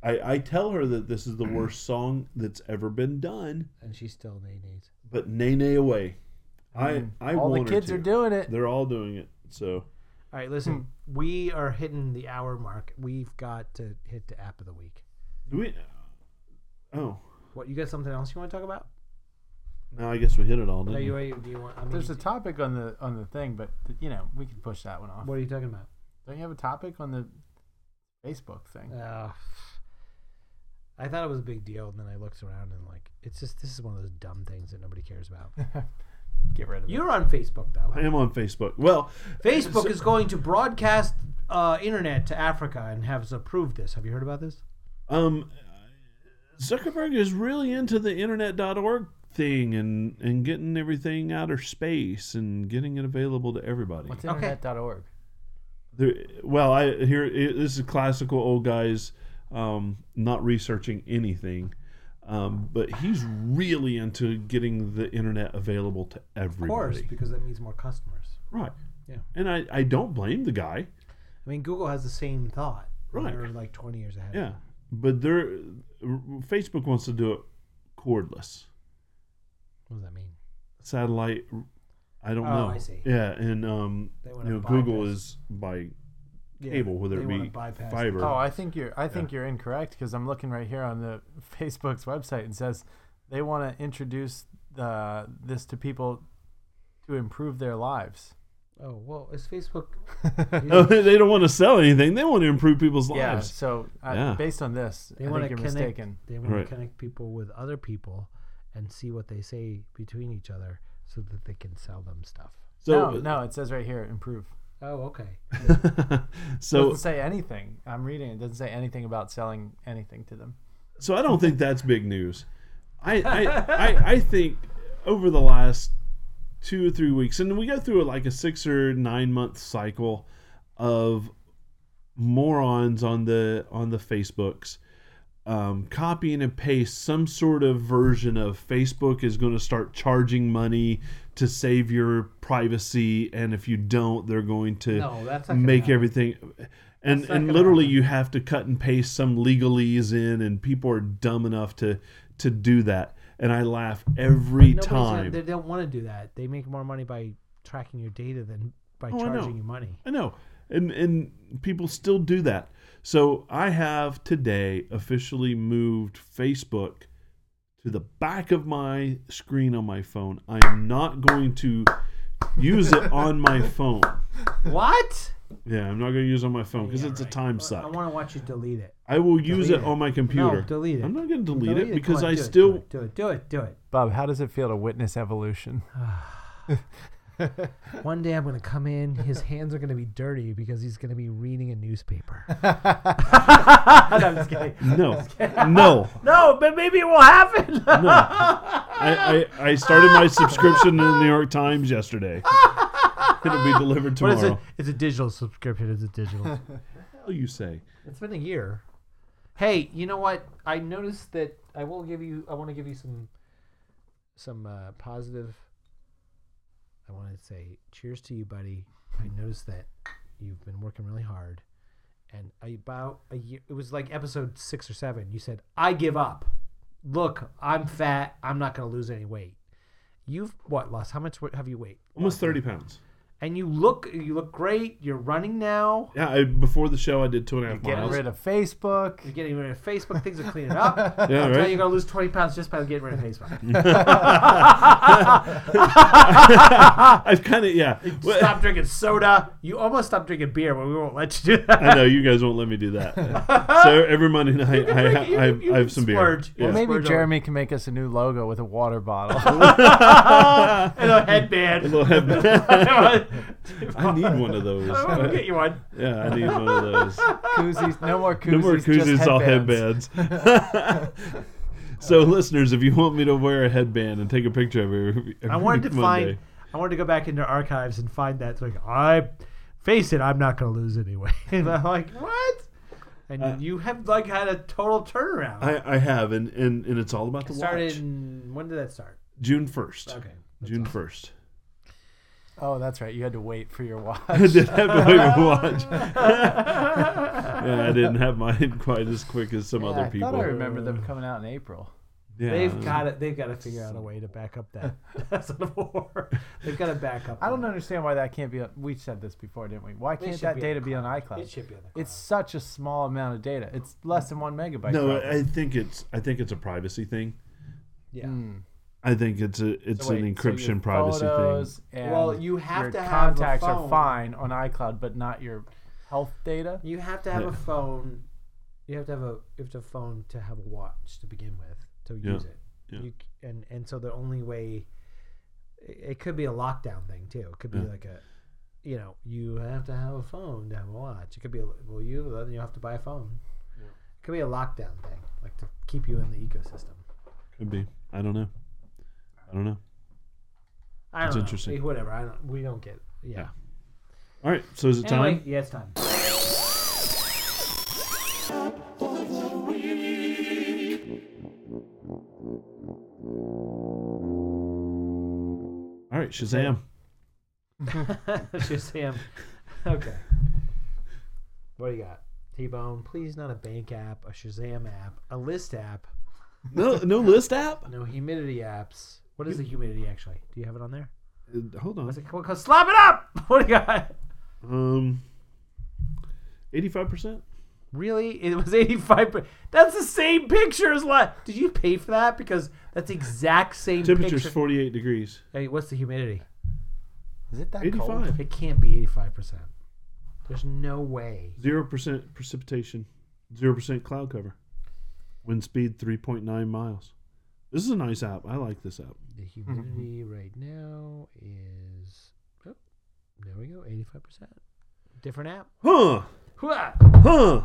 Speaker 4: I, I tell her that this is the worst song that's ever been done,
Speaker 3: And she still nay nays.
Speaker 4: but nay nay away. I I
Speaker 6: All the
Speaker 4: want her
Speaker 6: kids
Speaker 4: to.
Speaker 6: are doing it.
Speaker 4: They're all doing it. So
Speaker 3: All right, listen. We are hitting the hour mark. We've got to hit the app of the week.
Speaker 4: do we? Oh,
Speaker 3: What you got? Something else you want to talk about?
Speaker 4: now I guess we hit it all.
Speaker 3: Are
Speaker 4: Didn't
Speaker 3: you?
Speaker 4: we?
Speaker 3: Are you do you want? I mean,
Speaker 6: There's a topic on the on the thing, but th- you know we can push that one off.
Speaker 3: what are you talking about?
Speaker 6: Don't you have a topic on the Facebook thing?
Speaker 3: Uh, I thought it was a big deal, and then I looked around and like, it's just this is one of those dumb things that nobody cares about.
Speaker 6: Uh, Get rid of it.
Speaker 3: You're on Facebook though.
Speaker 4: I am on Facebook. Well,
Speaker 3: Facebook is going to broadcast uh, internet to Africa and has approved this. Have you heard about this?
Speaker 4: um, Zuckerberg is really into the internet.org thing and and getting everything outer space and getting it available to everybody.
Speaker 6: What's internet.org?
Speaker 4: There, well, I here it, this is classical old guys um, not researching anything, um, but he's really into getting the internet available to
Speaker 3: Of course,
Speaker 4: everybody.
Speaker 3: because that means more customers.
Speaker 4: Right.
Speaker 3: Yeah.
Speaker 4: And I, I don't blame the guy.
Speaker 3: I mean, Google has the same thought.
Speaker 4: Right.
Speaker 3: They're like 20 years ahead.
Speaker 4: Yeah. But they're Facebook wants to do it cordless
Speaker 3: What does that mean?
Speaker 4: satellite. I don't
Speaker 3: Oh,
Speaker 4: know.
Speaker 3: I see.
Speaker 4: Yeah, and um,
Speaker 3: They
Speaker 4: you
Speaker 3: wanna
Speaker 4: know, Google
Speaker 3: bypass-
Speaker 4: is by
Speaker 3: Yeah,
Speaker 4: cable, whether
Speaker 3: they
Speaker 4: it
Speaker 3: wanna
Speaker 4: be
Speaker 3: bypass
Speaker 4: fiber.
Speaker 6: Oh, I think you're I think you're incorrect because I'm looking right here on the Facebook's website and says they want to introduce the this to people to improve their lives.
Speaker 3: Oh, well, is Facebook.
Speaker 4: they don't want to sell anything. They want to improve people's
Speaker 6: Yeah.
Speaker 4: lives.
Speaker 6: So uh,
Speaker 4: Yeah.
Speaker 6: based on this,
Speaker 3: They
Speaker 6: I
Speaker 3: want
Speaker 6: think
Speaker 3: to
Speaker 6: you're
Speaker 3: connect.
Speaker 6: mistaken.
Speaker 3: They want
Speaker 4: Right.
Speaker 3: to connect people with other people and see what they say between each other so that they can sell them stuff.
Speaker 4: So
Speaker 6: no, no, it says right here improve.
Speaker 3: Oh, okay.
Speaker 4: so
Speaker 6: doesn't say anything. I'm reading it. it. Doesn't say anything about selling anything to them.
Speaker 4: so I don't think that's big news. I I, I I think over the last two or three weeks, and we go through like a six or nine month cycle of morons on the on the Facebooks um, copying and paste some sort of version of Facebook is going to start charging money to save your privacy, and if you don't, they're going to
Speaker 3: No, that's not gonna
Speaker 4: make
Speaker 3: happen.
Speaker 4: everything. And
Speaker 3: not
Speaker 4: and
Speaker 3: gonna
Speaker 4: literally,
Speaker 3: happen.
Speaker 4: you have to cut and paste some legalese in, and people are dumb enough to to do that. And I laugh every
Speaker 3: Nobody's gonna-
Speaker 4: time.
Speaker 3: they don't want to do that. They make more money by tracking your data than by
Speaker 4: Oh, I know.
Speaker 3: charging you money.
Speaker 4: I know, and and people still do that. So I have today officially moved Facebook to the back of my screen on my phone. I am not going to use it on my phone.
Speaker 3: what?
Speaker 4: Yeah, I'm not going to use it on my phone because it's a time
Speaker 3: I
Speaker 4: suck.
Speaker 3: want to watch you delete it.
Speaker 4: I will use
Speaker 3: delete
Speaker 4: it
Speaker 3: it.
Speaker 4: on my computer.
Speaker 3: No, delete it.
Speaker 4: I'm not going to delete,
Speaker 3: Delete
Speaker 4: it
Speaker 3: Come
Speaker 4: because
Speaker 3: on,
Speaker 4: I
Speaker 3: do it,
Speaker 4: still
Speaker 3: do it, do it, do it,
Speaker 6: Bob, how does it feel to witness evolution?
Speaker 3: do it. One day I'm gonna come in. His hands are gonna be dirty because he's gonna be reading a newspaper. I'm just kidding.
Speaker 4: no, no.
Speaker 3: No, but maybe it will happen.
Speaker 4: I, I I started my subscription to the New York Times yesterday. It'll be delivered
Speaker 3: What is
Speaker 4: tomorrow.
Speaker 3: it? It's a digital subscription. It's a digital.
Speaker 4: Hell, you say.
Speaker 3: it's been a year. Hey, you know what? I noticed that I will give you. I want to give you some, some uh, positive. I want to say cheers to you, buddy. I noticed that you've been working really hard, and about a year. It was like episode six or seven. You said, "I give up. Look, I'm fat. I'm not going to lose any weight." You've what lost? How much weight have you weighed?
Speaker 4: Almost 30 pounds.
Speaker 3: And you look, you look great. You're running now.
Speaker 4: Yeah, I, before the show, I did two and a half
Speaker 6: Getting
Speaker 4: miles.
Speaker 6: rid of Facebook.
Speaker 3: You're getting rid of Facebook. Things are cleaning up.
Speaker 4: yeah,
Speaker 3: Now you're
Speaker 4: right.
Speaker 3: gonna lose 20 pounds just by getting rid of Facebook.
Speaker 4: Ah, I've kind of yeah. Well,
Speaker 3: Stop drinking soda. You almost stopped drinking beer, but we won't let you do that.
Speaker 4: I know you guys won't let me do that. so every Monday night, I,
Speaker 3: drink- you
Speaker 4: I,
Speaker 3: can- you can
Speaker 4: I, have some beer.
Speaker 3: splurge.
Speaker 4: Yeah.
Speaker 3: Well,
Speaker 6: Maybe
Speaker 3: Splurge on-
Speaker 6: Jeremy can make us a new logo with a water bottle.
Speaker 3: And a headband.
Speaker 4: I need one of those.
Speaker 3: I'll Oh, get you one.
Speaker 4: yeah, I need one of those.
Speaker 6: koozies, no more koozies.
Speaker 4: No more koozies,
Speaker 6: just
Speaker 4: all
Speaker 6: headbands.
Speaker 4: headbands. so, listeners, if you want me to wear a headband and take a picture of it, every, every
Speaker 3: I wanted to
Speaker 4: Monday,
Speaker 3: find. I wanted to go back into archives and find that. So like, I face it, I'm not gonna lose anyway. and I'm like, what? and
Speaker 4: Uh,
Speaker 3: you have like had a total turnaround.
Speaker 4: I, I have, and, and, and it's all about the
Speaker 3: started
Speaker 4: watch.
Speaker 3: in- when did that start?
Speaker 4: June first.
Speaker 3: Okay,
Speaker 4: June first.
Speaker 6: Oh, that's right. You had to wait for your watch.
Speaker 4: I did have my watch. yeah, I didn't have mine quite as quick as some
Speaker 6: Yeah,
Speaker 4: other people.
Speaker 6: I thought I remember them coming out in April.
Speaker 4: yeah,
Speaker 6: Um,
Speaker 3: They've got to They've got to figure out a way to back up that that's an war. They've got to back up.
Speaker 6: I don't
Speaker 3: that.
Speaker 6: understand why that can't be. On, we said this before, didn't we? Why can't
Speaker 3: should
Speaker 6: that
Speaker 3: be
Speaker 6: data
Speaker 3: on
Speaker 6: be on iCloud?
Speaker 3: It should be on the.
Speaker 6: It's such a small amount of data. It's less than one megabyte.
Speaker 4: No,
Speaker 6: probably.
Speaker 4: I think it's I think it's a privacy thing.
Speaker 3: Yeah.
Speaker 6: mm,
Speaker 4: I think it's a it's
Speaker 6: So
Speaker 4: an
Speaker 6: wait, so your
Speaker 4: encryption privacy thing.
Speaker 6: photos and
Speaker 3: Well, you have
Speaker 6: your
Speaker 3: to have a
Speaker 6: contacts are
Speaker 3: phone.
Speaker 6: fine on iCloud, but not your health data.
Speaker 3: You have to have
Speaker 4: Yeah.
Speaker 3: a phone. You have to have a you have to have a phone to have a watch to begin with to
Speaker 4: Yeah.
Speaker 3: use it.
Speaker 4: Yeah.
Speaker 3: You c- and and so the only way it it could be a lockdown thing too. It could be
Speaker 4: Yeah.
Speaker 3: like a you know you have to have a phone to have a watch. It could be a, well you then you have to buy a phone. It could be a lockdown thing like to keep you in the ecosystem.
Speaker 4: Could be. I don't know. I don't know.
Speaker 3: I don't
Speaker 4: That's
Speaker 3: know.
Speaker 4: interesting.
Speaker 3: Eh, Whatever. I don't. We don't get. Yeah.
Speaker 4: Yeah. All right. So is it
Speaker 3: Anyway,
Speaker 4: time?
Speaker 3: yeah, it's time.
Speaker 4: All right. Shazam.
Speaker 3: Just him. Okay. What do you got? T Bone, please not a bank app, a Shazam app, a list app,
Speaker 4: No, no list app.
Speaker 3: no humidity apps. What is the humidity actually? Do you have it on there?
Speaker 4: Uh, Hold on.
Speaker 3: What's it called? Called Slap it up! What do you got?
Speaker 4: Um, eighty-five percent.
Speaker 3: Really? It was 85. per- That's the same picture as last. Did you pay for that? Because that's the exact same
Speaker 4: Temperature's
Speaker 3: picture.
Speaker 4: forty-eight degrees.
Speaker 3: Hey, what's the humidity?
Speaker 6: Is it that cold?
Speaker 4: Eighty-five.
Speaker 3: It can't be 85%. There's no way.
Speaker 4: Zero percent precipitation. Zero percent cloud cover. Wind speed three point nine miles. This is a nice app. I like this app.
Speaker 3: The humidity right now is oh, there we go, eighty five percent. Different app.
Speaker 4: Huh?
Speaker 3: Hooah! All
Speaker 4: Huh?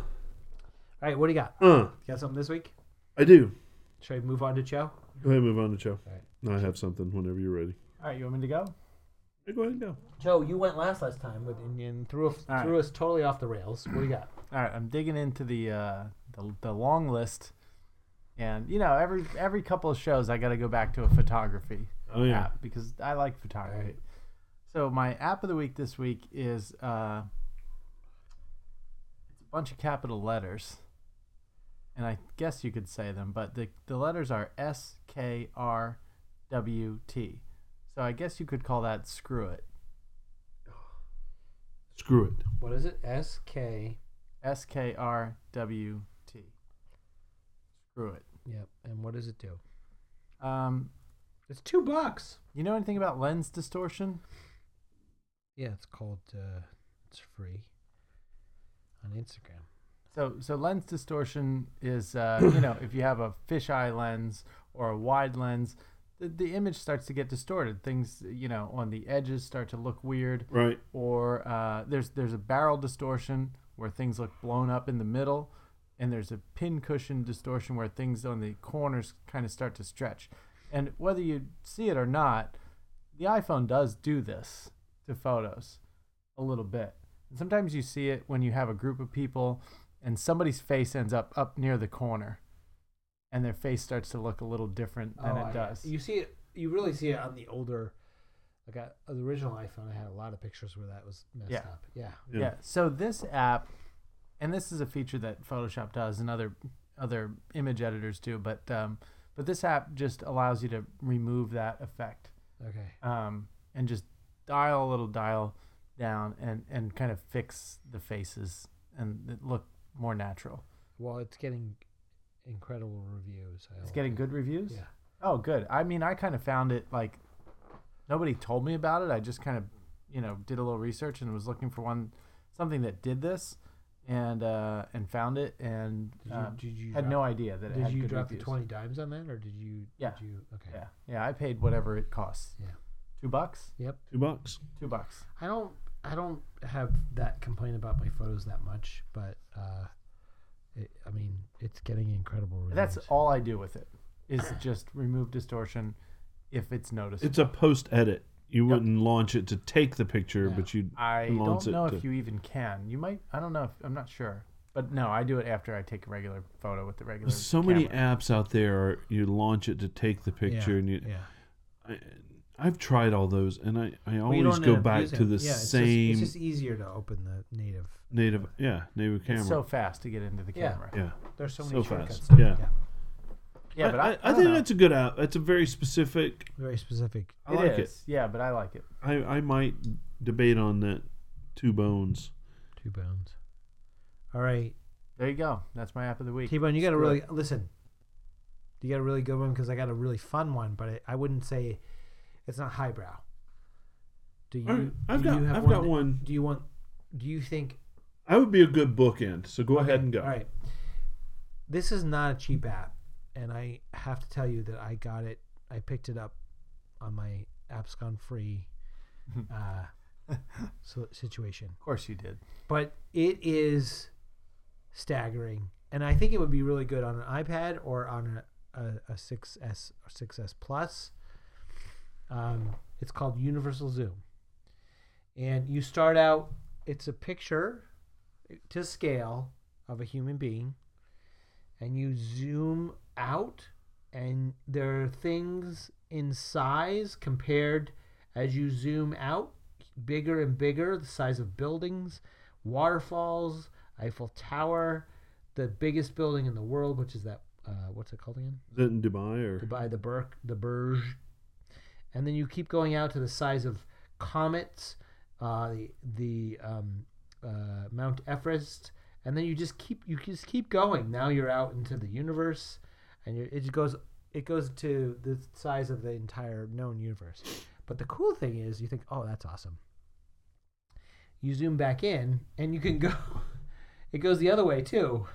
Speaker 3: right, what do you got?
Speaker 4: Uh.
Speaker 3: Got something this week?
Speaker 4: I do.
Speaker 3: Should I move on to Cho?
Speaker 4: Go ahead, and move on to Joe.
Speaker 3: Alright.
Speaker 4: No, I have something whenever you're ready.
Speaker 6: All right, you want me to go?
Speaker 4: Yeah, Go ahead and go.
Speaker 3: Joe, you went last last time with Indian threw us,
Speaker 6: All right.
Speaker 3: threw us totally off the rails. What do you got?
Speaker 6: All right, I'm digging into the uh, the, the long list, and you know every every couple of shows I got to go back to a photography
Speaker 4: Oh yeah.
Speaker 6: app because I like photography.
Speaker 3: Alright.
Speaker 6: So my app of the week this week is uh, it's a bunch of capital letters, and I guess you could say them, but the the letters are S K R W T. So I guess you could call that screw it.
Speaker 4: Screw it.
Speaker 3: What is it? S K.
Speaker 6: S K R W T. Screw it.
Speaker 3: Yep. And what does it do?
Speaker 6: Um,
Speaker 3: It's two bucks.
Speaker 6: you know anything about lens distortion?
Speaker 3: Yeah, it's called. Uh, it's free on Instagram.
Speaker 6: So, so lens distortion is, uh, you know, if you have a fisheye lens or a wide lens, the, the image starts to get distorted. Things, you know, on the edges start to look weird.
Speaker 4: Right.
Speaker 6: Or uh, there's there's a barrel distortion where things look blown up in the middle, and there's a pin cushion distortion where things on the corners kind of start to stretch. And whether you see it or not, the iPhone does do this to photos a little bit. And sometimes you see it when you have a group of people and somebody's face ends up up near the corner and their face starts to look a little different than
Speaker 3: Oh, I-
Speaker 6: it does.
Speaker 3: You see it. You really see it on the older, like uh, the original iPhone. I had a lot of pictures where that was messed
Speaker 6: Yeah.
Speaker 3: up. Yeah.
Speaker 4: Yeah.
Speaker 6: yeah. So this app and this is a feature that Photoshop does and other other image editors do, but um, but this app just allows you to remove that effect.
Speaker 3: Okay.
Speaker 6: um, and just dial a little dial down and, and kind of fix the faces and it look more natural.
Speaker 3: Well, it's getting incredible reviews. I
Speaker 6: It's
Speaker 3: hope.
Speaker 6: getting good reviews.
Speaker 3: Yeah.
Speaker 6: Oh, good. I mean, I kind of found it like nobody told me about it. I just kind of you know did a little research and was looking for one something that did this and uh, and found it and
Speaker 3: Did you,
Speaker 6: uh,
Speaker 3: did you
Speaker 6: had
Speaker 3: drop,
Speaker 6: no idea that it
Speaker 3: Did
Speaker 6: had
Speaker 3: you
Speaker 6: good
Speaker 3: drop
Speaker 6: reviews.
Speaker 3: the twenty dimes on that, or did you?
Speaker 6: Yeah.
Speaker 3: Did you? Okay.
Speaker 6: Yeah, yeah. I paid whatever it costs.
Speaker 3: Yeah.
Speaker 6: Two bucks.
Speaker 3: Yep.
Speaker 4: Two bucks.
Speaker 6: Two bucks.
Speaker 3: I don't. I don't have that complaint about my photos that much, but uh, it, I mean, it's getting incredible reviews.
Speaker 6: That's all I do with it is just remove distortion if it's noticeable.
Speaker 4: It's a post edit. You wouldn't launch it to take the picture, but you
Speaker 6: I
Speaker 4: launch
Speaker 6: don't know
Speaker 4: it
Speaker 6: if
Speaker 4: to.
Speaker 6: you even can. You might. I don't know. If, I'm not sure. But no, I do it after I take a regular photo with the regular.
Speaker 4: There's so many
Speaker 6: camera.
Speaker 4: apps out there. You launch it to take the picture, and you.
Speaker 3: yeah.
Speaker 4: I, I've tried all those, and I, I
Speaker 3: Well, you
Speaker 4: always
Speaker 3: don't
Speaker 4: go
Speaker 3: end up
Speaker 4: back
Speaker 3: using
Speaker 4: to
Speaker 3: it.
Speaker 4: the
Speaker 3: yeah, it's
Speaker 4: same
Speaker 3: Just, it's just easier to open the native.
Speaker 4: native, yeah, native camera.
Speaker 6: It's so fast to get into the
Speaker 3: Yeah.
Speaker 6: camera.
Speaker 4: yeah,
Speaker 3: There's so
Speaker 4: so
Speaker 3: many shortcuts.
Speaker 4: fast. Yeah,
Speaker 3: Yeah.
Speaker 6: Yeah, but I,
Speaker 4: I,
Speaker 6: don't
Speaker 4: think
Speaker 6: know.
Speaker 4: that's a good app. That's a very specific.
Speaker 3: Very specific.
Speaker 4: I like
Speaker 6: is. Yeah, but I like it.
Speaker 4: it. I, I might debate on that. Two bones.
Speaker 3: Two bones. All right,
Speaker 6: There you go. That's my app of the week.
Speaker 3: T Bone, you got a
Speaker 6: Screw
Speaker 3: really listen. You got a really good one because I got a really fun one, but I, I wouldn't say it's not highbrow. Do you?
Speaker 4: All right, I've
Speaker 3: do
Speaker 4: got-
Speaker 3: you have
Speaker 4: I've
Speaker 3: one
Speaker 4: got
Speaker 3: that-
Speaker 4: one.
Speaker 3: Do you want? Do you think?
Speaker 4: I would be a good bookend. So go ahead and go.
Speaker 3: All right. This is not a cheap app, and I have to tell you that I got it. I picked it up on my apps gone free uh, so, situation.
Speaker 6: Of course you did.
Speaker 3: but it is staggering. And I think it would be really good on an iPad or on a, a, a 6S or 6S Plus. Um, it's called Universal Zoom. And you start out, it's a picture to scale of a human being, and you zoom out, and there are things in size compared as you zoom out bigger and bigger the size of buildings waterfalls eiffel tower the biggest building in the world which is that uh, what's it called again
Speaker 4: Is that in Dubai or
Speaker 3: by the Burke, the Burj, and then you keep going out to the size of comets, uh, the the um, uh, Mount Everest, and then you just keep you just keep going. Now you're out into the universe, and you it just goes it goes to the size of the entire known universe. But the cool thing is, you think, oh, that's awesome. You zoom back in, and you can go. It goes the other way too.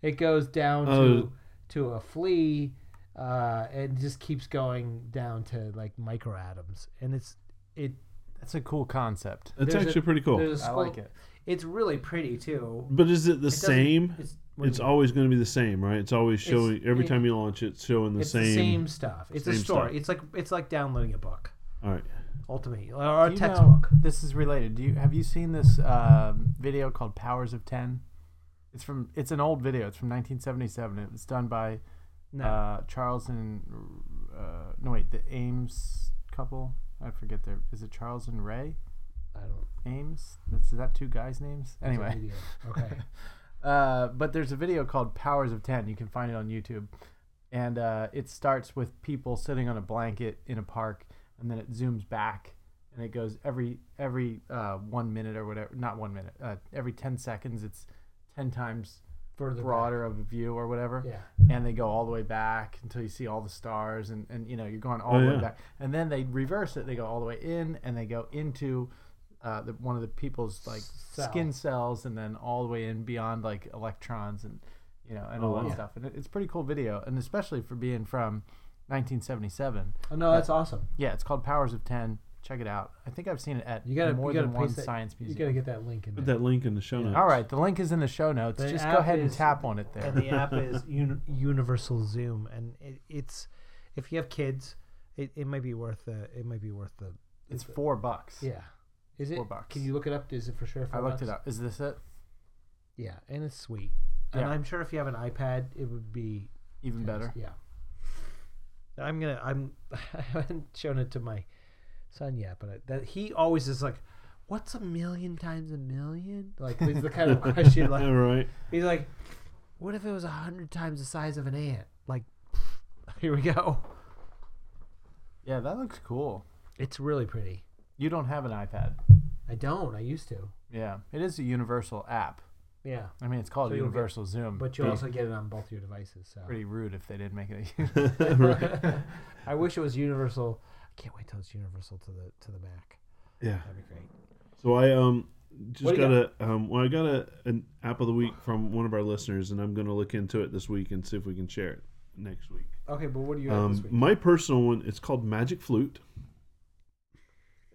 Speaker 3: It goes down
Speaker 4: Oh.
Speaker 3: to to a flea uh, and just keeps going down to like microatoms, and it's it.
Speaker 6: That's a cool concept.
Speaker 4: that's
Speaker 3: there's a-
Speaker 4: actually pretty cool.
Speaker 3: there's a
Speaker 6: I like
Speaker 3: sculpt-
Speaker 6: it.
Speaker 3: It's really pretty too.
Speaker 4: But is it the
Speaker 3: doesn't-
Speaker 4: same?
Speaker 3: It's, what do
Speaker 4: It's
Speaker 3: you mean?
Speaker 4: always going to be the same, right? It's always showing every
Speaker 3: it-
Speaker 4: time you launch it, it's showing the
Speaker 3: it's
Speaker 4: same.
Speaker 3: the same stuff. It's a
Speaker 4: same
Speaker 3: story.
Speaker 4: stuff.
Speaker 3: It's like it's like downloading a book,
Speaker 4: All right.
Speaker 3: ultimately, or a
Speaker 6: You know-
Speaker 3: textbook.
Speaker 6: this is related. Do you have you seen this um video called Powers of Ten? It's from it's an old video. It's from 1977. It was done by
Speaker 3: No,
Speaker 6: uh, Charles and uh, no wait the Ames couple. I forget their is it Charles and Ray
Speaker 3: I don't.
Speaker 6: Ames? That's, is that two guys' names? Anyway,
Speaker 3: Video. Okay.
Speaker 6: Uh, but there's a video called Powers of Ten. You can find it on YouTube, and uh, it starts with people sitting on a blanket in a park, and then it zooms back, and it goes every every uh, one minute or whatever. Not one minute. Uh, every ten seconds, it's ten times
Speaker 3: Further back.
Speaker 6: broader of a view or whatever.
Speaker 3: Yeah.
Speaker 6: And they go all the way back until you see all the stars, and, and you know you're going all
Speaker 4: Oh,
Speaker 6: the way
Speaker 4: yeah.
Speaker 6: back, and then they reverse it. They go all the way in, and they go into uh, the, one of the people's like
Speaker 3: Cell.
Speaker 6: skin cells, and then all the way in beyond like electrons and you know and all that
Speaker 4: Oh, wow.
Speaker 6: stuff. And it, it's a pretty cool video, and especially for being from 1977.
Speaker 3: Oh no, that's awesome.
Speaker 6: Yeah, it's called Powers of Ten. Check it out. I think I've seen it at
Speaker 3: You gotta
Speaker 6: more
Speaker 3: you gotta
Speaker 6: than one
Speaker 3: paste that-
Speaker 6: science
Speaker 3: You
Speaker 6: museum.
Speaker 3: gotta get that link in
Speaker 4: Put
Speaker 3: there.
Speaker 4: that link in the show notes.
Speaker 6: all right, the link is in the show notes.
Speaker 3: The
Speaker 6: Just
Speaker 3: app
Speaker 6: go ahead and
Speaker 3: is-
Speaker 6: tap on it there.
Speaker 3: and the app is uni- Universal Zoom, and it, it's if you have kids, it, it might be worth the it might be worth the
Speaker 6: It's four bucks.
Speaker 3: yeah. Is it?
Speaker 6: Four bucks.
Speaker 3: Can you look it up? Is it for sure?
Speaker 6: I
Speaker 3: four
Speaker 6: looked
Speaker 3: bucks?
Speaker 6: it up. Is this it?
Speaker 3: Yeah, and it's sweet. And
Speaker 6: Yeah.
Speaker 3: I'm sure if you have an iPad, it would be
Speaker 6: Even better.
Speaker 3: Yeah. I'm gonna. I'm. I haven't shown it to my son yet, but I, that he always is like, "What's a million times a million? Like, it's the kind of question. Like,
Speaker 4: All right.
Speaker 3: He's like, what if it was a hundred times the size of an ant? Like, here we go.
Speaker 6: Yeah, that looks cool.
Speaker 3: It's really pretty.
Speaker 6: You don't have an iPad.
Speaker 3: I don't. I used to.
Speaker 6: Yeah, it is a universal app.
Speaker 3: Yeah,
Speaker 6: I mean, it's called
Speaker 3: So you'll get-
Speaker 6: Universal Zoom.
Speaker 3: but you also get it on both your devices. So
Speaker 6: pretty rude if they didn't make it. A,
Speaker 3: I wish it was universal. I can't wait till it's universal to the to the Mac.
Speaker 4: Yeah.
Speaker 3: That'd be great.
Speaker 4: So I um just
Speaker 3: What do you
Speaker 4: got, a um well I got a an app of the week from one of our listeners and I'm going to look into it this week and see if we can share it next week.
Speaker 3: Okay, but what do you have this
Speaker 4: Um,
Speaker 3: week?
Speaker 4: my personal one it's called Magic Flute.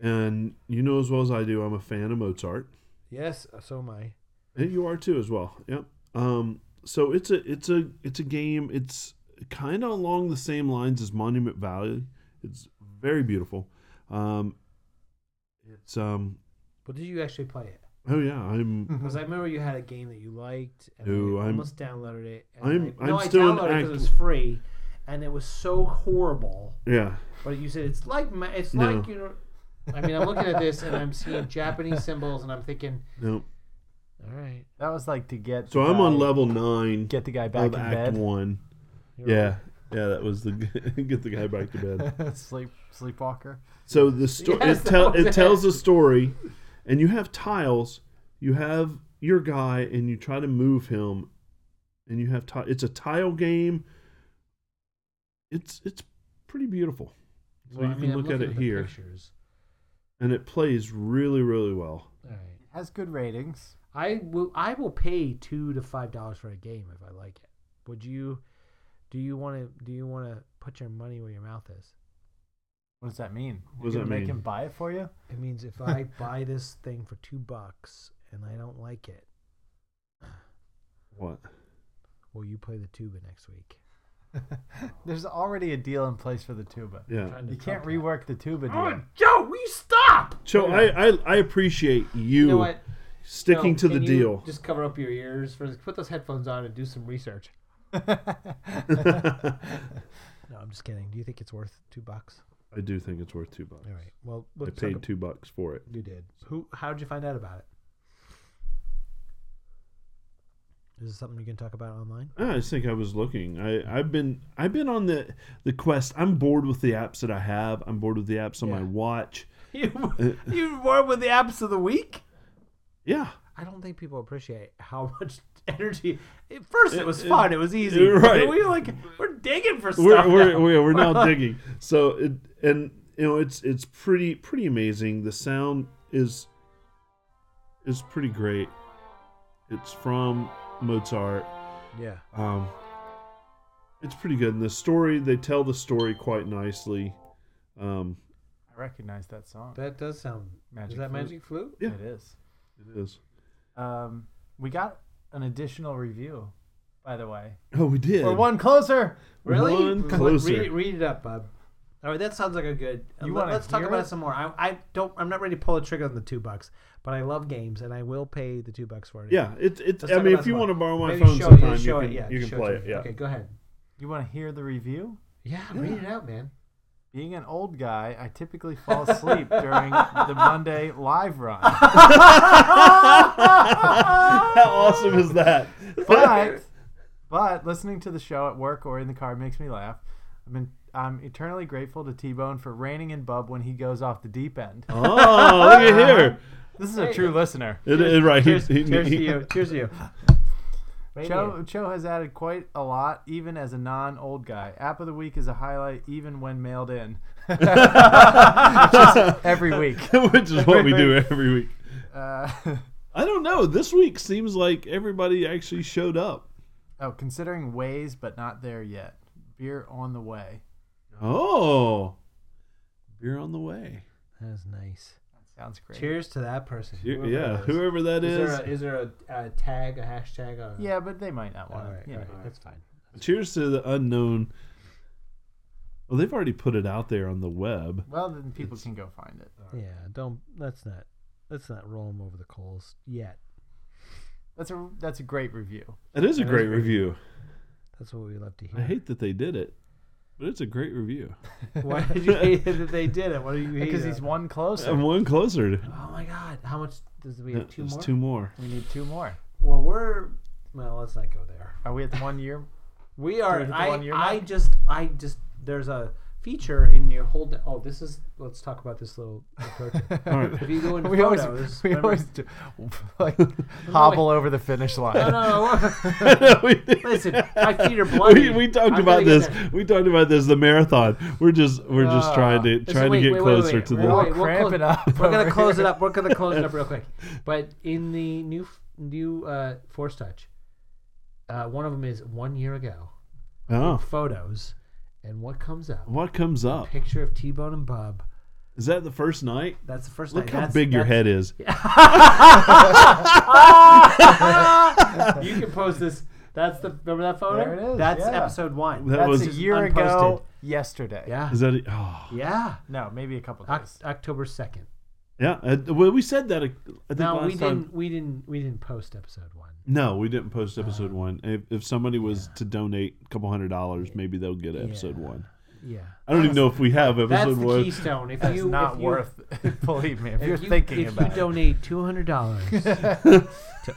Speaker 4: And you know as well as I do I'm a fan of Mozart.
Speaker 3: Yes, uh, so am I.
Speaker 4: And you are too as well. Yep. Um so it's a it's a it's a game it's kind of along the same lines as Monument Valley. It's very beautiful. Um it's um
Speaker 3: But did you actually play it?
Speaker 4: Oh yeah,
Speaker 6: Mm-hmm.
Speaker 4: I'm.
Speaker 3: Because I remember you had a game that you liked, and
Speaker 4: Ooh,
Speaker 3: I
Speaker 4: I'm-
Speaker 3: almost downloaded it. and
Speaker 4: I'm-
Speaker 3: I, no,
Speaker 4: I'm
Speaker 3: I
Speaker 4: still an
Speaker 3: downloaded it because
Speaker 4: act-
Speaker 3: it was free, and it was so horrible.
Speaker 4: Yeah,
Speaker 3: But you said it's like ma- it's
Speaker 4: No.
Speaker 3: like you know. I mean, I'm looking at this and I'm seeing Japanese symbols, and I'm thinking,
Speaker 4: no.
Speaker 3: all right,
Speaker 6: That was like to get.
Speaker 4: So
Speaker 6: the
Speaker 4: I'm on
Speaker 6: guy-
Speaker 4: level nine
Speaker 6: Get the guy back
Speaker 4: of
Speaker 6: in
Speaker 4: Act
Speaker 6: bed.
Speaker 4: One. Yeah, yeah, that was the get the guy back to bed.
Speaker 6: Sleep sleepwalker.
Speaker 4: So the story
Speaker 3: Yes,
Speaker 4: it,
Speaker 3: that
Speaker 4: tell,
Speaker 3: was
Speaker 4: it
Speaker 3: it.
Speaker 4: tells a story, and you have tiles. You have your guy, and you try to move him, and you have ti It's a tile game. It's it's pretty beautiful, So you
Speaker 3: I
Speaker 4: can
Speaker 3: mean, I'm
Speaker 4: look at
Speaker 3: looking
Speaker 4: it
Speaker 3: the
Speaker 4: here.
Speaker 3: Pictures.
Speaker 4: and it plays really really well.
Speaker 3: All right.
Speaker 6: Has good ratings.
Speaker 3: I will I will pay two to five dollars for a game if I like it. Would you? Do you want to? Do you want to put your money where your mouth is?
Speaker 6: What does that mean?
Speaker 4: What does
Speaker 6: You're
Speaker 4: that
Speaker 6: gonna
Speaker 4: mean?
Speaker 6: Make him buy it for you?
Speaker 3: It means if I buy this thing for two bucks and I don't like it,
Speaker 4: What?
Speaker 3: will you play the tuba next week?
Speaker 6: There's already a deal in place for the tuba.
Speaker 4: Yeah.
Speaker 6: You can't rework the tuba deal.
Speaker 3: Oh, Joe, will you stop?
Speaker 4: So I, I I appreciate you,
Speaker 3: You know what?
Speaker 4: sticking
Speaker 3: No,
Speaker 4: to the
Speaker 3: can you
Speaker 4: deal.
Speaker 3: Just cover up your ears. For, put those headphones on and do some research. No, I'm just kidding. Do you think it's worth two bucks?
Speaker 4: I do think it's worth two bucks.
Speaker 3: All right. Well,
Speaker 4: I
Speaker 3: let's talk
Speaker 4: paid
Speaker 3: ab-
Speaker 4: two bucks for it.
Speaker 3: You did. Who? How did you find out about it? Is this something you can talk about online?
Speaker 4: I just think I was looking. I, I've been I've been on the the quest. I'm bored with the apps that I have. I'm bored with the apps on my
Speaker 3: Yeah.
Speaker 4: watch.
Speaker 3: You you were with the apps of the week.
Speaker 4: Yeah,
Speaker 3: I don't think people appreciate how much energy. At first, it was
Speaker 4: it-
Speaker 3: fun. It, was easy.
Speaker 4: you're right.
Speaker 3: But We like we're digging for stuff.
Speaker 4: we're we're,
Speaker 3: now.
Speaker 4: we're, we're now digging. So it, and you know it's it's pretty pretty amazing. The sound is is pretty great. It's from Mozart.
Speaker 3: yeah.
Speaker 4: Um, it's pretty good. And the story they tell the story quite nicely. Um,
Speaker 6: I recognize that song.
Speaker 3: That does sound.
Speaker 6: Magic
Speaker 3: is that
Speaker 6: flute.
Speaker 3: magic flute?
Speaker 4: yeah.
Speaker 6: It is.
Speaker 4: it is.
Speaker 6: Um, we got an additional review, by the way.
Speaker 4: Oh, we did.
Speaker 6: We're one closer.
Speaker 3: Really?
Speaker 4: One
Speaker 3: Look,
Speaker 4: closer.
Speaker 3: Read, read it up, Bob. All right, that sounds like a good.
Speaker 6: You
Speaker 3: let,
Speaker 6: wanna
Speaker 3: us talk
Speaker 6: hear
Speaker 3: about
Speaker 6: it?
Speaker 3: it some more. I, I don't. I'm not ready to pull the trigger on the two bucks, but I love games and I will pay the two bucks for it.
Speaker 4: Yeah, it's it's.
Speaker 3: Let's talk
Speaker 4: I mean,
Speaker 3: about
Speaker 4: if you
Speaker 3: some
Speaker 4: want to
Speaker 3: more.
Speaker 4: borrow my
Speaker 3: Maybe
Speaker 4: phone
Speaker 3: show it-
Speaker 4: sometime, you
Speaker 3: show
Speaker 4: can,
Speaker 3: it, yeah,
Speaker 4: you can
Speaker 3: show
Speaker 4: play
Speaker 3: to
Speaker 4: it.
Speaker 3: me.
Speaker 4: Yeah.
Speaker 3: Okay, go ahead.
Speaker 6: You want to hear the review?
Speaker 3: Yeah, read it out, man.
Speaker 6: Being an old guy, I typically fall asleep during the Monday live run.
Speaker 4: How awesome is that?
Speaker 6: but but listening to the show at work or in the car makes me laugh. I've been I'm eternally grateful to T Bone for reining in Bub when he goes off the deep end.
Speaker 4: oh, look at here.
Speaker 6: This is a true listener.
Speaker 4: It is right. He-
Speaker 3: Cheers,
Speaker 4: he-
Speaker 3: cheers
Speaker 4: he-
Speaker 3: to you. Cheers to you. Right
Speaker 6: Cho,
Speaker 3: here.
Speaker 6: Cho has added quite a lot, even as a non old guy. App of the week is a highlight, even when mailed in. Just every week.
Speaker 3: uh,
Speaker 4: Which is what we do every week.
Speaker 6: Uh,
Speaker 4: I don't know. This week seems like everybody actually showed up.
Speaker 6: oh, considering ways, but not there yet. Beer on the way.
Speaker 4: Oh, beer on the way.
Speaker 3: That is nice.
Speaker 6: Sounds great.
Speaker 3: Cheers to that person.
Speaker 4: You-
Speaker 3: whoever
Speaker 4: yeah,
Speaker 3: that is.
Speaker 4: whoever that
Speaker 3: Is
Speaker 4: is.
Speaker 3: there, a, is there a, a tag, a hashtag? A,
Speaker 6: Yeah, but they might not
Speaker 3: All
Speaker 6: want
Speaker 3: right,
Speaker 6: to. you
Speaker 3: all
Speaker 6: know.
Speaker 3: right, that's fine.
Speaker 4: Cheers to the unknown. Well, they've already put it out there on the web.
Speaker 6: Well, then people can go find it.
Speaker 3: Yeah, don't. Let's not. Let's not roll them over the coals yet.
Speaker 6: That's a that's a great review.
Speaker 4: It is a great review.
Speaker 3: That's what we love to hear.
Speaker 4: I hate that they did it, but it's a great review.
Speaker 3: Why did you hate it that they did it? What do you hate?
Speaker 6: Because he's
Speaker 3: about?
Speaker 6: one closer.
Speaker 4: I'm one closer. to-
Speaker 3: Oh my God! How much does we have? Two
Speaker 4: There's
Speaker 3: more.
Speaker 4: two more.
Speaker 6: We need two more.
Speaker 3: Well, we're. Well, let's not go there.
Speaker 6: Are we at the one year?
Speaker 3: We are.
Speaker 6: Dude, the
Speaker 3: I.
Speaker 6: one you're
Speaker 3: I
Speaker 6: not-
Speaker 3: just. I just. There's a feature in your whole. de- oh, this is. Let's talk about this little. approach.
Speaker 4: All right.
Speaker 3: if you go into
Speaker 6: we
Speaker 3: photos,
Speaker 6: always we
Speaker 3: remember-
Speaker 6: always do, like hobble over the finish line.
Speaker 3: No, no, no.
Speaker 4: we,
Speaker 3: Listen, my feet are bloody.
Speaker 4: We, we talked
Speaker 3: I'm gonna
Speaker 4: about
Speaker 3: get
Speaker 4: this.
Speaker 3: that.
Speaker 4: We talked about this. The marathon. We're just we're just
Speaker 6: Ah.
Speaker 4: trying to
Speaker 3: Uh, Listen,
Speaker 4: trying
Speaker 3: wait,
Speaker 4: to get
Speaker 3: wait, wait,
Speaker 4: closer
Speaker 3: wait.
Speaker 4: to
Speaker 3: We're
Speaker 4: the.
Speaker 3: all
Speaker 6: We're
Speaker 3: we'll
Speaker 6: cramping
Speaker 3: close-
Speaker 6: up.
Speaker 3: We're gonna
Speaker 6: over
Speaker 3: close it
Speaker 6: here.
Speaker 3: up. We're gonna close it up real quick. But in the new f- new uh, Force Touch, uh, one of them is one year ago
Speaker 4: Oh,
Speaker 3: photos, and what comes up?
Speaker 4: what comes up?
Speaker 3: Picture of T Bone and Bub.
Speaker 4: Is that the first night?
Speaker 3: That's the first.
Speaker 4: Look
Speaker 3: night.
Speaker 4: how
Speaker 3: That's-
Speaker 4: big your
Speaker 3: that's-
Speaker 4: head is.
Speaker 3: You can post this. That's the remember that photo.
Speaker 6: There it is,
Speaker 3: That's
Speaker 6: yeah.
Speaker 3: episode one.
Speaker 4: That
Speaker 6: That's
Speaker 4: was.
Speaker 6: a year ago yesterday.
Speaker 3: yeah.
Speaker 4: Is that? it? Oh,
Speaker 3: Yeah.
Speaker 6: No, maybe a couple days.
Speaker 3: Oc- October second.
Speaker 4: Yeah, uh, well, we said that. uh, I think
Speaker 3: No,
Speaker 4: last
Speaker 3: we
Speaker 4: time.
Speaker 3: didn't. Uh, We didn't. We didn't post episode one.
Speaker 4: No, we didn't post episode one. If, if somebody was to donate a couple hundred dollars, maybe they'll get episode one.
Speaker 3: Yeah,
Speaker 4: I don't even know if we have episode
Speaker 3: that's the
Speaker 4: one.
Speaker 3: keystone. If
Speaker 6: That's
Speaker 3: you
Speaker 6: not
Speaker 3: if you,
Speaker 6: worth. believe me, if,
Speaker 3: if
Speaker 6: you're
Speaker 3: you-
Speaker 6: thinking
Speaker 3: if
Speaker 6: about
Speaker 3: you
Speaker 6: it.
Speaker 3: donate two hundred dollars to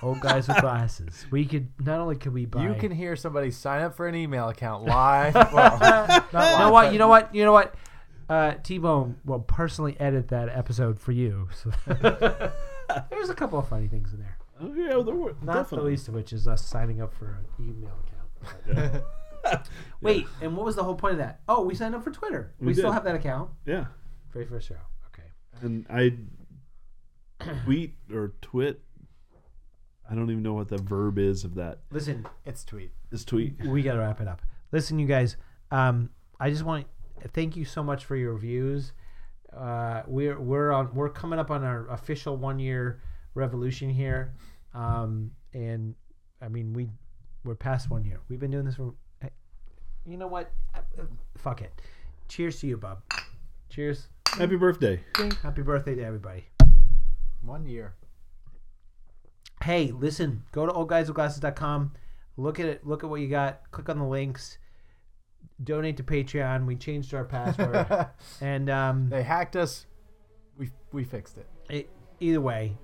Speaker 3: old guys with glasses, we could not only could we buy.
Speaker 6: You can hear somebody sign up for an email account live. well, not live,
Speaker 3: You know what? You know what?
Speaker 6: but
Speaker 3: You know what? Uh, T Bone will personally edit that episode for you. So there's a couple of funny things in there.
Speaker 4: Oh, yeah, there were,
Speaker 3: Not the
Speaker 4: definitely.
Speaker 3: least of which is us signing up for an email account. Wait, and what was the whole point of that? Oh, we signed up for Twitter. We,
Speaker 4: We
Speaker 3: still
Speaker 4: did.
Speaker 3: have that account.
Speaker 4: Yeah,
Speaker 3: Very first show. Okay.
Speaker 4: and I tweet or twit. I don't even know what the verb is of that.
Speaker 3: Listen,
Speaker 6: It's tweet.
Speaker 4: Is tweet?
Speaker 3: we got to wrap it up. Listen, you guys, um, I just want to thank you so much for your reviews. Uh, we're we're on we're coming up on our official one year revolution here, um, and I mean we we're past one year. We've been doing this for, you know what? Uh, Fuck it. Cheers to you, Bob. Cheers.
Speaker 4: Happy birthday!
Speaker 3: Happy birthday to everybody.
Speaker 6: One year.
Speaker 3: hey, listen, go to oldguyswithglasses.com, look at it, look at what you got, click on the links, donate to Patreon. We changed our password, and um,
Speaker 6: They hacked us. We we fixed it.
Speaker 3: it, either way,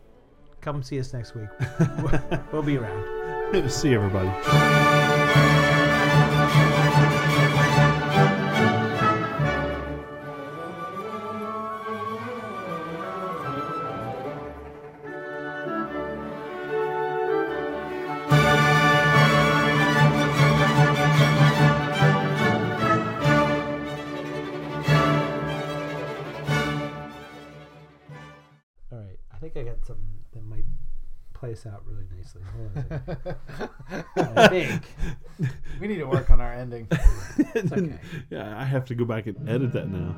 Speaker 3: come see us next week. we'll be around.
Speaker 4: See everybody.
Speaker 3: All right, I think I got something that might play us out really nicely. Hold on a second. I think
Speaker 6: We need to work on our ending.
Speaker 3: it's okay.
Speaker 4: Yeah, I have to go back and edit that now.